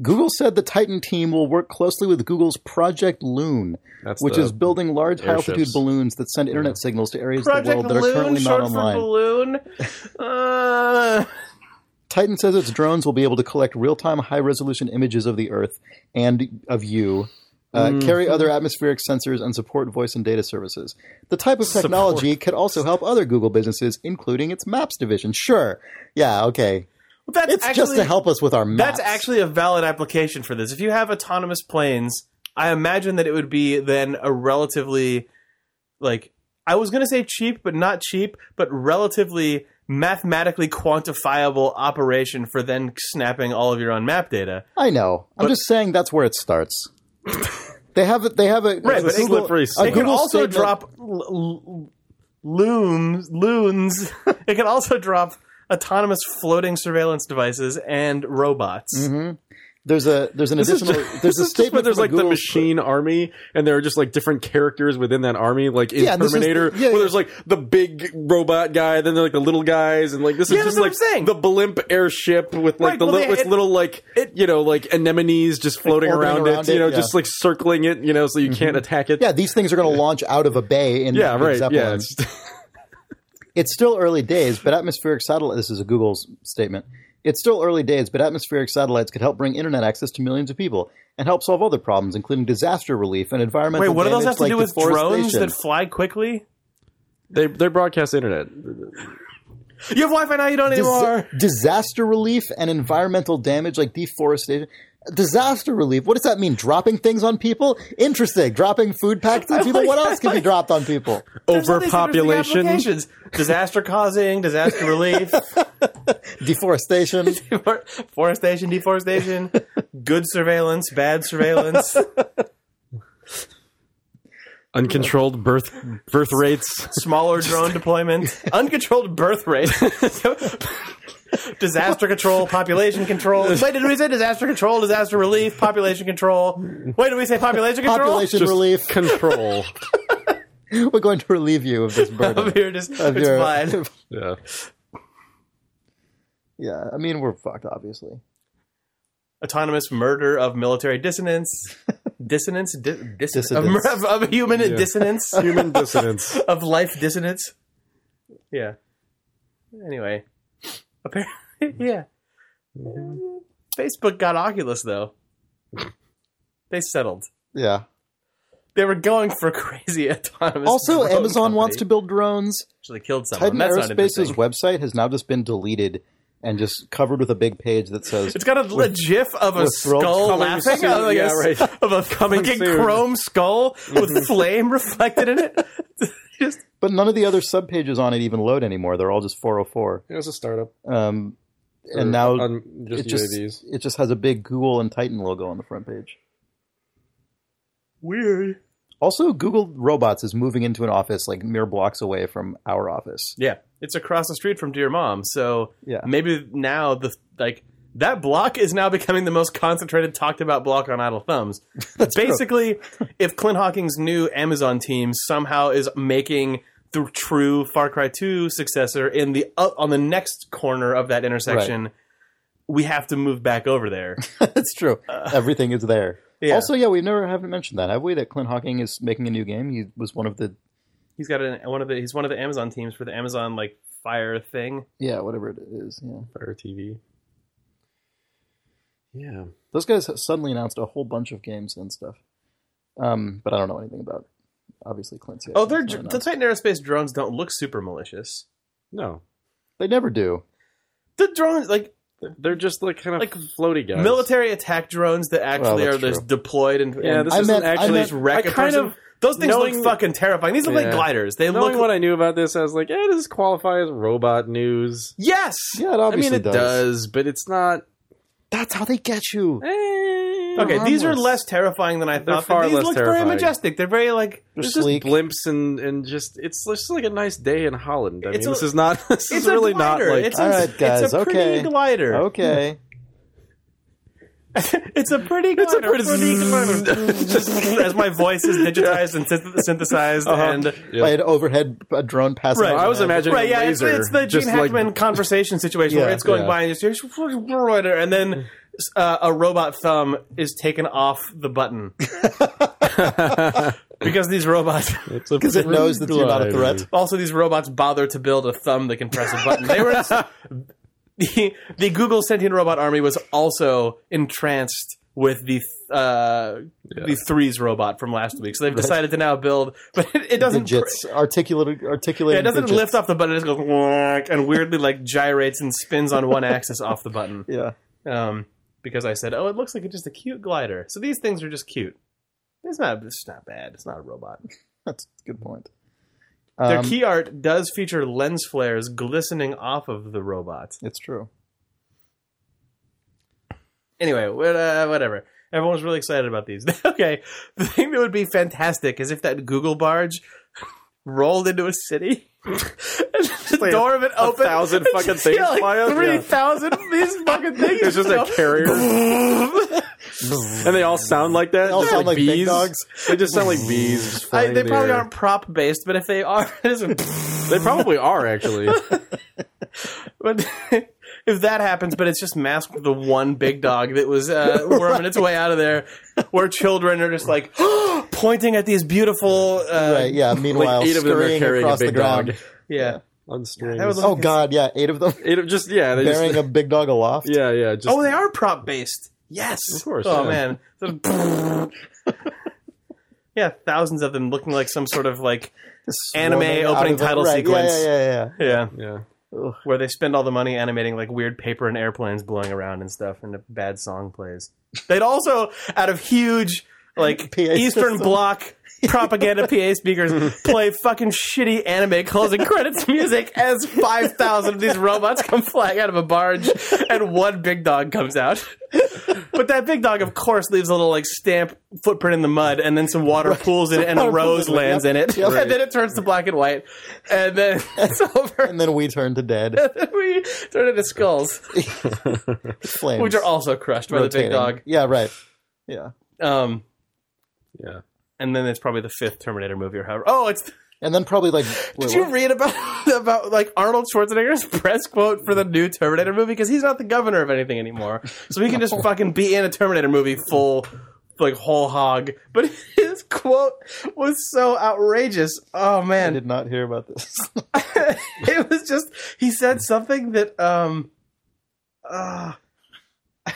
Speaker 3: Google said the Titan team will work closely with Google's Project Loon,
Speaker 4: That's
Speaker 3: which
Speaker 4: the
Speaker 3: is building large high altitude
Speaker 4: airships.
Speaker 3: balloons that send internet signals to areas
Speaker 1: Project
Speaker 3: of the world that are
Speaker 1: Loon,
Speaker 3: currently not
Speaker 1: short for
Speaker 3: online.
Speaker 1: balloon. Uh,
Speaker 3: Titan says its drones will be able to collect real time high resolution images of the Earth and of you uh, carry other atmospheric sensors, and support voice and data services. The type of technology could also help other Google businesses, including its Maps division. Sure, yeah, okay.
Speaker 1: Well, that's
Speaker 3: It's just to help us with our maps.
Speaker 1: That's actually a valid application for this. If you have autonomous planes, I imagine that it would be then a relatively like I was going to say cheap, but not cheap, but relatively mathematically quantifiable operation for then snapping all of your own map data.
Speaker 3: I know. I'm just saying that's where it starts. they have a, they have a
Speaker 1: Right,
Speaker 3: a
Speaker 1: but
Speaker 3: Google,
Speaker 1: it
Speaker 4: pretty
Speaker 3: a
Speaker 1: It can
Speaker 3: Google
Speaker 1: also
Speaker 3: statement-
Speaker 1: drop l- l- looms, loons. it can also drop autonomous floating surveillance devices and robots.
Speaker 3: Mm-hmm. There's a there's an
Speaker 4: This is
Speaker 3: additional
Speaker 4: just-
Speaker 3: there's a
Speaker 4: this is just where
Speaker 3: statement
Speaker 4: there's
Speaker 3: from
Speaker 4: like the
Speaker 3: Google-
Speaker 4: machine army, and there are just like different characters within that army, like in
Speaker 3: Yeah, this is the-
Speaker 4: Terminator,
Speaker 3: yeah, yeah.
Speaker 4: where there's like the big robot guy, then they're like the little guys, and like this is
Speaker 1: Yeah, that's
Speaker 4: just
Speaker 1: what
Speaker 4: like
Speaker 1: I'm saying.
Speaker 4: the blimp airship with like
Speaker 1: Right,
Speaker 4: the
Speaker 1: well,
Speaker 4: little
Speaker 1: they-
Speaker 4: with
Speaker 1: it-
Speaker 4: little like you know like anemones just floating
Speaker 3: orbiting
Speaker 4: around,
Speaker 3: around
Speaker 4: it,
Speaker 3: it,
Speaker 4: you know,
Speaker 3: yeah. Mm-hmm.
Speaker 4: just like circling it, you know, so you can't attack it.
Speaker 3: Yeah, these things are going to launch out of a bay in
Speaker 4: yeah,
Speaker 3: in
Speaker 4: right.
Speaker 3: Zeppelin.
Speaker 4: Yeah, it's just-
Speaker 3: It's still early days, but atmospheric satellites. This is a Google's statement. It's still early days, but atmospheric satellites could help bring internet access to millions of people and help solve other problems, including disaster relief and environmental.
Speaker 1: Wait, what do those have
Speaker 3: damage
Speaker 1: to
Speaker 3: like
Speaker 1: do with drones
Speaker 3: deforestation.
Speaker 1: that fly quickly?
Speaker 4: they they broadcast the internet.
Speaker 1: You have Wi-Fi now. You don't
Speaker 3: Dis-
Speaker 1: anymore.
Speaker 3: disaster relief and environmental damage like deforestation. Disaster relief. What does that mean? Dropping things on people? Interesting. Dropping food packets on people. What else can be dropped on people?
Speaker 1: There's all these interesting
Speaker 4: Overpopulation.
Speaker 1: applications. disaster causing, disaster relief,
Speaker 3: Deforestation.
Speaker 1: for- forestation, deforestation, good surveillance, bad surveillance,
Speaker 4: Uncontrolled birth birth rates.
Speaker 1: smaller drone deployment, uncontrolled birth rate, disaster control, population control. Wait, did we say disaster control, disaster relief, population control? Wait, did we say population control?
Speaker 3: Population relief.
Speaker 4: control.
Speaker 3: We're going to relieve you of this burden.
Speaker 1: Over here, just,
Speaker 3: Of
Speaker 1: it's
Speaker 3: your-
Speaker 1: fine.
Speaker 4: yeah.
Speaker 3: yeah, I mean, we're fucked, obviously.
Speaker 1: Autonomous murder of military dissonance. Dissonance? Di- dissonance. Of,
Speaker 3: Dissidents.
Speaker 1: of- of human dissonance.
Speaker 4: Human dissonance.
Speaker 1: of life dissonance. Yeah. Anyway, apparently, yeah. Facebook got Oculus though. They settled.
Speaker 3: Yeah.
Speaker 1: They were going for crazy autonomous.
Speaker 3: Also,
Speaker 1: drone
Speaker 3: Amazon
Speaker 1: company.
Speaker 3: wants to build drones.
Speaker 1: So they killed someone.
Speaker 3: Titan
Speaker 1: That's not
Speaker 3: Aerospace's
Speaker 1: interesting.
Speaker 3: website has now just been deleted and just covered with a big page that says
Speaker 1: It's got a, a gif of a
Speaker 3: with throat
Speaker 1: skull
Speaker 4: coming
Speaker 1: laughing,
Speaker 4: soon,
Speaker 1: uh, like a
Speaker 4: yeah,
Speaker 1: s-
Speaker 4: right.
Speaker 1: of a coming
Speaker 4: soon.
Speaker 1: chrome skull
Speaker 3: Mm-hmm.
Speaker 1: with flame reflected in it. Just
Speaker 3: But none of the other subpages on it even load anymore. They're all just 404.
Speaker 4: It was a startup.
Speaker 3: Um, and now
Speaker 4: on just
Speaker 3: it just it just has a big Google and Titan logo on the front page.
Speaker 1: weird.
Speaker 3: Also, Google Robots is moving into an office like mere blocks away from our office.
Speaker 1: Yeah, it's across the street from Dear Mom. So
Speaker 3: Yeah.
Speaker 1: maybe now the like that block is now becoming the most concentrated talked about block on Idle Thumbs. Basically, if Clint Hawking's new Amazon team somehow is making the true Far Cry 2 successor in the up on the next corner of that intersection, we have to move back over there.
Speaker 3: That's true. Everything is
Speaker 1: Uh,
Speaker 3: there.
Speaker 1: Yeah.
Speaker 3: Also, yeah, we never haven't mentioned that, have we? That Clint Hawking is making a new game. He was one of the
Speaker 1: he's got an, one of the he's one of the Amazon teams for the Amazon like fire thing.
Speaker 3: yeah, whatever it is. Yeah,
Speaker 4: Fire TV. Yeah.
Speaker 3: those guys suddenly announced a whole bunch of games and stuff. Um, but I don't know anything about. Obviously, Clint's.
Speaker 1: Oh, they're the Titan Aerospace drones don't look super malicious.
Speaker 4: No.
Speaker 3: they never do.
Speaker 1: The drones like
Speaker 4: They're just like kind of
Speaker 1: Like,
Speaker 4: like floaty guys.
Speaker 1: military attack drones that actually
Speaker 3: Well,
Speaker 1: are
Speaker 3: that's
Speaker 1: just
Speaker 3: true.
Speaker 1: deployed and,
Speaker 4: Yeah,
Speaker 1: and
Speaker 4: this
Speaker 3: I
Speaker 4: isn't
Speaker 3: meant- I
Speaker 4: actually
Speaker 3: meant-
Speaker 1: just wreck
Speaker 4: I
Speaker 1: a
Speaker 4: kind
Speaker 1: person.
Speaker 4: of
Speaker 1: those things
Speaker 4: knowing-
Speaker 1: look fucking terrifying. These look like
Speaker 4: Yeah.
Speaker 1: gliders. They
Speaker 4: knowing
Speaker 1: look
Speaker 4: what I knew about this, I was like, yeah, does qualify as robot news?
Speaker 1: yes.
Speaker 3: Yeah, it
Speaker 4: I mean,
Speaker 3: obviously
Speaker 4: it does. but it's not.
Speaker 3: That's how they get you.
Speaker 4: Eh,
Speaker 1: Okay, these are
Speaker 3: harmless.
Speaker 1: less terrifying than I
Speaker 4: They're
Speaker 1: thought.
Speaker 4: far
Speaker 1: but these
Speaker 4: less
Speaker 1: look
Speaker 4: terrifying.
Speaker 1: very majestic. They're very like
Speaker 3: They're
Speaker 4: There's just
Speaker 3: sleek.
Speaker 4: blimps and and just it's just like a nice day in Holland. I
Speaker 1: It's a-
Speaker 4: mean, this is not.
Speaker 1: it's
Speaker 4: This is really
Speaker 1: a glider.
Speaker 4: not like.
Speaker 1: it's, a,
Speaker 3: All right,
Speaker 1: it's
Speaker 3: guys,
Speaker 1: a
Speaker 3: okay.
Speaker 1: pretty glider.
Speaker 3: Okay.
Speaker 1: It's a pretty glider.
Speaker 4: pretty-
Speaker 1: Just as my voice is digitized and synth- synthesized
Speaker 3: Uh-huh.
Speaker 1: and
Speaker 4: Yeah.
Speaker 3: By an overhead a drone passing.
Speaker 1: Right.
Speaker 4: I was
Speaker 3: overhead.
Speaker 4: imagining
Speaker 1: Right,
Speaker 4: a
Speaker 1: yeah, it's,
Speaker 4: laser,
Speaker 1: it's the Gene
Speaker 4: just like-
Speaker 1: Hackman conversation situation where
Speaker 3: Yeah,
Speaker 1: it's going
Speaker 3: yeah.
Speaker 1: by and it's just and then uh, a robot thumb is taken off the button because these robots.
Speaker 3: because it knows that you're not a threat.
Speaker 1: Also, these robots bother to build a thumb that can press a button. They were the, the Google sentient robot army was also entranced with the uh, the threes robot from last week. So they've decided to now build, but it, it doesn't.
Speaker 3: Digits, articulate,
Speaker 1: Yeah,
Speaker 3: articulated.
Speaker 1: it doesn't
Speaker 3: digits.
Speaker 1: lift off the button. It just goes whack, and weirdly like gyrates and spins on one axis off the button.
Speaker 3: Yeah,
Speaker 1: Um, because I said, "Oh, it looks like it's just a cute glider." So these things are just cute. It's not. It's not bad. It's not a robot.
Speaker 3: that's a good point.
Speaker 1: Their
Speaker 3: Um,
Speaker 1: key art does feature lens flares glistening off of the robot.
Speaker 3: it's true.
Speaker 1: Anyway, what- uh, whatever. Everyone's really excited about these. okay, the thing that would be fantastic is if that Google barge rolled into a city. and the door of it opened.
Speaker 4: thousand
Speaker 1: and
Speaker 4: fucking
Speaker 1: you see,
Speaker 4: things
Speaker 1: like,
Speaker 4: fly up? Yeah.
Speaker 1: Three thousand of these fucking things.
Speaker 4: It's just a
Speaker 1: go-
Speaker 4: carrier, and they all sound like that. They
Speaker 3: all sound like big
Speaker 4: bees.
Speaker 3: dogs.
Speaker 4: They just sound like bees. just
Speaker 1: I,
Speaker 4: flying
Speaker 1: they
Speaker 4: in the
Speaker 1: probably
Speaker 4: air.
Speaker 1: aren't prop based, but if they are, it's a-
Speaker 4: They probably are actually.
Speaker 1: but if that happens, but it's just masked with the one big dog that was uh, worming its way out of there, where children are just like pointing at these beautiful. Uh,
Speaker 3: Right. Yeah. Meanwhile,
Speaker 4: like eight of them are
Speaker 3: scurrying
Speaker 4: carrying a
Speaker 3: across the
Speaker 4: big
Speaker 3: ground.
Speaker 4: dog
Speaker 1: Yeah.
Speaker 4: on
Speaker 1: That would
Speaker 4: strings.
Speaker 1: look-
Speaker 3: Oh God. Yeah. Eight of them
Speaker 4: Eight of- just yeah, they
Speaker 3: bearing
Speaker 4: just,
Speaker 3: a big dog aloft.
Speaker 4: yeah, yeah. Just
Speaker 1: Oh, they are prop based. Yes,
Speaker 4: Of course,
Speaker 1: Oh
Speaker 4: yeah.
Speaker 1: man. So- yeah, thousands of them looking like some sort of like Anime
Speaker 3: Swarming out
Speaker 1: opening
Speaker 3: of the-
Speaker 1: title
Speaker 3: right, yeah,
Speaker 1: sequence.
Speaker 3: Yeah. Yeah.
Speaker 1: yeah,
Speaker 4: yeah.
Speaker 1: where they spend all the money animating like weird paper and airplanes blowing around and stuff, and a bad song plays. They'd also out of huge like
Speaker 3: PA
Speaker 1: Eastern
Speaker 3: system.
Speaker 1: Bloc. Propaganda PA speakers play fucking shitty anime closing credits music as 5,000 of these robots come flying out of a barge and one big dog comes out. But that big dog, of course, leaves a little like stamp footprint in the mud, and then some water pools in it, and a
Speaker 3: Water
Speaker 1: rose
Speaker 3: pools in it,
Speaker 1: lands
Speaker 3: yep,
Speaker 1: in it,
Speaker 3: yep.
Speaker 1: and then it turns to black and white, and then it's
Speaker 3: yeah.
Speaker 1: over.
Speaker 3: And then we turn to dead
Speaker 1: we turn into skulls,
Speaker 3: flames,
Speaker 1: which are also crushed by
Speaker 3: rotating.
Speaker 1: the big
Speaker 3: Yeah. Right. Yeah.
Speaker 1: dog. Um,
Speaker 4: Yeah.
Speaker 1: and then it's probably the fifth Terminator movie or however. Oh, it's
Speaker 3: And then probably like. wait,
Speaker 1: Did you
Speaker 3: what?
Speaker 1: read about about like Arnold Schwarzenegger's press quote for the new Terminator movie? Because he's not the governor of anything anymore, so he can just fucking be in a Terminator movie full, like whole hog. But his quote was so outrageous. Oh
Speaker 3: I
Speaker 1: man,
Speaker 3: did not hear about this.
Speaker 1: it was just he said something that um, uh,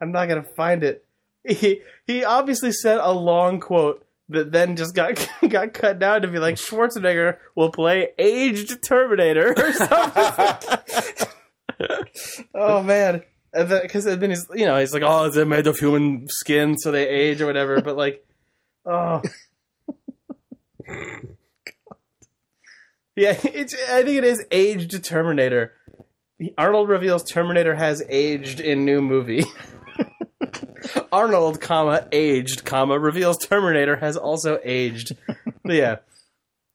Speaker 1: I'm not gonna find it. He he obviously said a long quote that then just got got cut down to be like Schwarzenegger will play aged Terminator or something. oh man, because then, he's you know he's like oh they're made of human skin so they age or whatever, but like oh. Yeah, it's, I think it is aged Terminator. Arnold reveals Terminator has aged in new movie. Arnold, comma, aged, comma, reveals Terminator has also aged. But yeah.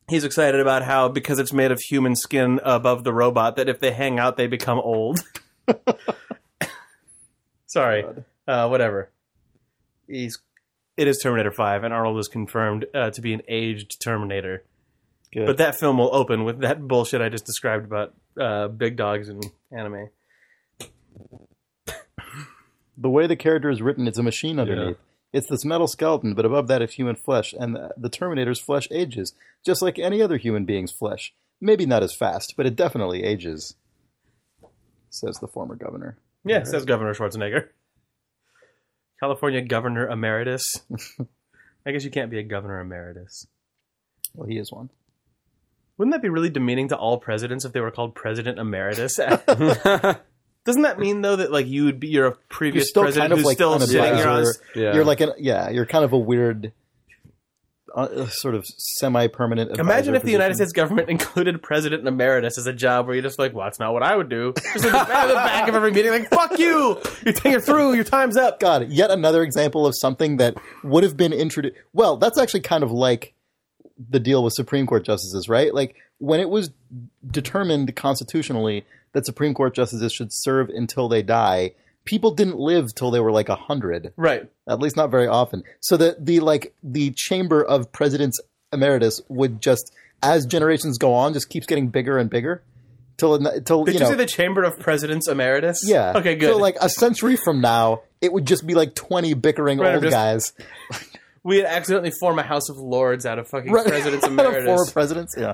Speaker 1: He's excited about how because it's made of human skin above the robot that if they hang out they become old. Sorry. Uh, whatever. He's it is Terminator 5 and Arnold is confirmed uh, to be an aged Terminator.
Speaker 3: Good.
Speaker 1: But that film will open with that bullshit I just described about uh, big dogs and anime.
Speaker 3: the way the character is written, it's a machine underneath. It's this metal skeleton, but above that, a human flesh, and the, the Terminator's flesh ages, just like any other human being's flesh. Maybe not as fast, but it definitely ages, says the former governor.
Speaker 1: Yeah, says Governor Schwarzenegger. California Governor Emeritus. I guess you can't be a Governor Emeritus.
Speaker 3: Well, he is one.
Speaker 1: Wouldn't that be really demeaning to all presidents if they were called President Emeritus? Doesn't that mean though that like you would be you're a previous
Speaker 3: still
Speaker 1: president
Speaker 3: kind of
Speaker 1: who's
Speaker 3: like
Speaker 1: still
Speaker 3: an
Speaker 1: sitting here on
Speaker 3: advisor.
Speaker 4: yeah.
Speaker 3: You're like an yeah. You're kind of a weird, uh, uh, sort of semi-permanent. advisor
Speaker 1: Imagine if the
Speaker 3: position.
Speaker 1: United States government included president emeritus as a job where you're just like, well, that's not what I would do. Just in the back- in the back of every meeting, like, fuck you! You're, you're through, your time's up.
Speaker 3: God, yet another example of something that would have been introduced. Well, that's actually kind of like the deal with Supreme Court justices, right? Like when it was determined constitutionally that Supreme Court justices should serve until they die, people didn't live till they were like a hundred,
Speaker 1: Right.
Speaker 3: at least not very often. So that the like the chamber of presidents emeritus would just, as generations go on, just keeps getting bigger and bigger till till
Speaker 1: Did
Speaker 3: you
Speaker 1: you,
Speaker 3: know
Speaker 1: say the Chamber of Presidents Emeritus?
Speaker 3: yeah.
Speaker 1: Okay, good.
Speaker 3: So like a century from now, it would just be like twenty bickering
Speaker 1: Right,
Speaker 3: old
Speaker 1: just-
Speaker 3: guys.
Speaker 1: we had accidentally formed a House of Lords out of fucking
Speaker 3: Right.
Speaker 1: Presidents
Speaker 3: Four
Speaker 1: Emeritus.
Speaker 3: presidents. Yeah.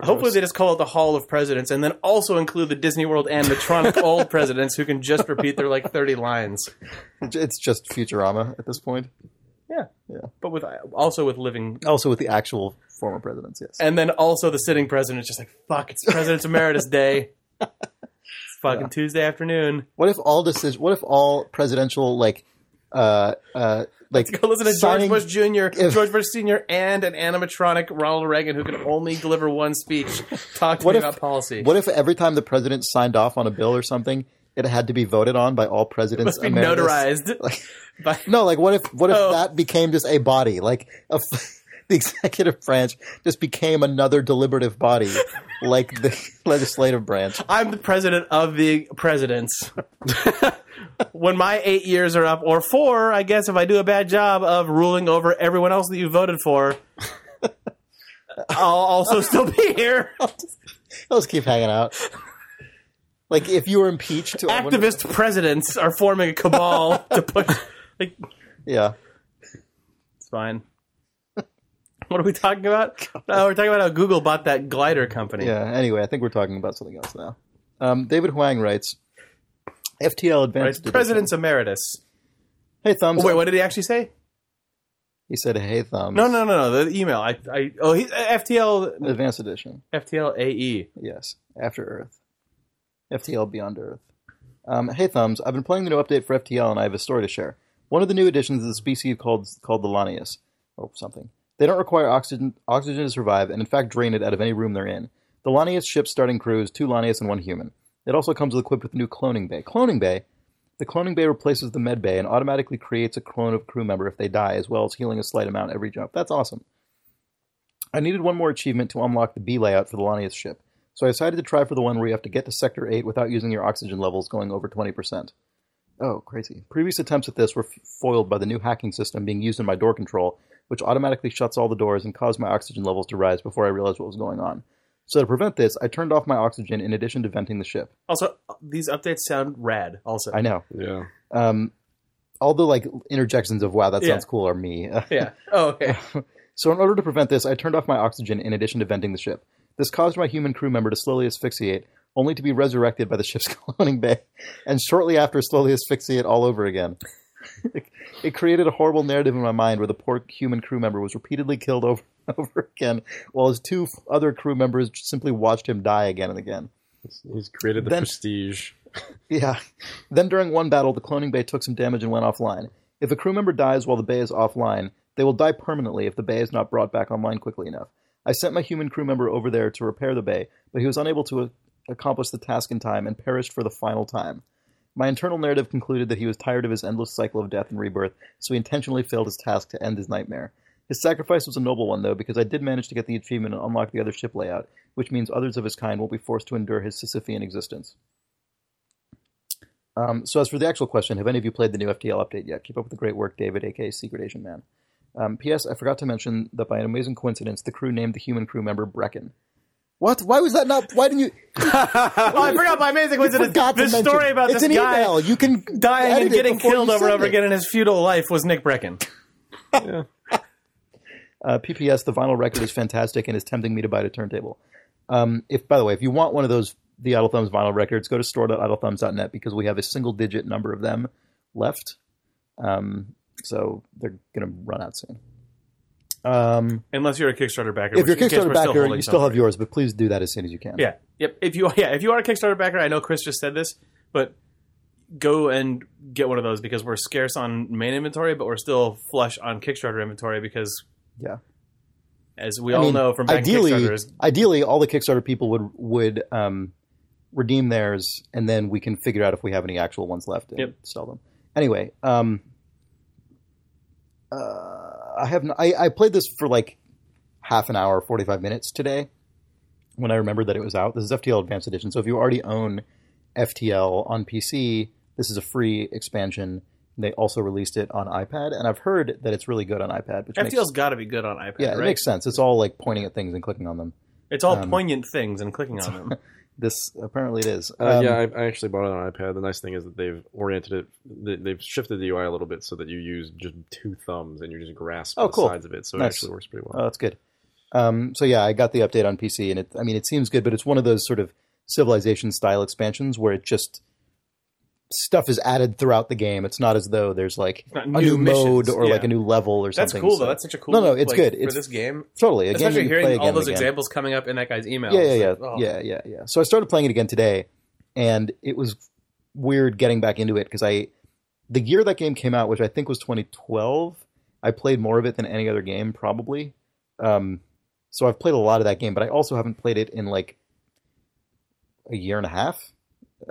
Speaker 1: Hopefully, they just call it the Hall of Presidents, and then also include the Disney World animatronic old presidents who can just repeat their like thirty lines,
Speaker 3: It's just Futurama at this point.
Speaker 1: but with also with living,
Speaker 3: Also with the actual former presidents, yes.
Speaker 1: and then also the sitting president. Just like fuck, it's President's Emeritus Day. It's fucking Tuesday afternoon.
Speaker 3: What if all decision? What if all presidential like, uh, uh, like
Speaker 1: Go listen to
Speaker 3: signing-
Speaker 1: George Bush Jr.,
Speaker 3: If-
Speaker 1: George Bush Sr., and an animatronic Ronald Reagan who can only deliver one speech. Talk to
Speaker 3: What
Speaker 1: me
Speaker 3: if-
Speaker 1: about policy.
Speaker 3: What if every time the president signed off on a bill or something, it had to be voted on by all presidents?
Speaker 1: must be
Speaker 3: emeritus?
Speaker 1: notarized.
Speaker 3: Like-
Speaker 1: by,
Speaker 3: No, like what if what if
Speaker 1: Oh.
Speaker 3: that became just a body, like a f- the executive branch just became another deliberative body, like the legislative branch.
Speaker 1: I'm the president of the presidents. when my eight years are up, or four, I guess, if I do a bad job of ruling over everyone else that you voted for, I'll also still be here.
Speaker 3: Let's keep hanging out. Like if you were impeached, I wonder-
Speaker 1: Activist presidents are forming a cabal to push. Like,
Speaker 3: yeah.
Speaker 1: It's fine. what are we talking about? No, we're talking about how Google bought that glider company.
Speaker 3: Yeah. Anyway, I think we're talking about something else now. Um, David Huang writes, "FTL
Speaker 1: Right?
Speaker 3: Advanced Edition.
Speaker 1: President's Emeritus.
Speaker 3: Hey thumbs.
Speaker 1: Oh, wait,
Speaker 3: up.
Speaker 1: what did he actually say?
Speaker 3: He said, "Hey thumbs."
Speaker 1: No, no, no, no. The email. I, I oh, he, FTL,
Speaker 3: Advanced Edition.
Speaker 1: FTL AE.
Speaker 3: Yes, After Earth, FTL Beyond Earth. Um, hey thumbs. I've been playing the new update for FTL, and I have a story to share. One of the new additions is a species called called the Lanius, or something. They don't require oxygen oxygen to survive, and in fact drain it out of any room they're in. The Lanius ship's starting crew is two Lanius and one human. It also comes equipped with a new cloning bay. Cloning bay The cloning bay replaces the med bay and automatically creates a clone of crew member if they die, as well as healing a slight amount every jump. That's awesome. I needed one more achievement to unlock the B layout for the Lanius ship, so I decided to try for the one where you have to get to Sector 8 without using your oxygen levels going over 20%. Oh, crazy. Previous attempts at this were f- foiled by the new hacking system being used in my door control, which automatically shuts all the doors and caused my oxygen levels to rise before I realized what was going on. So to prevent this, I turned off my oxygen in addition to venting the ship.
Speaker 1: Also, these updates sound rad. Also,
Speaker 3: I know.
Speaker 4: Yeah.
Speaker 3: Um, all the like interjections of "Wow, that
Speaker 1: Yeah.
Speaker 3: sounds cool" are me.
Speaker 1: yeah. Oh, okay.
Speaker 3: so, in order to prevent this, I turned off my oxygen in addition to venting the ship. This caused my human crew member to slowly asphyxiate, only to be resurrected by the ship's cloning bay, and shortly after, slowly asphyxiate all over again. it created a horrible narrative in my mind where the poor human crew member was repeatedly killed over and over again, while his two other crew members simply watched him die again and again.
Speaker 4: He's created the
Speaker 3: Then-
Speaker 4: prestige.
Speaker 3: Yeah. Then during one battle, the cloning bay took some damage and went offline. If a crew member dies while the bay is offline, they will die permanently if the bay is not brought back online quickly enough. I sent my human crew member over there to repair the bay, but he was unable to a- accomplish the task in time and perished for the final time. My internal narrative concluded that he was tired of his endless cycle of death and rebirth, so he intentionally failed his task to end his nightmare. His sacrifice was a noble one, though, because I did manage to get the achievement and unlock the other ship layout, which means others of his kind won't be forced to endure his Sisyphean existence. Um, so as for the actual question, have any of you played the new FTL update yet? Keep up with the great work, David, aka Secret Asian Man. Um, P.S. I forgot to mention that by an amazing coincidence, the crew named the human crew member Brecken. What? Why was that not? Why didn't you?
Speaker 1: well, Oh, I forgot my amazing coincidence.
Speaker 3: Forgot to
Speaker 1: This
Speaker 3: mention.
Speaker 1: story about
Speaker 3: it's
Speaker 1: this
Speaker 3: an
Speaker 1: guy
Speaker 3: email. You can edit
Speaker 1: dying and
Speaker 3: it
Speaker 1: getting
Speaker 3: before
Speaker 1: killed
Speaker 3: you
Speaker 1: over and
Speaker 3: send
Speaker 1: over
Speaker 3: it.
Speaker 1: again in his futile life was Nick Brecken.
Speaker 3: Uh, PPS, the vinyl record is fantastic and is tempting me to buy a turntable. Um, if, by the way, if you want one of those the Idle Thumbs vinyl records, go to store.idlethumbs.net because we have a single digit number of them left. Um, so they're going to run out soon. Um,
Speaker 1: Unless you're a Kickstarter backer.
Speaker 3: if you're
Speaker 1: which- in case
Speaker 3: Kickstarter
Speaker 1: we're still
Speaker 3: backer,
Speaker 1: holding
Speaker 3: you
Speaker 1: some
Speaker 3: still
Speaker 1: for
Speaker 3: have yours, but please do that as soon as you can.
Speaker 1: Yeah. Yep. If you yeah, if you are a Kickstarter backer, I know Chris just said this, but go and get one of those because we're scarce on main inventory, but we're still flush on Kickstarter inventory because
Speaker 3: Yeah.
Speaker 1: as we
Speaker 3: I
Speaker 1: all
Speaker 3: mean,
Speaker 1: know from back in
Speaker 3: ideally,
Speaker 1: Kickstarter is
Speaker 3: ideally, all the Kickstarter people would would um, redeem theirs, and then we can figure out if we have any actual ones left and
Speaker 1: Yep.
Speaker 3: sell them. Anyway, um, uh, I have n- I, I played this for like half an hour, forty five minutes today when I remembered that it was out. This is FTL Advanced Edition, so if you already own FTL on PC, this is a free expansion. They also released it on iPad, and I've heard that it's really good on iPad. Which makes-
Speaker 1: FTL's got to be good on iPad,
Speaker 3: yeah, it
Speaker 1: right?
Speaker 3: makes sense. It's all like pointing at things and clicking on them.
Speaker 1: it's all
Speaker 3: um,
Speaker 1: poignant things and clicking on them.
Speaker 3: This apparently it is.
Speaker 4: Uh,
Speaker 1: Oh,
Speaker 3: Um,
Speaker 4: yeah, I, I actually bought it on iPad. The nice thing is that they've oriented it, they, they've shifted the UI a little bit so that you use just two thumbs and you just grasp
Speaker 3: Oh,
Speaker 4: the
Speaker 3: cool.
Speaker 4: sides of it. So
Speaker 3: Nice.
Speaker 4: it actually works pretty
Speaker 3: oh,
Speaker 4: well.
Speaker 3: that's good. Um, so yeah, I got the update on PC, and it, I mean, it seems good, but it's one of those sort of civilization style expansions where it just stuff is added throughout the game. It's not as though there's like
Speaker 1: not
Speaker 3: a
Speaker 1: new
Speaker 3: new mode
Speaker 1: missions,
Speaker 3: or like
Speaker 1: yeah.
Speaker 3: a new level or
Speaker 1: That's
Speaker 3: something.
Speaker 1: cool though.
Speaker 3: so-
Speaker 1: That's such a cool.
Speaker 3: No, no, it's
Speaker 1: like,
Speaker 3: good.
Speaker 1: for
Speaker 3: It's-
Speaker 1: this game.
Speaker 3: totally again.
Speaker 1: Especially
Speaker 3: you play
Speaker 1: hearing
Speaker 3: again
Speaker 1: all
Speaker 3: and
Speaker 1: those
Speaker 3: again.
Speaker 1: examples coming up in that guy's email.
Speaker 3: Yeah, yeah,
Speaker 1: It's
Speaker 3: yeah,
Speaker 1: like, oh.
Speaker 3: yeah, yeah, yeah. So I started playing it again today, and it was weird getting back into it because I, the year that game came out, which I think was 2012, I played more of it than any other game probably. Um, so I've played a lot of that game, but I also haven't played it in like a year and a half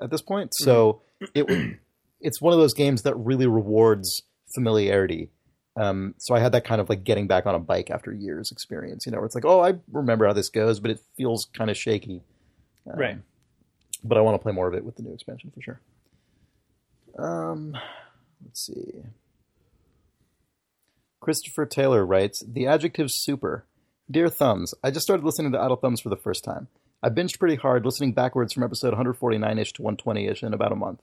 Speaker 3: at this point. So
Speaker 1: Mm-hmm.
Speaker 3: it it's one of those games that really rewards familiarity. Um, so I had that kind of like getting back on a bike after years experience, you know, where it's like, oh, I remember how this goes, but it feels kind of shaky. Um,
Speaker 1: Right.
Speaker 3: But I want to play more of it with the new expansion for sure. Um, let's see. Christopher Taylor writes the adjective super. Dear Thumbs, I just started listening to Idle Thumbs for the first time. I binged pretty hard, listening backwards from episode 149 ish to 120 ish in about a month.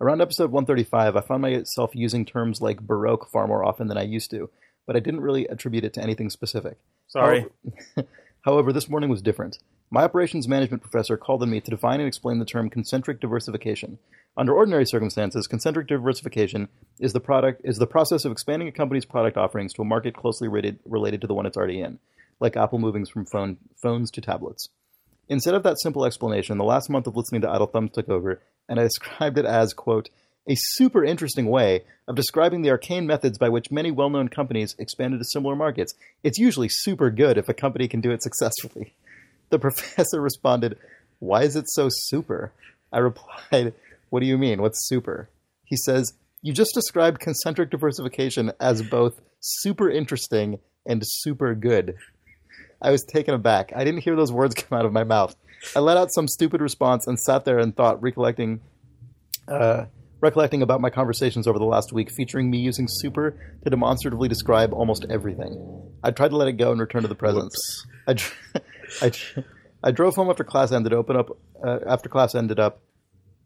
Speaker 3: Around episode 135, I found myself using terms like Baroque far more often than I used to, but I didn't really attribute it to anything specific.
Speaker 1: Sorry.
Speaker 3: However, this morning was different. My operations management professor called on me to define and explain the term concentric diversification. Under ordinary circumstances, concentric diversification is the product is the process of expanding a company's product offerings to a market closely related, related to the one it's already in, like Apple moving from phone, phones to tablets. Instead of that simple explanation, the last month of listening to Idle Thumbs took over, and I described it as, quote, a super interesting way of describing the arcane methods by which many well known companies expanded to similar markets. It's usually super good if a company can do it successfully. The professor responded, Why is it so super? I replied, What do you mean? What's super? He says, You just described concentric diversification as both super interesting and super good. I was taken aback. I didn't hear those words come out of my mouth. I let out some stupid response and sat there and thought, recollecting uh, recollecting about my conversations over the last week featuring me using super to demonstratively describe almost everything. I tried to let it go and return to the present. I, dr- I, dr- I drove home after class ended open up uh, after class ended up.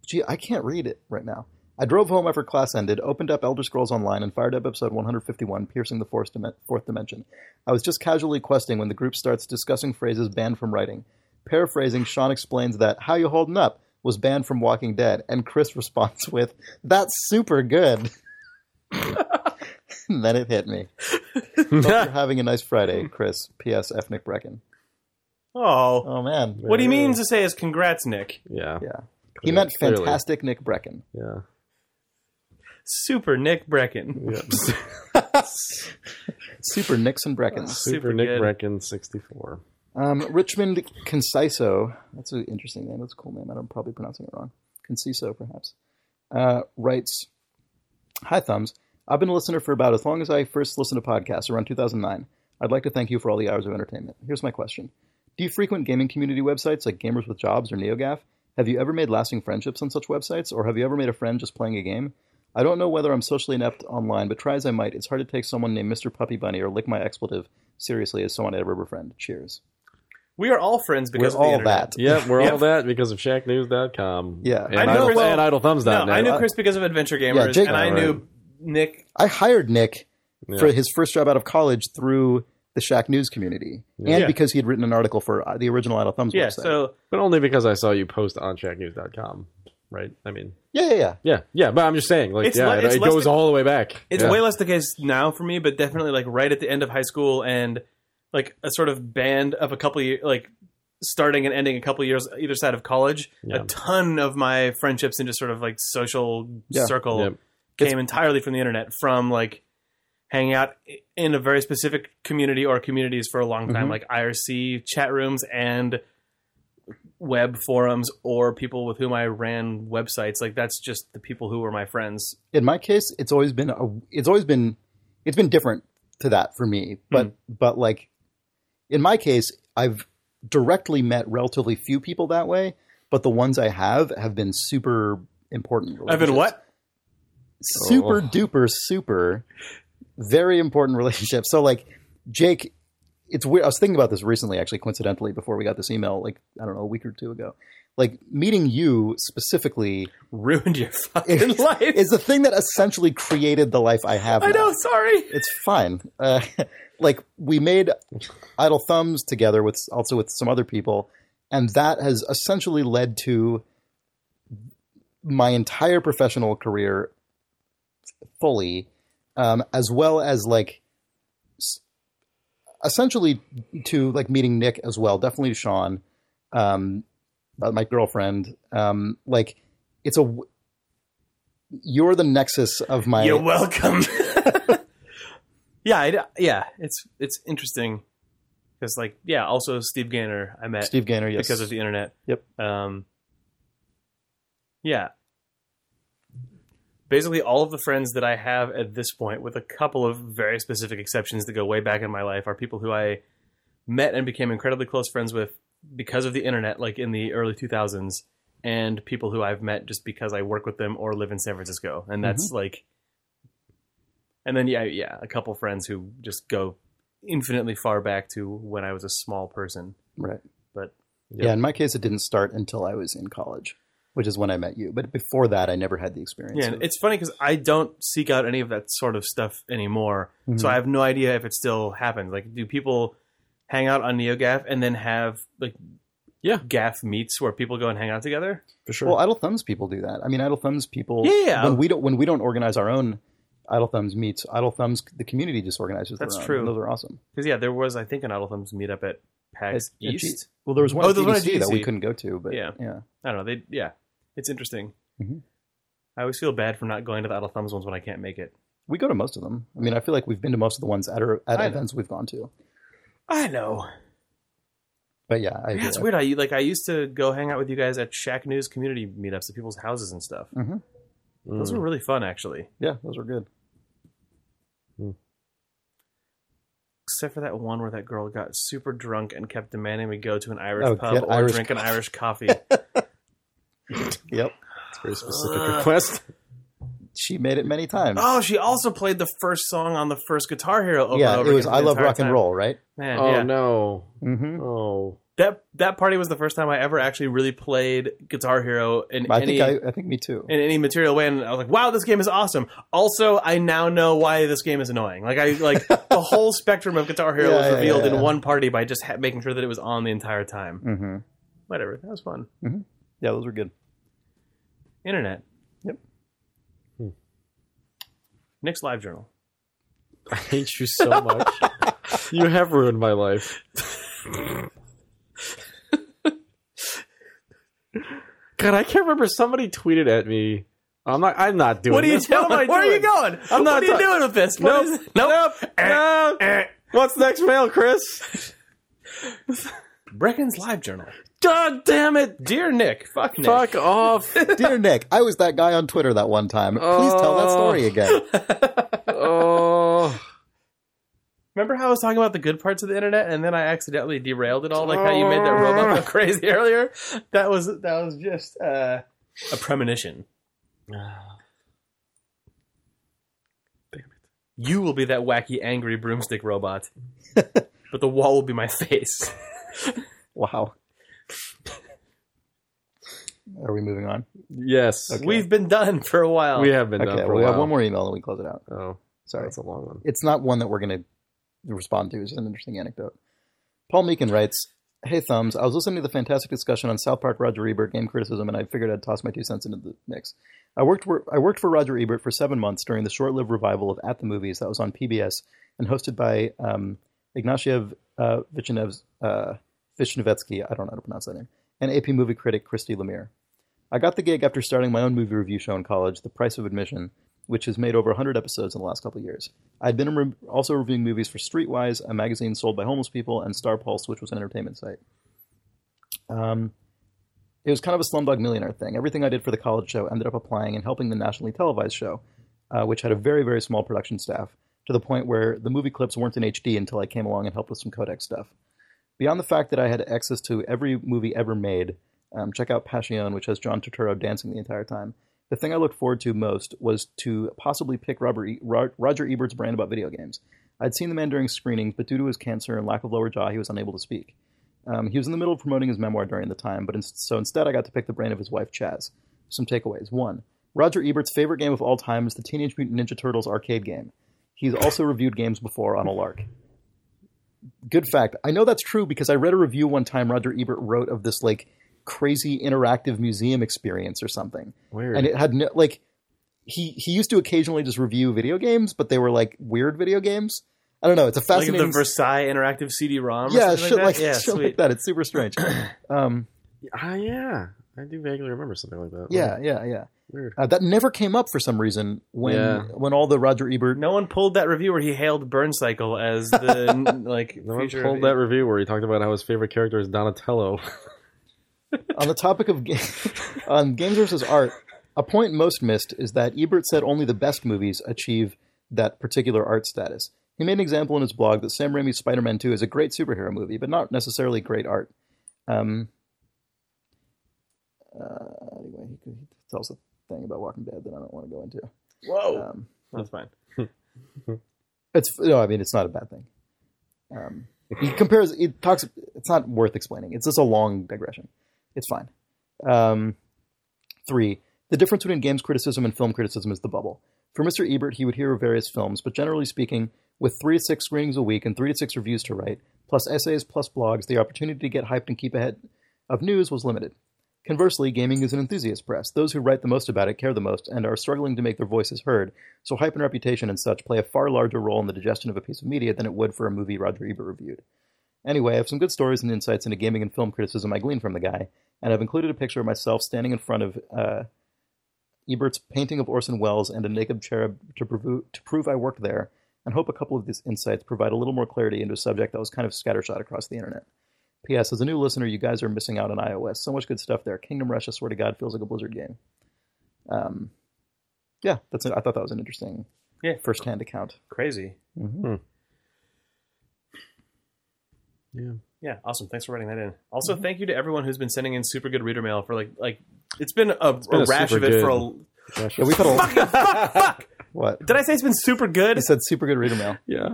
Speaker 3: Gee, I can't read it right now. I drove home after class ended, opened up Elder Scrolls Online, and fired up episode 151, Piercing the Fourth, Dimen- Fourth Dimension. I was just casually questing when the group starts discussing phrases banned from writing. Paraphrasing, Sean explains that "How you holding up?" was banned from Walking Dead, and Chris responds with, "That's super good." and then it hit me. Hope you're having a nice Friday, Chris. P.S. F. Nick Brecken.
Speaker 1: Oh.
Speaker 3: Oh man,
Speaker 1: What he means to say is congrats, Nick.
Speaker 4: Yeah.
Speaker 3: Yeah, he meant
Speaker 4: Clearly.
Speaker 3: fantastic Nick Brecken.
Speaker 4: Yeah.
Speaker 1: Super Nick Brecken.
Speaker 4: Yeah.
Speaker 3: Super Nixon Breckens.
Speaker 4: Super Nick
Speaker 1: good.
Speaker 4: Brecken 64.
Speaker 3: Um, Richmond Conciso. That's an interesting name. That's a cool name. I'm probably pronouncing it wrong. Conciso, perhaps. Uh, writes Hi, Thumbs. I've been a listener for about as long as I first listened to podcasts, around 2009. I'd like to thank you for all the hours of entertainment. Here's my question Do you frequent gaming community websites like Gamers with Jobs or NeoGAF? Have you ever made lasting friendships on such websites, or have you ever made a friend just playing a game? I don't know whether I'm socially inept online, but try as I might, it's hard to take someone named Mr. Puppy Bunny or Lick My Expletive seriously as someone I'd ever befriend. Cheers.
Speaker 1: We are all friends because
Speaker 3: With
Speaker 1: of the
Speaker 3: all
Speaker 1: internet.
Speaker 3: that.
Speaker 4: Yeah, we're
Speaker 1: Yep.
Speaker 4: all that because of ShackNews.com.
Speaker 3: Yeah.
Speaker 4: And,
Speaker 1: I know
Speaker 4: idle,
Speaker 1: Chris-
Speaker 4: and idlethumbs.net.
Speaker 1: No, I knew Chris because of Adventure Gamers,
Speaker 3: Jake-
Speaker 1: and I
Speaker 4: Alright.
Speaker 1: knew Nick.
Speaker 3: I hired Nick
Speaker 4: Yeah.
Speaker 3: for his first job out of college through the Shack News community, and
Speaker 1: Yeah.
Speaker 3: because he had written an article for uh, the original Idle Thumbs
Speaker 1: Yeah,
Speaker 3: website.
Speaker 1: so
Speaker 4: But only because I saw you post on ShackNews.com, right? I mean,
Speaker 3: yeah, yeah, yeah.
Speaker 4: yeah, yeah. But I'm just saying, like,
Speaker 1: It's
Speaker 4: yeah,
Speaker 1: le-
Speaker 4: it-
Speaker 1: it's
Speaker 4: it
Speaker 1: less
Speaker 4: goes
Speaker 1: the-
Speaker 4: all the way back.
Speaker 1: it's
Speaker 4: yeah.
Speaker 1: way less the case now for me, but definitely like right at the end of high school and like a sort of band of a couple years, like starting and ending a couple years either side of college.
Speaker 4: Yeah.
Speaker 1: A ton of my friendships and just sort of like social
Speaker 3: Yeah.
Speaker 1: circle
Speaker 4: Yep.
Speaker 1: came entirely from the internet, from like hanging out i- in a very specific community or communities for a long time,
Speaker 3: Mhm.
Speaker 1: like IRC chat rooms and web forums or people with whom I ran websites. Like that's just the people who were my friends.
Speaker 3: In my case, it's always been a, it's always been, it's been different to that for me.
Speaker 1: Hmm.
Speaker 3: But but like, in my case, I've directly met relatively few people that way, but the ones I have have been super important.
Speaker 1: I've been
Speaker 3: relationships.
Speaker 1: what?
Speaker 3: super
Speaker 4: Oh.
Speaker 3: duper super very important relationship so like jake it's weird i was thinking about this recently actually coincidentally before we got this email like i don't know a week or two ago like meeting you specifically
Speaker 1: Ruined your fucking
Speaker 3: is,
Speaker 1: life.
Speaker 3: is the thing that essentially created the life I have.
Speaker 1: I
Speaker 3: now.
Speaker 1: know. Sorry.
Speaker 3: It's fine. Uh, like we made Idle Thumbs together with also with some other people, and that has essentially led to my entire professional career fully, um, as well as like s- essentially to like meeting Nick as well, definitely to Sean, um, uh, my girlfriend. Um, like it's a w- you're the nexus of my
Speaker 1: You're welcome. yeah, I, yeah. It's it's interesting because like yeah. Also, Steve Gaynor I met
Speaker 3: Steve Gaynor, yes,
Speaker 1: because of the internet.
Speaker 3: Yep.
Speaker 1: Um. Yeah. Basically, all of the friends that I have at this point, with a couple of very specific exceptions that go way back in my life, are people who I met and became incredibly close friends with because of the internet, like in the early 2000s, and people who I've met just because I work with them or live in San Francisco.
Speaker 3: Mm-hmm.
Speaker 1: And that's like, and then, yeah, yeah, a couple friends who just go infinitely far back to when I was a small person.
Speaker 3: right.
Speaker 1: But
Speaker 3: Yeah, in my case, it didn't start until I was in college, which is when I met you. But before that, I never had the experience.
Speaker 1: yeah,
Speaker 3: of-
Speaker 1: and it's funny because I don't seek out any of that sort of stuff anymore. So
Speaker 3: Mhm.
Speaker 1: I have no idea if it still happens. Like, do people hang out on NeoGAF and then have like,
Speaker 4: Yeah.
Speaker 1: GAF meets where people go and hang out together?
Speaker 4: for sure.
Speaker 3: Well, Idle Thumbs people do that. I mean, Idle Thumbs people.
Speaker 1: Yeah, yeah.
Speaker 3: When we don't when we don't organize our own Idle Thumbs meets, Idle Thumbs the community just organizes. their
Speaker 1: That's
Speaker 3: own,
Speaker 1: true.
Speaker 3: and Those are awesome.
Speaker 1: Because yeah, there was I think an Idle Thumbs meetup at PAX
Speaker 3: At- at G-
Speaker 1: East.
Speaker 3: Well, there was one
Speaker 1: Oh,
Speaker 3: at
Speaker 1: there's one at
Speaker 3: GDC that we
Speaker 1: GDC.
Speaker 3: couldn't go to, but
Speaker 1: Yeah.
Speaker 3: yeah.
Speaker 1: I don't know. They yeah, it's interesting.
Speaker 3: Mhm.
Speaker 1: I always feel bad for not going to the Idle Thumbs ones when I can't make it.
Speaker 3: we go to most of them. I mean, I feel like we've been to most of the ones at our, at
Speaker 1: I know.
Speaker 3: events we've gone to.
Speaker 1: I know.
Speaker 3: But yeah, I agree.
Speaker 1: That's weird. I like I used to go hang out with you guys at Shack News community meetups at people's houses and stuff.
Speaker 3: Mhm.
Speaker 4: Mm.
Speaker 1: Those were really fun actually.
Speaker 3: Yeah, those are good.
Speaker 1: Except for that one where that girl got super drunk and kept demanding we go to an Irish
Speaker 3: Oh,
Speaker 1: pub
Speaker 3: get
Speaker 1: or
Speaker 3: Irish
Speaker 1: drink an Irish coffee.
Speaker 3: Yep,
Speaker 4: It's a very specific
Speaker 1: Uh,
Speaker 4: request.
Speaker 3: she made it many times.
Speaker 1: oh, she also played the first song on the first Guitar Hero over
Speaker 3: yeah,
Speaker 1: and over
Speaker 3: it was
Speaker 1: again for
Speaker 3: I
Speaker 1: oh, the
Speaker 3: love
Speaker 1: entire
Speaker 3: rock and
Speaker 1: time.
Speaker 3: roll, right?
Speaker 1: Man,
Speaker 4: Oh
Speaker 1: yeah.
Speaker 4: no.
Speaker 3: Mm-hmm.
Speaker 4: Oh.
Speaker 1: that that party was the first time I ever actually really played Guitar Hero in
Speaker 3: I
Speaker 1: any
Speaker 3: think I, I think me too.
Speaker 1: in any material way, and I was like, "Wow, this game is awesome." Also, I now know why this game is annoying. Like I like the whole spectrum of Guitar Hero
Speaker 3: Yeah,
Speaker 1: was
Speaker 3: yeah,
Speaker 1: revealed
Speaker 3: yeah, yeah.
Speaker 1: in one party by just ha- making sure that it was on the entire time.
Speaker 3: Mm-hmm.
Speaker 1: Whatever, that was fun.
Speaker 3: Yeah, those were good.
Speaker 1: Internet.
Speaker 3: Yep.
Speaker 4: Hmm.
Speaker 1: Nick's live journal.
Speaker 4: I hate you so much. you have ruined my life. God, I can't remember. Somebody tweeted at me. I'm not. I'm not doing.
Speaker 1: What are you
Speaker 4: this. What
Speaker 1: doing?
Speaker 4: am I
Speaker 1: Where are you
Speaker 4: doing?
Speaker 1: going?
Speaker 4: I'm
Speaker 1: what
Speaker 4: not
Speaker 1: are you
Speaker 4: ta-
Speaker 1: doing with this? What
Speaker 4: Nope.
Speaker 1: is-
Speaker 4: Nope.
Speaker 1: Eh,
Speaker 4: No.
Speaker 1: eh.
Speaker 4: What's next mail, Chris?
Speaker 1: Brecken's live journal.
Speaker 4: God damn it!
Speaker 1: Dear Nick, fuck Nick.
Speaker 4: Fuck off!
Speaker 3: Dear Nick, I was that guy on Twitter that one time. Please tell that story again.
Speaker 4: Oh,
Speaker 1: Remember how I was talking about the good parts of the internet, and then I accidentally derailed it all, like how you made that robot go crazy earlier. That was that was just uh, a premonition. Damn it! You will be that wacky, angry broomstick robot, but the wall will be my face.
Speaker 3: Wow. Are we moving on?
Speaker 4: yes.
Speaker 1: We've been done for a while.
Speaker 4: We have been done
Speaker 3: okay,
Speaker 4: for
Speaker 3: well,
Speaker 4: a
Speaker 3: we
Speaker 4: while.
Speaker 3: have one more email and we close it out.
Speaker 4: Oh,
Speaker 3: Sorry.
Speaker 4: that's a long one.
Speaker 3: It's not one that we're going to respond to. It's just an interesting anecdote. Paul Meakin writes Hey, Thumbs, I was listening to the fantastic discussion on South Park Roger Ebert game criticism, and I figured I'd toss my two cents into the mix. I worked, for, I worked for Roger Ebert for seven months during the short lived revival of At the Movies that was on PBS and hosted by um, Ignatiev uh, Vichnev's, uh, Vishnevetsky, I don't know how to pronounce that name, and AP movie critic Christy Lemire. I got the gig after starting my own movie review show in college, The Price of Admission, which has made over 100 episodes in the last couple of years. I'd been re- also reviewing movies for Streetwise, a magazine sold by homeless people, and Star Pulse, which was an entertainment site. Um, it was kind of a Slumdog Millionaire thing. Everything I did for the college show ended up applying and helping the nationally televised show, uh, which had a very, very small production staff, to the point where the movie clips weren't in HD until I came along and helped with some codec stuff. Beyond the fact that I had access to every movie ever made, um, check out Passion, which has John Turturro dancing the entire time. The thing I looked forward to most was to possibly pick Robert e- Ro- Roger Ebert's brain about video games. I'd seen the man during screenings, but due to his cancer and lack of lower jaw, he was unable to speak. Um, he was in the middle of promoting his memoir during the time, but in, so instead I got to pick the brain of his wife, Chaz. Some takeaways. One, Roger Ebert's favorite game of all time is the Teenage Mutant Ninja Turtles arcade game. He's also reviewed games before on a lark. Good fact. I know that's true because I read a review one time Roger Ebert wrote of this like crazy interactive museum experience or something.
Speaker 4: Weird.
Speaker 3: And it had no like he he used to occasionally just review video games, but they were like weird video games. I don't know. It's a
Speaker 1: Like the
Speaker 3: fascinating
Speaker 1: Versailles interactive CD-ROM. Or
Speaker 3: yeah,
Speaker 1: something
Speaker 3: shit
Speaker 1: like
Speaker 3: like,
Speaker 1: that? yeah,
Speaker 3: shit
Speaker 1: sweet.
Speaker 3: like that. It's super strange. um,
Speaker 4: Ah, yeah. I do vaguely remember something like that.
Speaker 3: yeah, yeah, yeah.
Speaker 4: Weird.
Speaker 3: Uh, that never came up for some reason when
Speaker 4: Yeah.
Speaker 3: when all the Roger Ebert.
Speaker 1: No one pulled that review where he hailed Burn Cycle as the n- like
Speaker 4: No one
Speaker 1: future
Speaker 4: pulled that review where he talked about how his favorite character is Donatello.
Speaker 3: on the topic of ga- on games versus art, a point most missed is that Ebert said only the best movies achieve that particular art status. He made an example in his blog that Sam Raimi's Spider-Man 2 is a great superhero movie, but not necessarily great art. Um, uh, anyway, he, he tells a thing about Walking Dead that I don't want to go into.
Speaker 1: Whoa,
Speaker 3: Um,
Speaker 1: that's fine.
Speaker 3: It's no, I mean it's not a bad thing. Um, he compares. It talks. It's not worth explaining. It's just a long digression. It's fine. Um, three. The difference between games criticism and film criticism is the bubble. For Mr. Ebert, he would hear of various films, but generally speaking, with three to six screenings a week and three to six reviews to write, plus essays, plus blogs, the opportunity to get hyped and keep ahead of news was limited. Conversely, gaming is an enthusiast press. Those who write the most about it care the most and are struggling to make their voices heard, so hype and reputation and such play a far larger role in the digestion of a piece of media than it would for a movie Roger Ebert reviewed. Anyway, I have some good stories and insights into gaming and film criticism I gleaned from the guy, and I've included a picture of myself standing in front of uh, Ebert's painting of Orson Welles and a naked cherub to, prove to prove I worked there, and hope a couple of these insights provide a little more clarity into a subject that was kind of scattershot across the internet. P.S. As a new listener, you guys are missing out on iOS. So much good stuff there. Kingdom Rush, I swear to God, feels like a Blizzard game. Um, yeah, that's. It. I thought that was an interesting,
Speaker 1: Yeah.
Speaker 3: first-hand account.
Speaker 1: Crazy. Hmm.
Speaker 4: yeah.
Speaker 1: Yeah, awesome. Thanks for writing that in. Also, thank you to everyone who's been sending in super good reader mail for like like it's been a,
Speaker 4: been
Speaker 1: a
Speaker 4: a
Speaker 1: rash of
Speaker 4: super
Speaker 1: it for
Speaker 4: good.
Speaker 1: a.
Speaker 3: Yeah, we've had a fuck, What?
Speaker 1: Did I say it's been super good?
Speaker 3: I said super good reader mail.
Speaker 4: Yeah.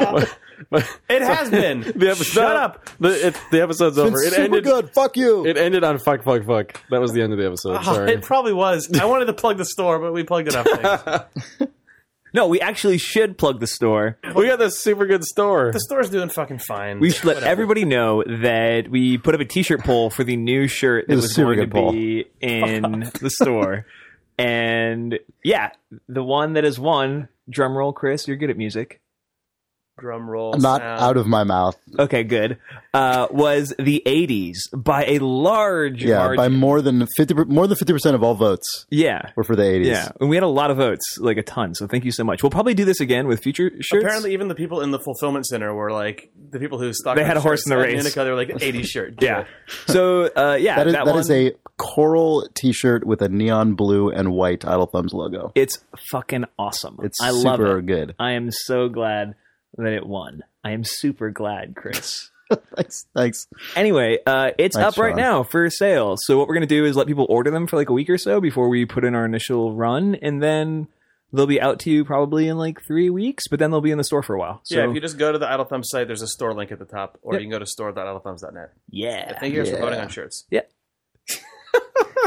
Speaker 4: But- but-
Speaker 1: It has been.
Speaker 4: the episode,
Speaker 1: Shut up.
Speaker 4: The, it, the episode's over.
Speaker 3: Been
Speaker 4: It
Speaker 3: super
Speaker 4: ended.
Speaker 3: good. Fuck you.
Speaker 4: It ended on fuck, fuck, fuck. That was the end of the episode.
Speaker 1: Oh,
Speaker 4: Sorry.
Speaker 1: it probably was. I wanted to plug the store, but we plugged it up.
Speaker 2: No, we actually should plug the store.
Speaker 4: we got this super good store.
Speaker 1: the store's doing fucking fine.
Speaker 2: We should let everybody know that we put up a t-shirt poll for the new shirt that
Speaker 3: was a
Speaker 2: was
Speaker 3: super
Speaker 2: going
Speaker 3: good
Speaker 2: to
Speaker 3: poll.
Speaker 2: be in the store. And yeah, the one that has won, drum roll, Chris, you're good at music.
Speaker 1: drum roll.
Speaker 3: Not
Speaker 1: sound.
Speaker 3: out of my mouth.
Speaker 2: Okay, good. Uh, was the 80s by a large
Speaker 3: Yeah,
Speaker 2: margin.
Speaker 3: by more than fifty. per- More than fifty percent of all votes
Speaker 2: yeah.
Speaker 3: were for the eighties.
Speaker 2: Yeah, and we had a lot of votes, like a ton. So thank you so much. We'll probably do this again with future shirts.
Speaker 1: Apparently, even the people in the fulfillment center were like the people who stocked.
Speaker 2: They
Speaker 1: up
Speaker 2: had a horse
Speaker 1: shirts
Speaker 2: in the
Speaker 1: at
Speaker 2: race.
Speaker 1: Unica, they were like eighty shirt.
Speaker 2: yeah. So uh, yeah,
Speaker 3: That is that
Speaker 2: one,
Speaker 3: is a coral T-shirt with a neon blue and white Idle Thumbs logo.
Speaker 2: It's fucking awesome.
Speaker 3: It's
Speaker 2: I love
Speaker 3: super
Speaker 2: it.
Speaker 3: good.
Speaker 2: I am so glad that it won. I am super glad, Chris.
Speaker 3: Thanks, thanks.
Speaker 2: anyway, uh, it's
Speaker 3: Thanks,
Speaker 2: up right
Speaker 3: Sean.
Speaker 2: now for sale. So what we're gonna do is let people order them for like a week or so before we put in our initial run, and then they'll be out to you probably in like three weeks. But then they'll be in the store for a while. So,
Speaker 1: yeah, if you just go to the Idle Thumbs site, there's a store link at the top, or you can go to store.idlethumbs.net.
Speaker 2: yeah.
Speaker 1: Thank you guys for
Speaker 3: Yeah.
Speaker 1: voting on shirts.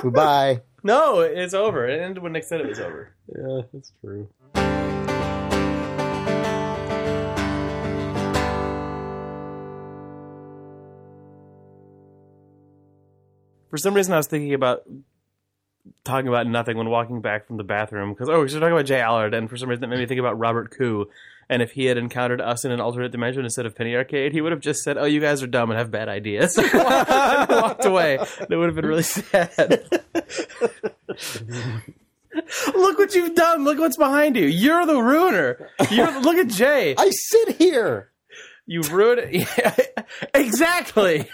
Speaker 3: Goodbye.
Speaker 1: No, it's over. It ended when Nick said it was over.
Speaker 4: Yeah, that's true.
Speaker 1: For some reason, I was thinking about talking about nothing when walking back from the bathroom because oh, we should talk about Jay Allard, and for some reason that made me think about Robert Koo. And if he had encountered us in an alternate dimension instead of Penny Arcade, he would have just said, "Oh, you guys are dumb and have bad ideas," and walked away. That would have been really sad. look what you've done. Look what's behind you. You're the ruiner. You're, look at Jay.
Speaker 3: I sit here.
Speaker 1: You ruined. Yeah, exactly.